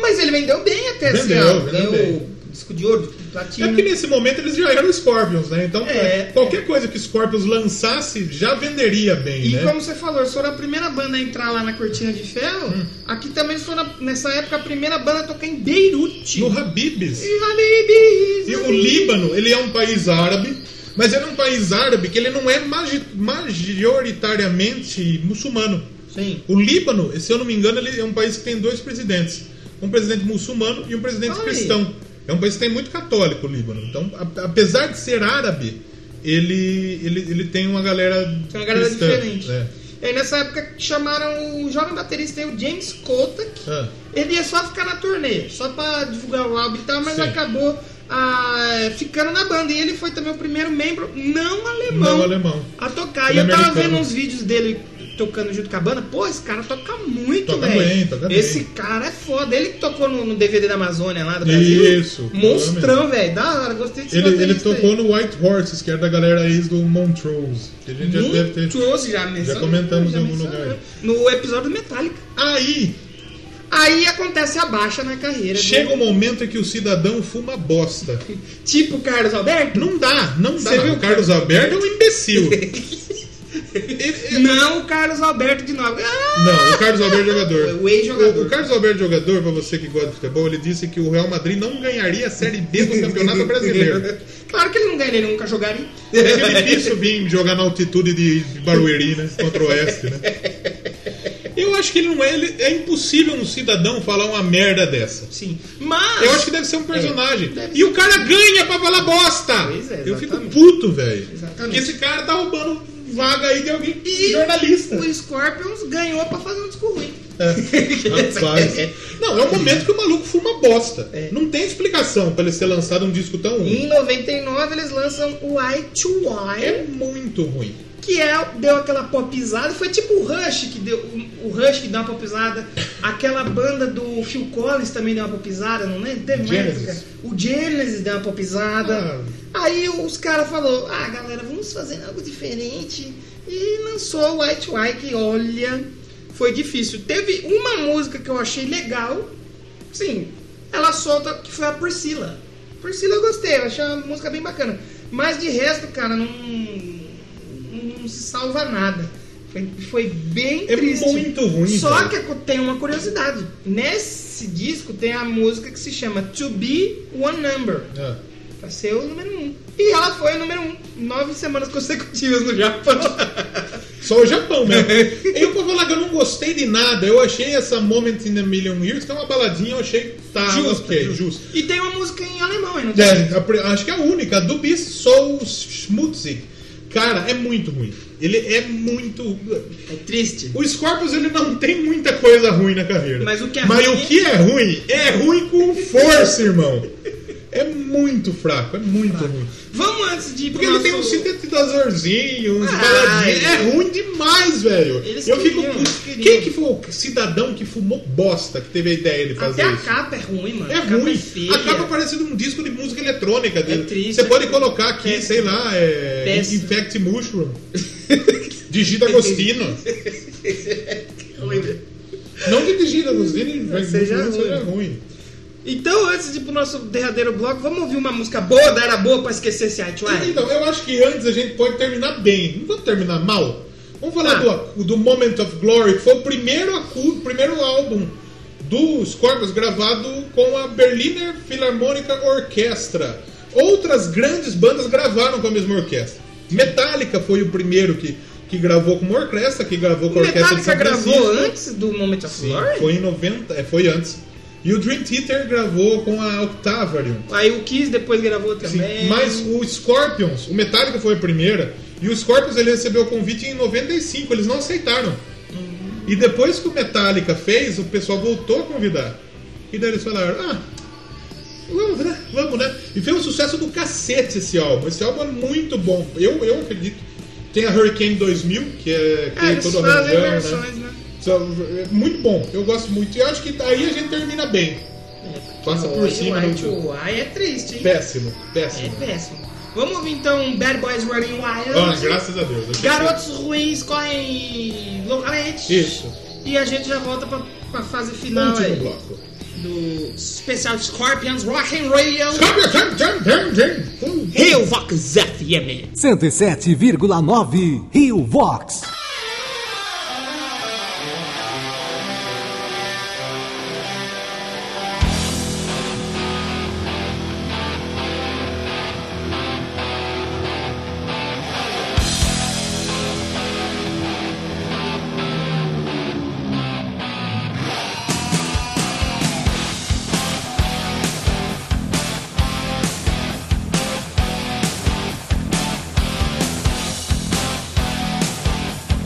Mas ele vendeu bem até assim, esse
Vendeu,
álbum.
vendeu
Ganhou disco de ouro,
É
platina.
porque nesse momento eles já eram Scorpions, né? Então
É.
qualquer coisa que Scorpions lançasse já venderia bem,
E
né?
como você falou, eles foram a primeira banda a entrar lá na Cortina de Ferro.
Hum.
Aqui também eles foram, nessa época, a primeira banda a tocar em Beirute.
No Habibs.
E Habibis,
E o
Habibis.
Líbano, ele é um país árabe, mas ele é um país árabe que ele não é magi- majoritariamente muçulmano.
Sim.
O Líbano, se eu não me engano, ele é um país que tem dois presidentes. Um presidente muçulmano e um presidente
Olha aí.
cristão. É um país que tem muito católico, o Líbano. Então, a- apesar de ser árabe, ele, ele, ele tem uma galera
Tem é uma galera
cristã,
diferente.
né?
E aí nessa época chamaram o jovem baterista aí, o James Kotak.
Ah.
Ele ia só ficar na turnê, só pra divulgar o álbum e tal, mas
Sim.
acabou ah, ficando na banda. E ele foi também o primeiro membro não alemão,
Não alemão.
a tocar.
Ele
e eu tava
americano.
vendo uns vídeos dele tocando junto com a banda. Pô, esse cara toca muito,
Toca
velho.
bem, toca bem.
Esse cara é foda. Ele que tocou no, no DVD da Amazônia lá do Brasil.
Isso,
Monstrão, velho. Da hora, gostei desse
Ele, ele
baterista aí.
tocou no White Horses, que era da galera ex do Montrose. Que a gente já deve ter.
Monstruoso, Um já mencionou.
comentamos em algum
mencionou,
lugar.
No episódio do Metallica.
Aí
Aí acontece a baixa na carreira. do-
chega um o momento em que o cidadão fuma bosta.
Tipo Carlos Alberto?
Não dá, não dá.
Você viu?
O Carlos Alberto é um imbecil. Ele-
Não o Carlos Alberto de novo. Ah!
Não, o Carlos Alberto é jogador.
O ex-jogador.
O, o Carlos Alberto é jogador, pra você que gosta de futebol, ele disse que o Real Madrid não ganharia a Série B do Campeonato Brasileiro.
Claro que ele não ganha, ele nunca jogaria.
É difícil vir jogar na altitude de Barueri, né? Contra o Oeste, né? E eu acho que ele não é. ele- é impossível um cidadão falar uma merda dessa.
Sim. Mas.
Eu acho que deve ser um personagem.
É, deve
E o cara ganha pra falar bosta!
Pois é,
eu fico
exatamente.
puto, velho. Porque
Exatamente.
esse cara tá roubando vaga aí de alguém
E
é jornalista.
o Scorpions ganhou pra fazer um disco ruim.
É. Rapaz. Não, é o momento que o maluco fuma bosta.
É.
Não tem explicação pra ele ser lançado um disco tão ruim.
Em 99 eles lançam o Eye to Eye,
É muito ruim.
que é, deu aquela popizada, foi tipo o Rush que deu. O o Rush que deu uma popizada. Aquela banda do Phil Collins também deu uma popizada, não lembro? Teve mais,
Genesis.
cara. O Genesis deu uma popizada. Aí os caras falaram, ah galera, vamos fazer algo diferente. E lançou o White White, que olha, foi difícil. Teve uma música que eu achei legal, sim, ela solta, que foi a Priscila. Priscila eu gostei, eu achei uma música bem bacana. Mas de resto, cara, não, não se salva nada. Foi, foi bem
É
triste.
muito ruim, então.
Só
velho.
que tem uma curiosidade. Nesse disco tem a música que se chama To Be One Number.
Ah.
Vai ser o número 1. Um. E ela foi o número 1. Um, nove semanas consecutivas no Japão.
Só o Japão mesmo. eu vou falar que eu não gostei de nada. Eu achei essa Moment in a Million Years, que é uma baladinha, eu achei que tá
Justa,
ok,
justa.
justo.
E tem uma música em alemão ainda.
É, a pri- acho que é a única, a do Bis Soul Schmutzig. Cara, é muito ruim. Ele é muito.
É triste.
O Scorpius ele não tem muita coisa ruim na carreira.
Mas o que é ruim-
o que é ruim é ruim com força, irmão. É muito fraco, é muito ruim.
Vamos antes de ir pro
Porque ele tem um
nosso-
uns sintetizadorzinhos, uns
Ah,
baladinhos.
ele-
É ruim demais, velho.
Eles
Eu fico
queriam,
puto.
eles queriam.
Quem que foi o cidadão que fumou bosta que teve a ideia de fazer
Até a
isso?
capa é ruim, mano.
É
a capa
ruim.
é feia.
a capa parece de um disco de música eletrônica. dele.
triste,
Você
é
pode
triste.
colocar aqui,
Péssimo.
sei lá, é,
Péssimo.
Infect Mushroom. Digita Agostino. Não que Digita Agostino Infect
Seja
Mushroom
ruim.
seja ruim.
Então, antes de ir pro nosso derradeiro bloco, vamos ouvir uma música boa da Era Boa pra esquecer esse High Try?
Então, eu acho que antes a gente pode terminar bem. Não vamos terminar mal. Vamos
Ah.
falar do, do Moment of Glory, que foi o primeiro, acu- primeiro álbum do Scorpions gravado com a Berliner Philharmonic Orchestra. Outras grandes bandas gravaram com a mesma orquestra. Metallica foi o primeiro que, que gravou com uma orquestra, que gravou com
O
a orquestra de
Metallica
São
gravou
Francisco.
antes do Moment of
Sim,
Glory?
foi em 90, é, foi antes. E o Dream Theater gravou com a Octavarium.
Aí o Kiss depois gravou
Sim, um
também.
mas o Scorpions, o Metallica foi a primeira, e o Scorpions ele recebeu o convite em 95, eles não aceitaram. E depois que o Metallica fez, o pessoal voltou a convidar. E daí eles falaram, ah, vamos, né? Vamos, né? E foi um sucesso do cacete esse álbum. Esse álbum é muito bom. Eu, eu acredito. Tem a Hurricane 2000, que é, que
É, eles
todo
fazem
arranjão, né?
versões, né?
Então, é Muito bom. Eu gosto muito. E eu acho que aí a gente termina bem. Passa por
É, Hoje
cima,
O
não-
High to High é triste, hein?
Péssimo,
É
péssimo.
péssimo. Vamos ouvir então Bad Boys Running
Ah,
Wild.
graças a Deus. Eu
Garotos ruins correm loucamente.
Isso.
E a gente já volta pra, pra fase final
Último
aí,
bloco.
do especial Scorpions Rock and
é
Roll.
um Hey,
Hail Vox FM!
107,9 Rio Vox.
Thank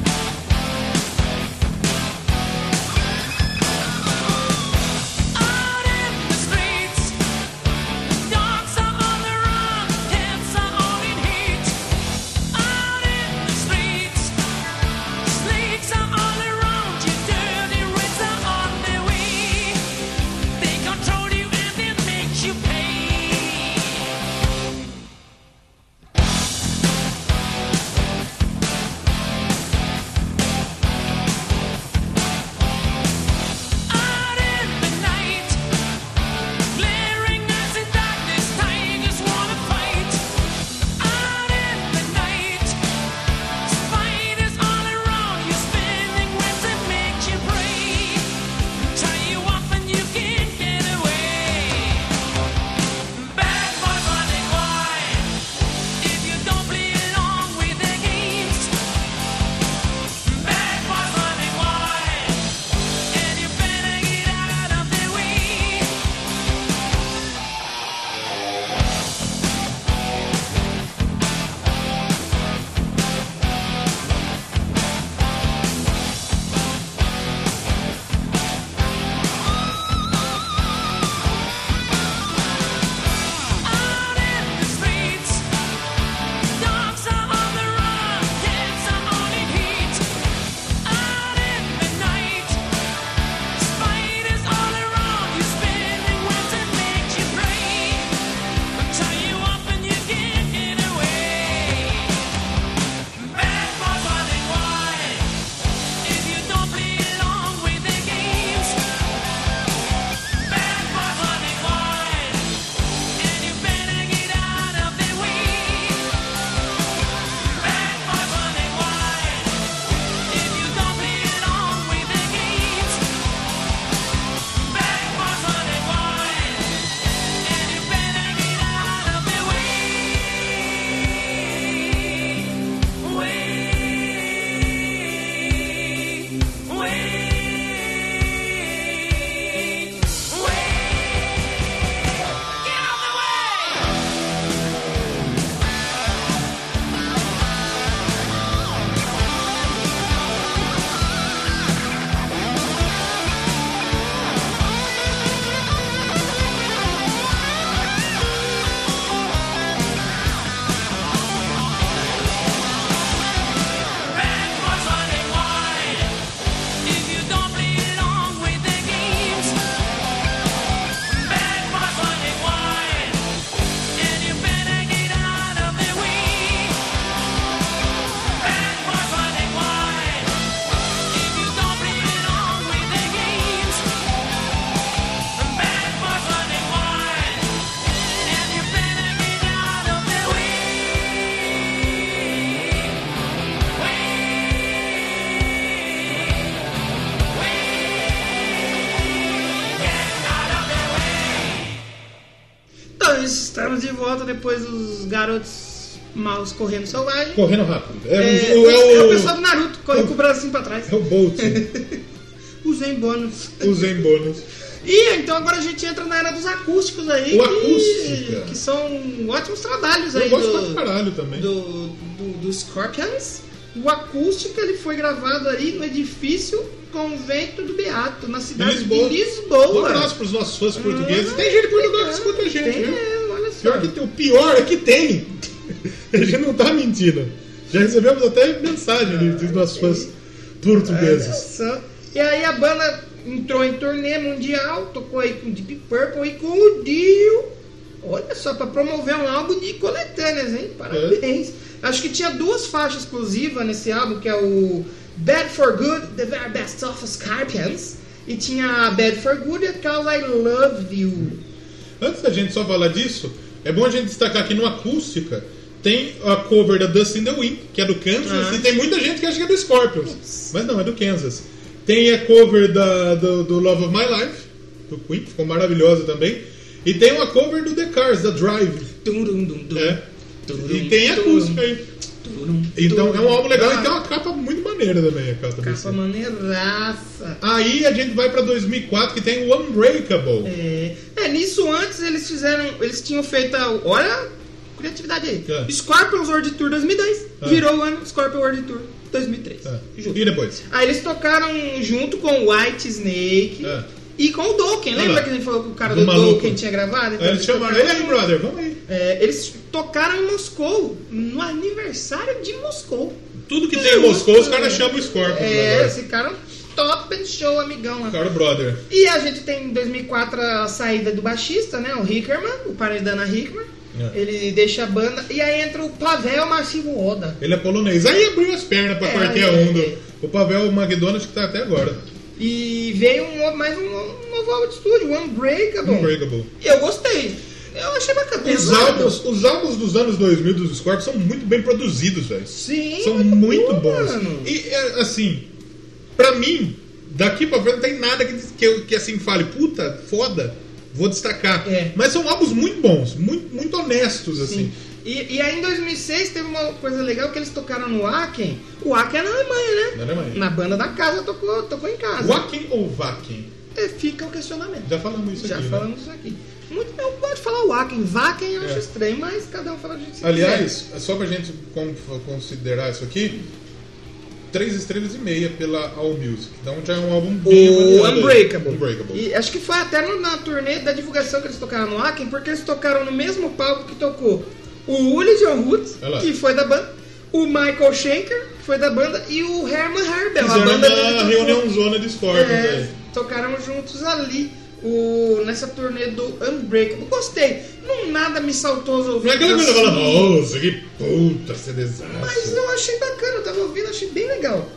Então, Estamos de volta depois dos garotos maus correndo selvagem.
Correndo rápido. É,
É,
o, é
o
o-
pessoal do Naruto, corre com o bracinho pra trás.
é o Bolt,
Usei bônus.
o Zen Bônus.
E então agora a gente entra na era dos acústicos aí.
O
que-
acústica.
Que, são ótimos trabalhos aí
Eu gosto
do,
pra caralho também.
do, do, do Scorpions. O acústica ele foi gravado ali no edifício Convento do Beato, na cidade
Lisboa.
de
Um
Lisboa.
abraço pros nossos fãs portugueses.
Ah,
Tem gente de Portugal que escuta a gente,
Tem,
viu?
é, olha só.
Pior que tem, o pior é que tem. A gente não tá mentindo. Já recebemos até mensagem ali dos nossos fãs
É.
portugueses.
Só- E aí a banda entrou em turnê mundial, tocou aí com Deep Purple e com o Dio. Olha só, pra promover um álbum de coletâneas, hein? Parabéns.
É.
Acho que tinha duas faixas exclusivas nesse álbum, que é o Bad for Good, The Very Best of Scorpions. E tinha a Bad for Good Because I Love You.
Antes da gente só falar disso, é bom a gente destacar que no Acústica tem a cover da Dust in the Wind, que é do Kansas,
Ah.
e tem muita gente que acha que é do Scorpions. Mas não, é do Kansas. Tem a cover da, do, do Love of My Life, do Queen, ficou maravilhosa também. E tem uma cover do The Cars, da Drive.
Tum, dum, dum, dum.
É.
Turum,
E tem acústica aí.
turum,
Então é um álbum legal
Ah,
e tem uma capa muito maneira também, a capa,
Capa
desse.
maneiraça.
Aí a gente vai pra 2004 que tem o Unbreakable.
É, é, nisso antes eles fizeram. Eles tinham feito. a- Olha a criatividade aí.
É.
Scorpions World Tour 2010.
É.
Virou o ano Scorpion World Tour 2003.
Tá.
Junto.
E depois?
Aí eles tocaram junto com White Snake
É.
e com o Dokken.
Olha
Lembra
lá.
que a gente falou que o cara
Do
do,
maluco. É,
Dokken tinha gravado? Então
Aí eles chamaram, e aí, brother, vamos aí.
é, eles tocaram em Moscou, no aniversário de Moscou.
Tudo que tem em Moscou, os caras chamam o Scorpions né,
É,
agora.
esse cara é um top show, amigão. lá.
Cara, brother.
E a gente tem em 2004 a saída do baixista, né? O Hickerman, o paredana Hickerman.
É.
Ele deixa a banda. E aí entra o Pavel Marcinho Oda.
Ele é polonês. Aí abriu as pernas pra
É,
qualquer
aí,
um. do-
aí.
O Pavel McDonald's que tá até agora.
E veio um novo- mais um novo, um novo álbum de estúdio, o Unbreakable.
Unbreakable.
E eu gostei. Eu achei bacana.
Um Os
Pesado.
álbuns, os álbuns dos anos 2000 dos Scorpions são muito bem produzidos, velho.
Sim, tá
São
muito
muito
bom,
bons.
mano.
E é, assim, pra mim, daqui pra frente não tem nada que, que, eu- que, assim fale, puta, foda, vou destacar.
É.
Mas são álbuns muito bons, muito, muito honestos, assim.
E, e aí em 2006 teve uma coisa legal que eles tocaram no Wacken. O Wacken é na Alemanha, né?
Na Alemanha.
Na banda da casa tocou, tocou em casa.
Wacken ou Wacken?
E fica o questionamento.
Já falamos isso
Já
aqui. né?
falamos isso aqui. Muito, eu gosto de falar Wacken. Wacken eu acho
É.
estranho, mas cada um fala do jeito que
Aliás, é só pra gente con- considerar isso aqui, três estrelas e meia pela All Music. Então já é um álbum bem
quiser. o
avaliado aí.
Unbreakable.
Unbreakable.
E acho que foi até no- na turnê da divulgação que eles tocaram no Wacken, porque eles tocaram no mesmo palco que tocou o Uli John Hoods,
Olha lá.
que foi da banda, o Michael Schenker, que foi da banda, e o Herman Herbel, a
Fizeram
banda dele
uma
tocou.
reunião né? zona de Scorpions.
É,
aí.
tocaram juntos ali o, nessa turnê do Unbreakable. Gostei. Não nada me saltou os ouvidos.
Não é aquela coisa
assim.
falando, nossa, que puta, você desastre.
Mas eu achei bacana, eu tava ouvindo, achei bem legal.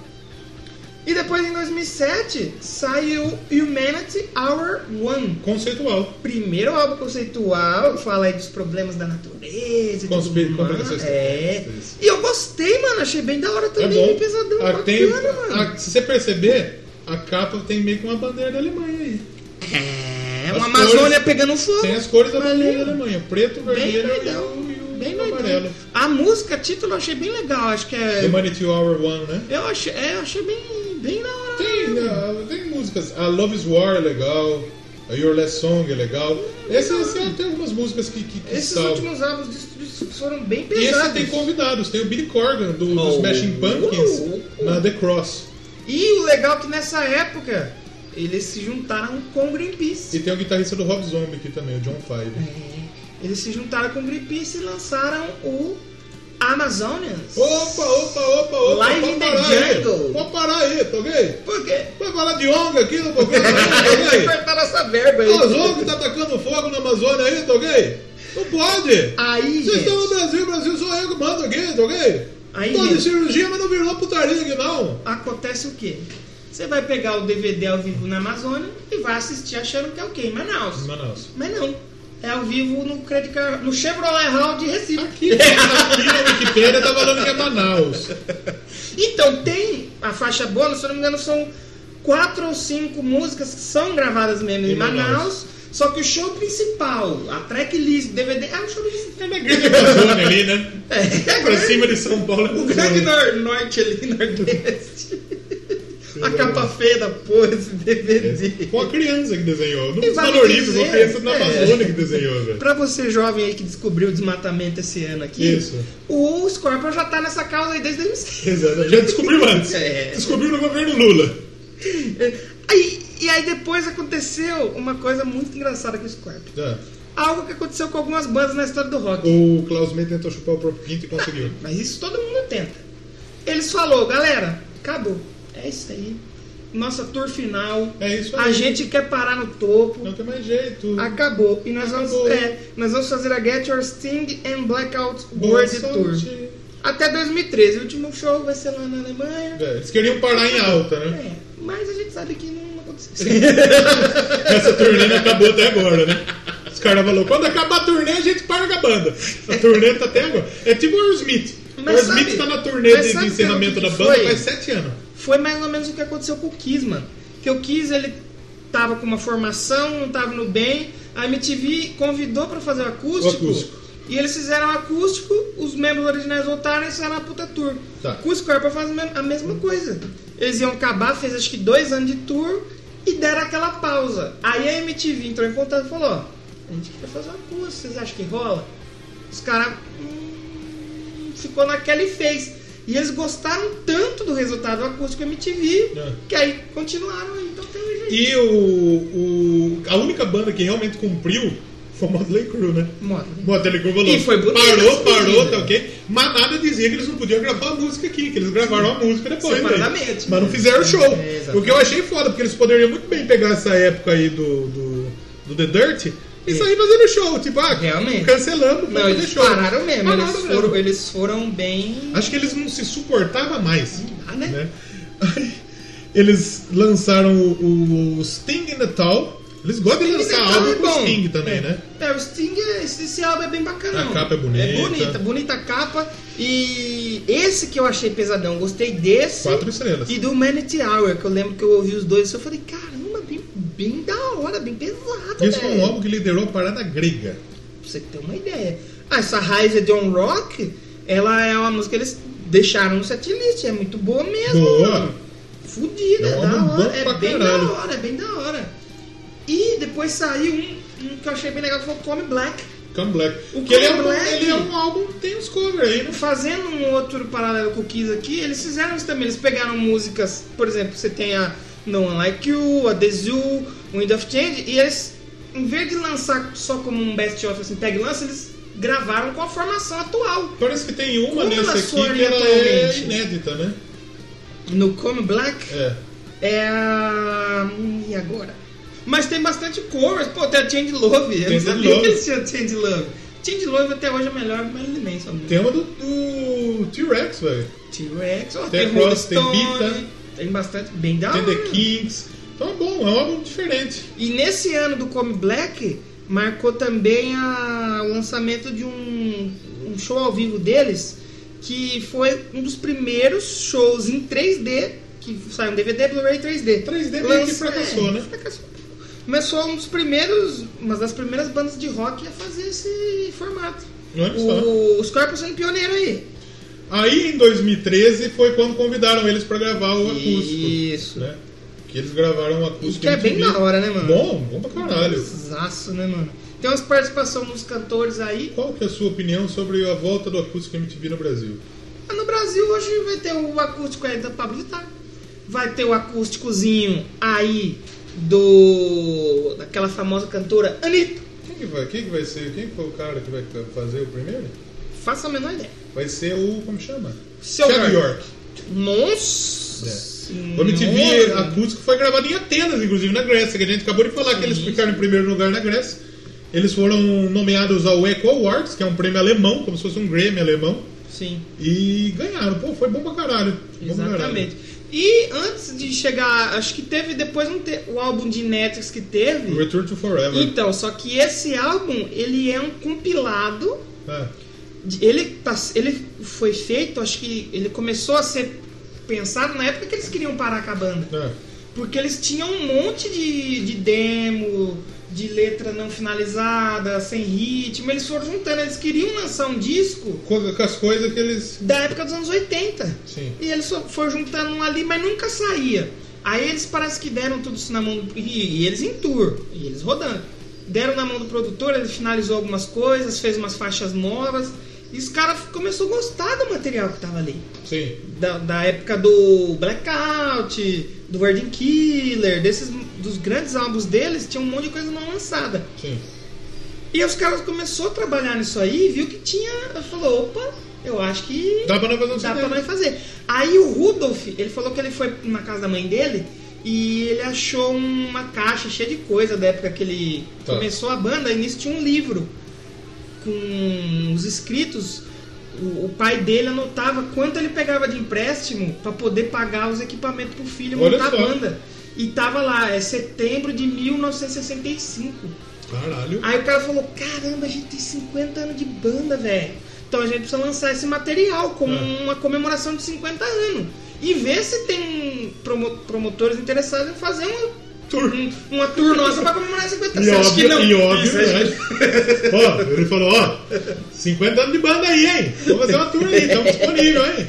E depois em 2007 saiu Humanity Hour One,
Conceitual.
primeiro álbum conceitual, fala aí dos problemas da natureza e
Conspi-
tudo mais.
compreensões
É.
terrestres.
E eu gostei, mano, achei bem da hora também, bem pesadão,
É A-
bacana,
Ah, tem-
mano.
a- se você perceber, a capa tem meio que uma bandeira da Alemanha aí.
É,
as
uma Amazônia
cores-
pegando fogo.
Tem as cores da
Valeu.
bandeira da Alemanha. Preto,
Bem
vermelho e
doidão,
o, e o
bem doidão.
amarelo.
A música, título, eu achei bem legal, acho que é...
Humanity Hour One, né?
Eu achei, é, eu achei bem, bem da hora.
Tem, né, tem músicas. A Love is War é legal. A Your Last Song é legal. Esse, esse tem algumas músicas que, que, que
Esses
salvam.
últimos álbuns de estúdio foram bem
Então, E esse
pesados.
tem convidados. Tem o Billy Corgan do, do
Oh.
Smashing Pumpkins
Uh.
na The Cross.
E o legal é que nessa época eles se juntaram com o Greenpeace.
E tem o guitarrista do Rob Zombie aqui também, o John
Uhum.
Five.
Eles se juntaram com o Greenpeace e lançaram o Amazonians.
Opa, opa, opa, opa.
Live
pode
in the
parar aí.
Jungle.
Pode parar aí, tá ok?
Por quê?
Vai falar de ONG aqui no programa, tá
Eles
ok?
cortaram essa verba aí.
As ONG tá atacando fogo na Amazônia aí, tá ok? Não pode!
Aí,
Vocês estão no
gente,
Brasil, Brasil sou eu que mando aqui, tá ok?
Aí,
Tô de
gente.
cirurgia, mas não virou putaria aqui não.
acontece o quê? Você vai pegar o DVD ao vivo na Amazônia e vai assistir achando que é o quê? Em Manaus.
Manaus.
Mas não. É ao vivo no, Credit Car- no Chevrolet Hall de Recife.
Aqui, aqui na Wikipédia tá falando que é Manaus.
Então tem a faixa bônus, se eu não me engano, são quatro ou cinco músicas que são gravadas mesmo em,
Em
Manaus.
Manaus.
Só que o show principal, a tracklist, DVD, ah, o show principal é uma grande
Zona ali, né?
É,
Pra cima de São Paulo. é
O é grande nor- norte ali, nordeste. A capa feia da porra desse DVD.
Foi uma criança que desenhou. Não
E vale
desvaloriza, foi uma
dizer,
criança da
é.
Amazônia que desenhou, velho.
Pra você jovem aí que descobriu o desmatamento esse ano aqui,
Isso.
o Scorpion já tá nessa causa aí desde 2006.
Exato. Já descobriu antes.
É.
Descobriu no governo Lula.
Aí, e aí depois aconteceu uma coisa muito engraçada com o Scorpion.
Já.
Algo que aconteceu com algumas bandas na história do rock.
O Klaus May tentou chupar o próprio quinto e conseguiu.
Mas isso todo mundo tenta. Eles falou, galera, acabou. É isso aí. Nossa tour final.
É isso aí.
A gente quer parar no topo.
Não tem mais jeito.
Acabou. E nós vamos,
Acabou.
é, nós vamos fazer a Get Your Sting and Blackout
Boa
World Tour.
sorte.
Até 2013. O último show vai ser lá na Alemanha.
É, eles queriam parar em alta,
É,
né?
mas a gente sabe que não aconteceu.
Essa turnê não acabou até agora, né? Os caras falaram, quando acabar a turnê, a gente para com a banda. A turnê tá até agora. É tipo o Aerosmith. O
Mas sabe-
Aerosmith tá na turnê
mas
de, de
sabe
encerramento
o
da
que
banda
foi?
faz sete anos.
Foi mais ou menos o que aconteceu com o Kiss, mano. Que o Kiss, ele tava com uma formação, não tava no bem. A MTV convidou pra fazer o acústico.
O acústico.
E eles fizeram o acústico, os membros originais voltaram e fizeram a puta tour.
Tá.
Com o Scorpion faz a me- a mesma coisa. Eles iam acabar, fez acho que dois anos de tour e deram aquela pausa. Aí a MTV entrou em contato e falou, ó, a gente quer fazer uma acústico, vocês acham que rola? Os caras hum, ficou naquela e fez. E eles gostaram tanto do resultado acústico MTV
É.
que aí continuaram aí, então até hoje. aí.
E o, o- a única banda que realmente cumpriu foi o Motley Crue, né?
Moda.
Motley Crue falou,
E foi bonito, assim, né?"
parou,
sim.
parou, tá ok? Mas nada dizia que eles não podiam gravar a música aqui, que eles gravaram a música depois. né?
Separadamente.
Mas não fizeram o show.
É, exatamente.
o que eu achei foda, porque eles poderiam muito bem pegar essa época aí do, do, do The Dirt e
Sim.
sair fazendo show. Tipo, ah,
Realmente. Não,
cancelamos, vamos fazer
eles
show.
pararam mesmo,
Pararam
eles foram, eles foram bem.
Acho que eles não se suportavam mais.
Ah, né?
né? Aí, eles lançaram o, o Sting in the Tall. Eles gostam de
Sting in the
lançar
Tall
álbum
é
com
bom.
Sting também, né?
É, o Sting, é- esse, esse álbum é bem bacana.
A capa é bonita.
É bonita, bonita a capa. E esse que eu achei pesadão, gostei desse.
Quatro estrelas.
E do Manity Hour, que eu lembro que eu ouvi os dois e eu falei, caramba, bem, bem da hora, bem pesado.
Isso foi um
velho."
álbum que liderou a parada grega.
Pra você ter uma ideia. Ah, essa Rise de On Rock, ela é uma música que eles deixaram no setlist, é muito boa mesmo,
Boa.
mano. Fudida,
É
é
um
da
álbum bom
hora,
pra
é bem
caralho.
da hora, é bem da hora. E depois saiu um, um que eu achei bem legal, que foi o Come Black.
Come Black.
O
que ele é,
Come
um,
Black-
ele é um álbum que tem uns covers aí, né?
Fazendo um outro paralelo com o Kiss aqui, eles fizeram isso também, eles pegaram músicas, por exemplo, você tem a No One Like You, a The Zoo, Wind of Change, e eles, em vez de lançar só como um best-of, assim, tag lança, eles gravaram com a formação atual.
Parece que tem uma
Como
nessa
ela
aqui
soa
que ela é
orientalmente?
inédita, né?
No Come Black
É.
é a. hum, E agora? Mas tem bastante covers. Pô, tem a Change Love. Eu
Change
não sabia
Love.
que eles tinham Change Love. Change Love até hoje é melhor que Marilyn Manson. né?
Tem uma do, do T-Rex, velho.
T-Rex, ó,
Tem
tem
Cross,
Rolling Stone.
tem
Tem,
Vita.
bastante. Bem da
Tem
hora.
The Kings. Então é bom, é um álbum diferente.
E nesse ano do Come Black, marcou também a- o lançamento de um, um show ao vivo deles, que foi um dos primeiros shows em 3D, que saiu um DVD, Blu-ray 3D.
3D meio
Lança-
que fracassou,
é,
né?
fracassou. Mas foi um dos primeiros, uma das primeiras bandas de rock a fazer esse formato.
Olha só.
O, os corpos são pioneiros aí.
Aí em 2013 foi quando convidaram eles pra gravar o acústico.
Isso.
Né? Que eles gravaram o
Isso
acústico.
que é bem
MTV.
da hora, né, mano?
Bom, bom pra caralho.
Zaço, né, mano? Tem umas participações dos cantores aí.
Qual que é a sua opinião sobre a volta do acústico MTV no Brasil?
Ah, No Brasil hoje vai ter o acústico aí da Pablo Vittar. Vai ter o acústicozinho aí do. daquela famosa cantora Anitta.
Quem que vai, quem que vai ser? Quem que foi o cara que vai fazer o primeiro?
Faça a menor ideia.
Vai ser o. Como chama?
Seu
Thiago
York.
York. É.
Nossa!
O MTV
Senhora.
acústico foi gravado em Atenas, inclusive na Grécia, que a gente acabou de falar que eles ficaram em primeiro lugar na Grécia. Eles foram nomeados ao Echo Awards, que é um prêmio alemão, como se fosse um Grammy alemão,
Sim,
e ganharam. Pô, foi bom pra caralho. Bom pra
exatamente.
caralho.
E antes de chegar, acho que teve depois um te- o álbum de Netflix que teve.
Return to Forever.
Então, só que esse álbum, ele é um compilado
É.
de- ele, tá- ele foi feito, acho que ele começou a ser pensado na época que eles queriam parar com a banda.
É.
Porque eles tinham um monte de, de demo, de letra não finalizada, sem ritmo. Eles foram juntando, eles queriam lançar um disco
Com, com as coisas que eles.
da época dos anos 80.
Sim.
E eles só foram juntando um ali, mas nunca saía. Aí eles parece que deram tudo isso na mão do. E, e eles em tour, e eles rodando. Deram na mão do produtor, ele finalizou algumas coisas, fez umas faixas novas. E os caras começaram a gostar do material que tava ali.
Sim.
Da, da época do Blackout, do Virgin Killer, desses dos grandes álbuns deles, tinha um monte de coisa não lançada.
Sim.
E os caras começaram a trabalhar nisso aí, viu que tinha. Falou, opa, eu acho que
Dá pra nós fazer um
dá pra
cinema.
nós fazer. Aí o Rudolf, ele falou que ele foi na casa da mãe dele e ele achou uma caixa cheia de coisa da época que ele
Tá.
começou a banda. E nisso tinha um livro com os escritos. O, o pai dele anotava quanto ele pegava de empréstimo pra poder pagar os equipamentos pro filho
Olha
montar a
só.
banda. E tava lá, é setembro de 1965.
Caralho.
Aí o cara falou: caramba, a gente tem 50 anos de banda, velho. Então a gente precisa lançar esse material como
É.
uma comemoração de 50 anos. E ver se tem promo- promotores interessados em fazer uma,
Tur-
um- uma tour nossa pra comemorar 50 anos.
E
Você acha que
óbvio,
não?
e óbvio,
Você acha que-
né? ó, ele falou, ó, 50 anos de banda aí, hein? Vamos fazer uma turma aí, estamos disponível, hein?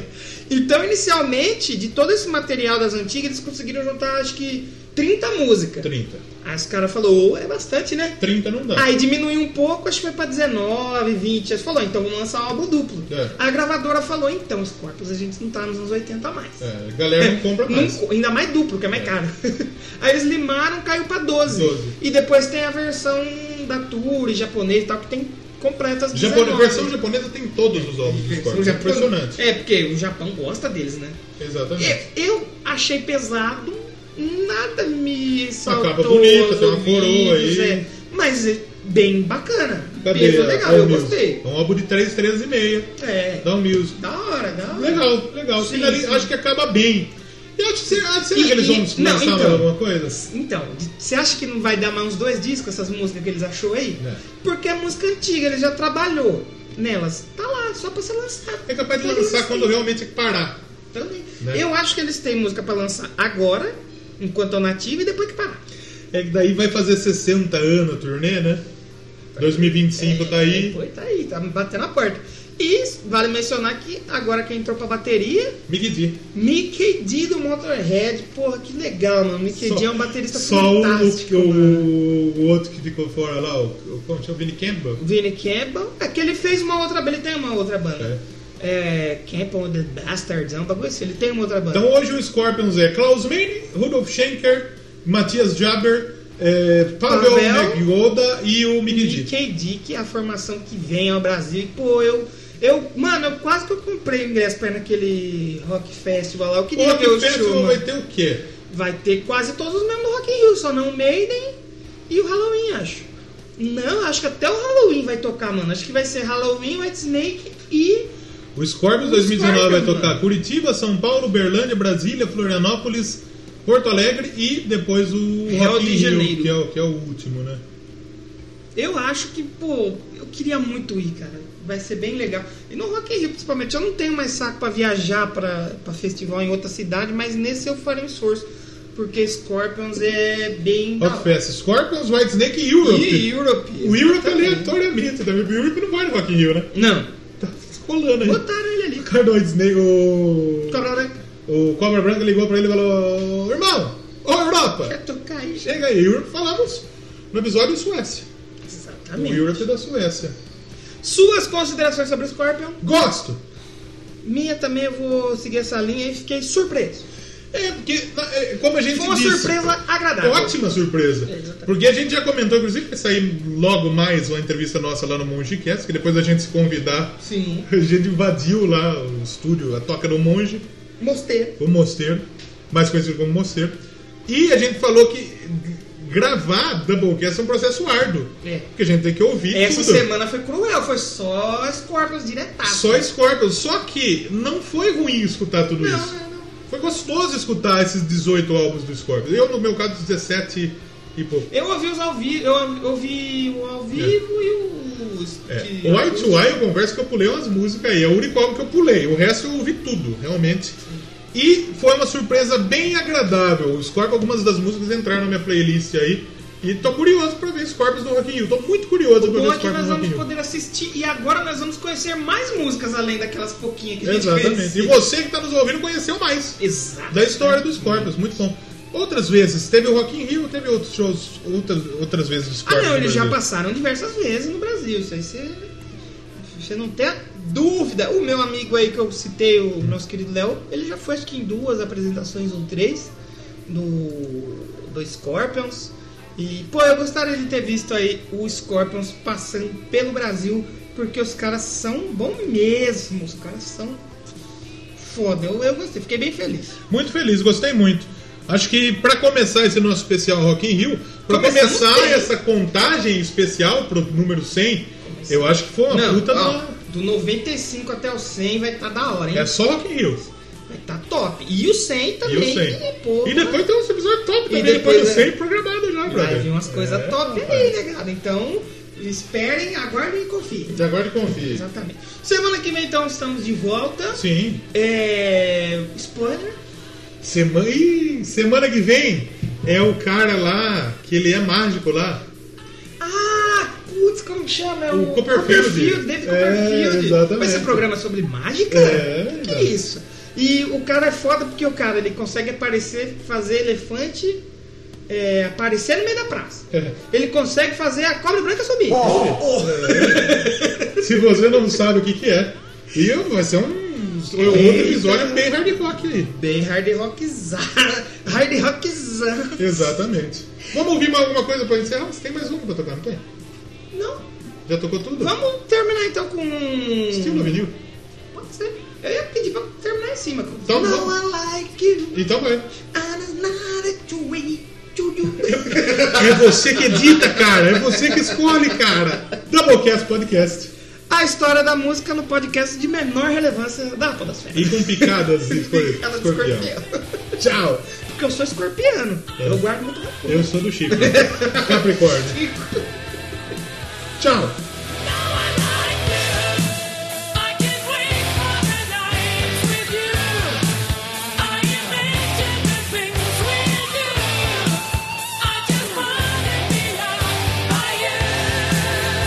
Então, inicialmente, de todo esse material das antigas, eles conseguiram juntar acho que 30 músicas.
30.
Aí os caras falaram: "Ô, é bastante, né?
30 não dá.
Aí diminuiu um pouco, acho que foi pra 19, 20. Aí falou, então vamos lançar um álbum duplo.
É.
A gravadora falou, então, Scorpions, a gente não tá nos anos 80 mais.
É, a galera não compra
Não
mais.
co- ainda mais duplo, que é mais caro. Aí eles limaram, caiu pra 12.
12.
E depois tem a versão da Tour, japonês e tal, que tem completa as
Japone...
19.
Versão japonesa tem todos os ovos do
Versão
Scorpion.
japonesa.
Impressionante.
É, porque o Japão gosta deles, né?
Exatamente.
Eu, eu achei pesado, nada me saltou.
capa bonita,
aos
tem uma coroa
ouvidos,
aí.
é. mas é bem bacana.
Cadê
Peso
a-
legal,
All
eu
Music?
gostei.
É um álbum de 3, 3,5.
É,
Dá um music.
da hora, da hora.
Legal, legal.
Sim,
Finaliza-
sim.
Acho que acaba bem. E acho que será, será
E-
que eles
e-
vão
não,
lançar
então.
alguma coisa?
Então, de- você acha que não vai dar mais uns dois discos essas músicas que eles achou aí?
É.
Porque é música antiga, ele já trabalhou nelas. Tá lá, só pra você lançar.
É capaz de
Pode
lançar quando realmente parar.
Também.
Né?
Eu acho que eles têm música pra lançar agora, enquanto é nativa, e depois que parar.
É que daí vai fazer 60 anos a turnê, né? 2025 tá aí.
Foi, tá aí, tá batendo a porta. E vale mencionar que agora quem entrou pra bateria,
Mickey D.
Mickey D do Motorhead. Porra, que legal, mano. Mickey
Só-
D é um baterista
Só o,
fantástico.
o-
mano.
o outro que ficou fora lá, o, o, como chama? O Vinny Campbell.
Vinnie Campbell. É que ele fez uma outra banda, ele tem uma outra banda. É, Campbell and the Bastards, é um bagulho assim, ele tem uma outra banda.
Então hoje o Scorpions é Klaus Meine, Rudolf Schenker, Matthias Jaber, é, Pavel,
Pavel.
Negoda e o Mickey D.
Mickey D, que é a formação que vem ao Brasil. E, pô, eu. Eu, mano, eu quase que eu comprei o ingresso pra ir naquele Rock Festival lá. Eu
O
queria
Rock
ver o show.
Festival
mano.
vai ter o quê?
Vai ter quase todos os membros do Rock in Rio, só não o Maiden e o Halloween, acho. Não, acho que até o Halloween vai tocar, mano. Acho que vai ser Halloween, White Snake e.
O Scorpions
O
2019 vai
Scorpions,
tocar
mano.
Curitiba, São Paulo, Berlândia, Brasília, Florianópolis, Porto Alegre e depois o
Rio
Rock in
de
Rio,
Janeiro.
que é, o- que é o último, né?
Eu acho que, pô, eu queria muito ir, cara. Vai ser bem legal. E no Rock in Rio, principalmente, eu não tenho mais saco pra viajar pra, pra festival em outra cidade, mas nesse eu farei um esforço. Porque Scorpions é bem. da-
Rock Fest, Scorpions, White Snake e Europe.
E Europe.
O Europe
exatamente.
aleatoriamente, também. O Europe não vai no Rock in Rio, né?
Não.
Tá colando aí.
Botaram ele ali.
O cara do White Snake, o...
Caralho,
o Cobra Branca ligou pra ele e falou: Irmão, ô Europa,
quer tocar aí, gente.
chega aí. Europe falamos no episódio da Suécia. O
Exatamente.
Europe da Suécia.
Suas considerações sobre o Scorpion?
Gosto.
Minha também eu vou seguir essa linha e fiquei surpreso.
É, porque, na- é, como a gente
Foi uma
disse,
surpresa agradável.
Ótima surpresa.
É, exatamente.
Porque a gente já comentou, inclusive, que vai sair logo mais uma entrevista nossa lá no Mongecast, que depois a gente se convidar,
Sim.
a gente invadiu lá o estúdio, a Toca do Monge,
Mosteiro.
o Mosteiro, mais conhecido como Mosteiro. E a gente falou que gravar Doublecast é um processo árduo.
É.
Porque a gente tem que ouvir
Essa
tudo.
semana foi cruel, foi só Scorpions diretaço.
Só Scorpion. Só que não foi ruim escutar tudo
Não,
isso.
não, não.
Foi gostoso escutar esses 18 álbuns do Scorpion. Eu, no meu caso, 17 e pouco.
Eu ouvi os ao vivo, eu ouvi o ao vivo e os.
É.
que-
O White to White, eu confesso que eu pulei umas músicas aí. É o único álbum que eu pulei. O resto eu ouvi tudo, realmente. E foi uma surpresa bem agradável. O Scorpion, algumas das músicas entraram na minha playlist aí. E tô curioso pra ver Scorpions no Rock in Rio. Tô muito curioso pra
Bom
ver
é que
Scorpions
nós
no Rock in
vamos
Rio.
poder assistir e agora nós vamos conhecer mais músicas além daquelas pouquinhas que a gente
Exatamente.
conhecia.
E você que tá nos ouvindo conheceu mais.
Exato.
da história dos Scorpions, muito bom. Outras vezes, teve o Rock in Rio, teve outros shows, outras, outras vezes dos
Ah
Scorpions.
não, eles
no
já
Brasil.
passaram diversas vezes no Brasil, isso aí você, você não tem a dúvida. O meu amigo aí que eu citei, o nosso querido Léo, ele já foi acho que em duas apresentações ou três do, do Scorpions. E, pô, eu gostaria de ter visto aí o Scorpions passando pelo Brasil, porque os caras são bons mesmo, os caras são foda. Eu, eu gostei, fiquei bem feliz.
Muito feliz, gostei muito. Acho que pra começar esse nosso especial Rock in Rio, pra
Começamos
começar
bem.
essa contagem especial pro número 100, eu acho que foi uma puta
ó,
da-
do 95 até o 100 vai estar da hora, hein?
É só Rock in Rio.
Vai tá top. E o 100
E o
também.
100.
que, pô,
E depois tem uns episódios top
E
também,
depois,
depois do
né?
100 programado já, brother.
vai vir umas coisas
É,
top
rapaz.
ali, né, cara? Então, esperem, aguardem e confiem.
De agora confia.
Exatamente. Semana que vem, então, estamos de volta.
Sim.
É... Spoiler.
Semana... Ih, semana que vem é o cara lá, que ele é mágico lá.
Ah, putz, como que chama? É
O Copperfield.
David
É,
Copperfield.
exatamente.
Vai ser programa sobre mágica?
É,
que
não.
isso? E o cara é foda porque o cara ele consegue aparecer, fazer elefante é, aparecer no meio da praça. Ele consegue fazer a cobra branca subir.
Se você não sabe o que, que é. E eu- vai ser um, um outro episódio bem hard rock aí.
Bem hard rockzada. Hard rockzada.
Exatamente. Vamos ouvir mais alguma coisa pra encerrar? Você tem mais uma pra tocar, não tem?
Não.
Já tocou tudo?
Vamos terminar então com. um-
Estilo vinil.
Pode ser. Eu ia pedir pra terminar em cima.
Então
Não,
vamos.
I like you.
Então vai.
And it's not a two way to you.
É você que edita, cara. É você que escolhe, cara. Doublecast Podcast.
A história da música no podcast de menor relevância da Podosfera.
E com picadas de escor-
Ela é de
escorpião. É.
escorpião.
Tchau.
Porque eu sou escorpiano. Eu guardo muito rancor.
Eu sou do Chico. Capricórnio. Tchau.
I can't wait for the night with you. I imagine the things we do. I just wanna be loved by you.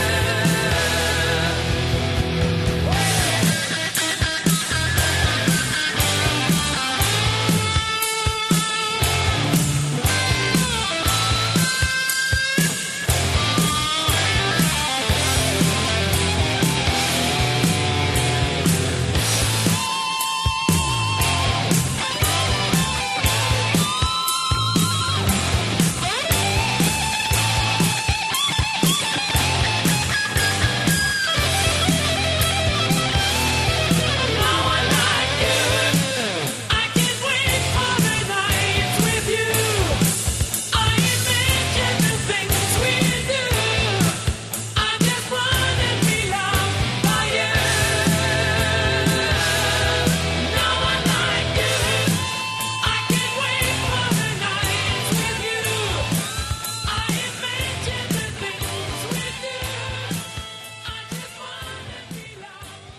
Now I like you. I can't wait for the night with you. I imagine the things we do. I just wanna be loved by you. Now I like you. I can't wait for the night with you. I imagine the things we do. I just wanna be loved by you.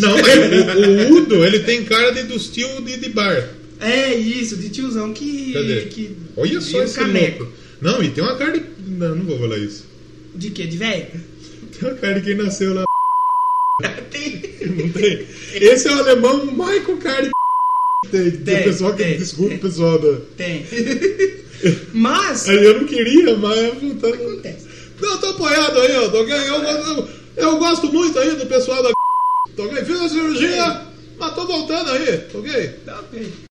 Não, mas o, o Udo, ele tem cara de do estilo de, de bar.
É isso, de tiozão que.
Cadê?
que
Olha
de
só esse
caneco.
louco. Não, e tem uma cara de... Não, não vou falar isso.
De quê? De velho?
Tem uma cara de quem nasceu lá.
Tem.
Não tem. Esse é o alemão Michael Cardi. Tem, tem,
Tem,
pessoal que,
tem,
desculpa,
tem.
o pessoal. Da...
Tem. Mas.
Aí Eu não queria, mas eu tô...
Acontece.
Não, eu tô apoiado aí, ó. Tô... Eu, eu, eu gosto muito aí do pessoal da. Tô... Fiz a cirurgia, mas tô voltando aí, ok?
Tá bem.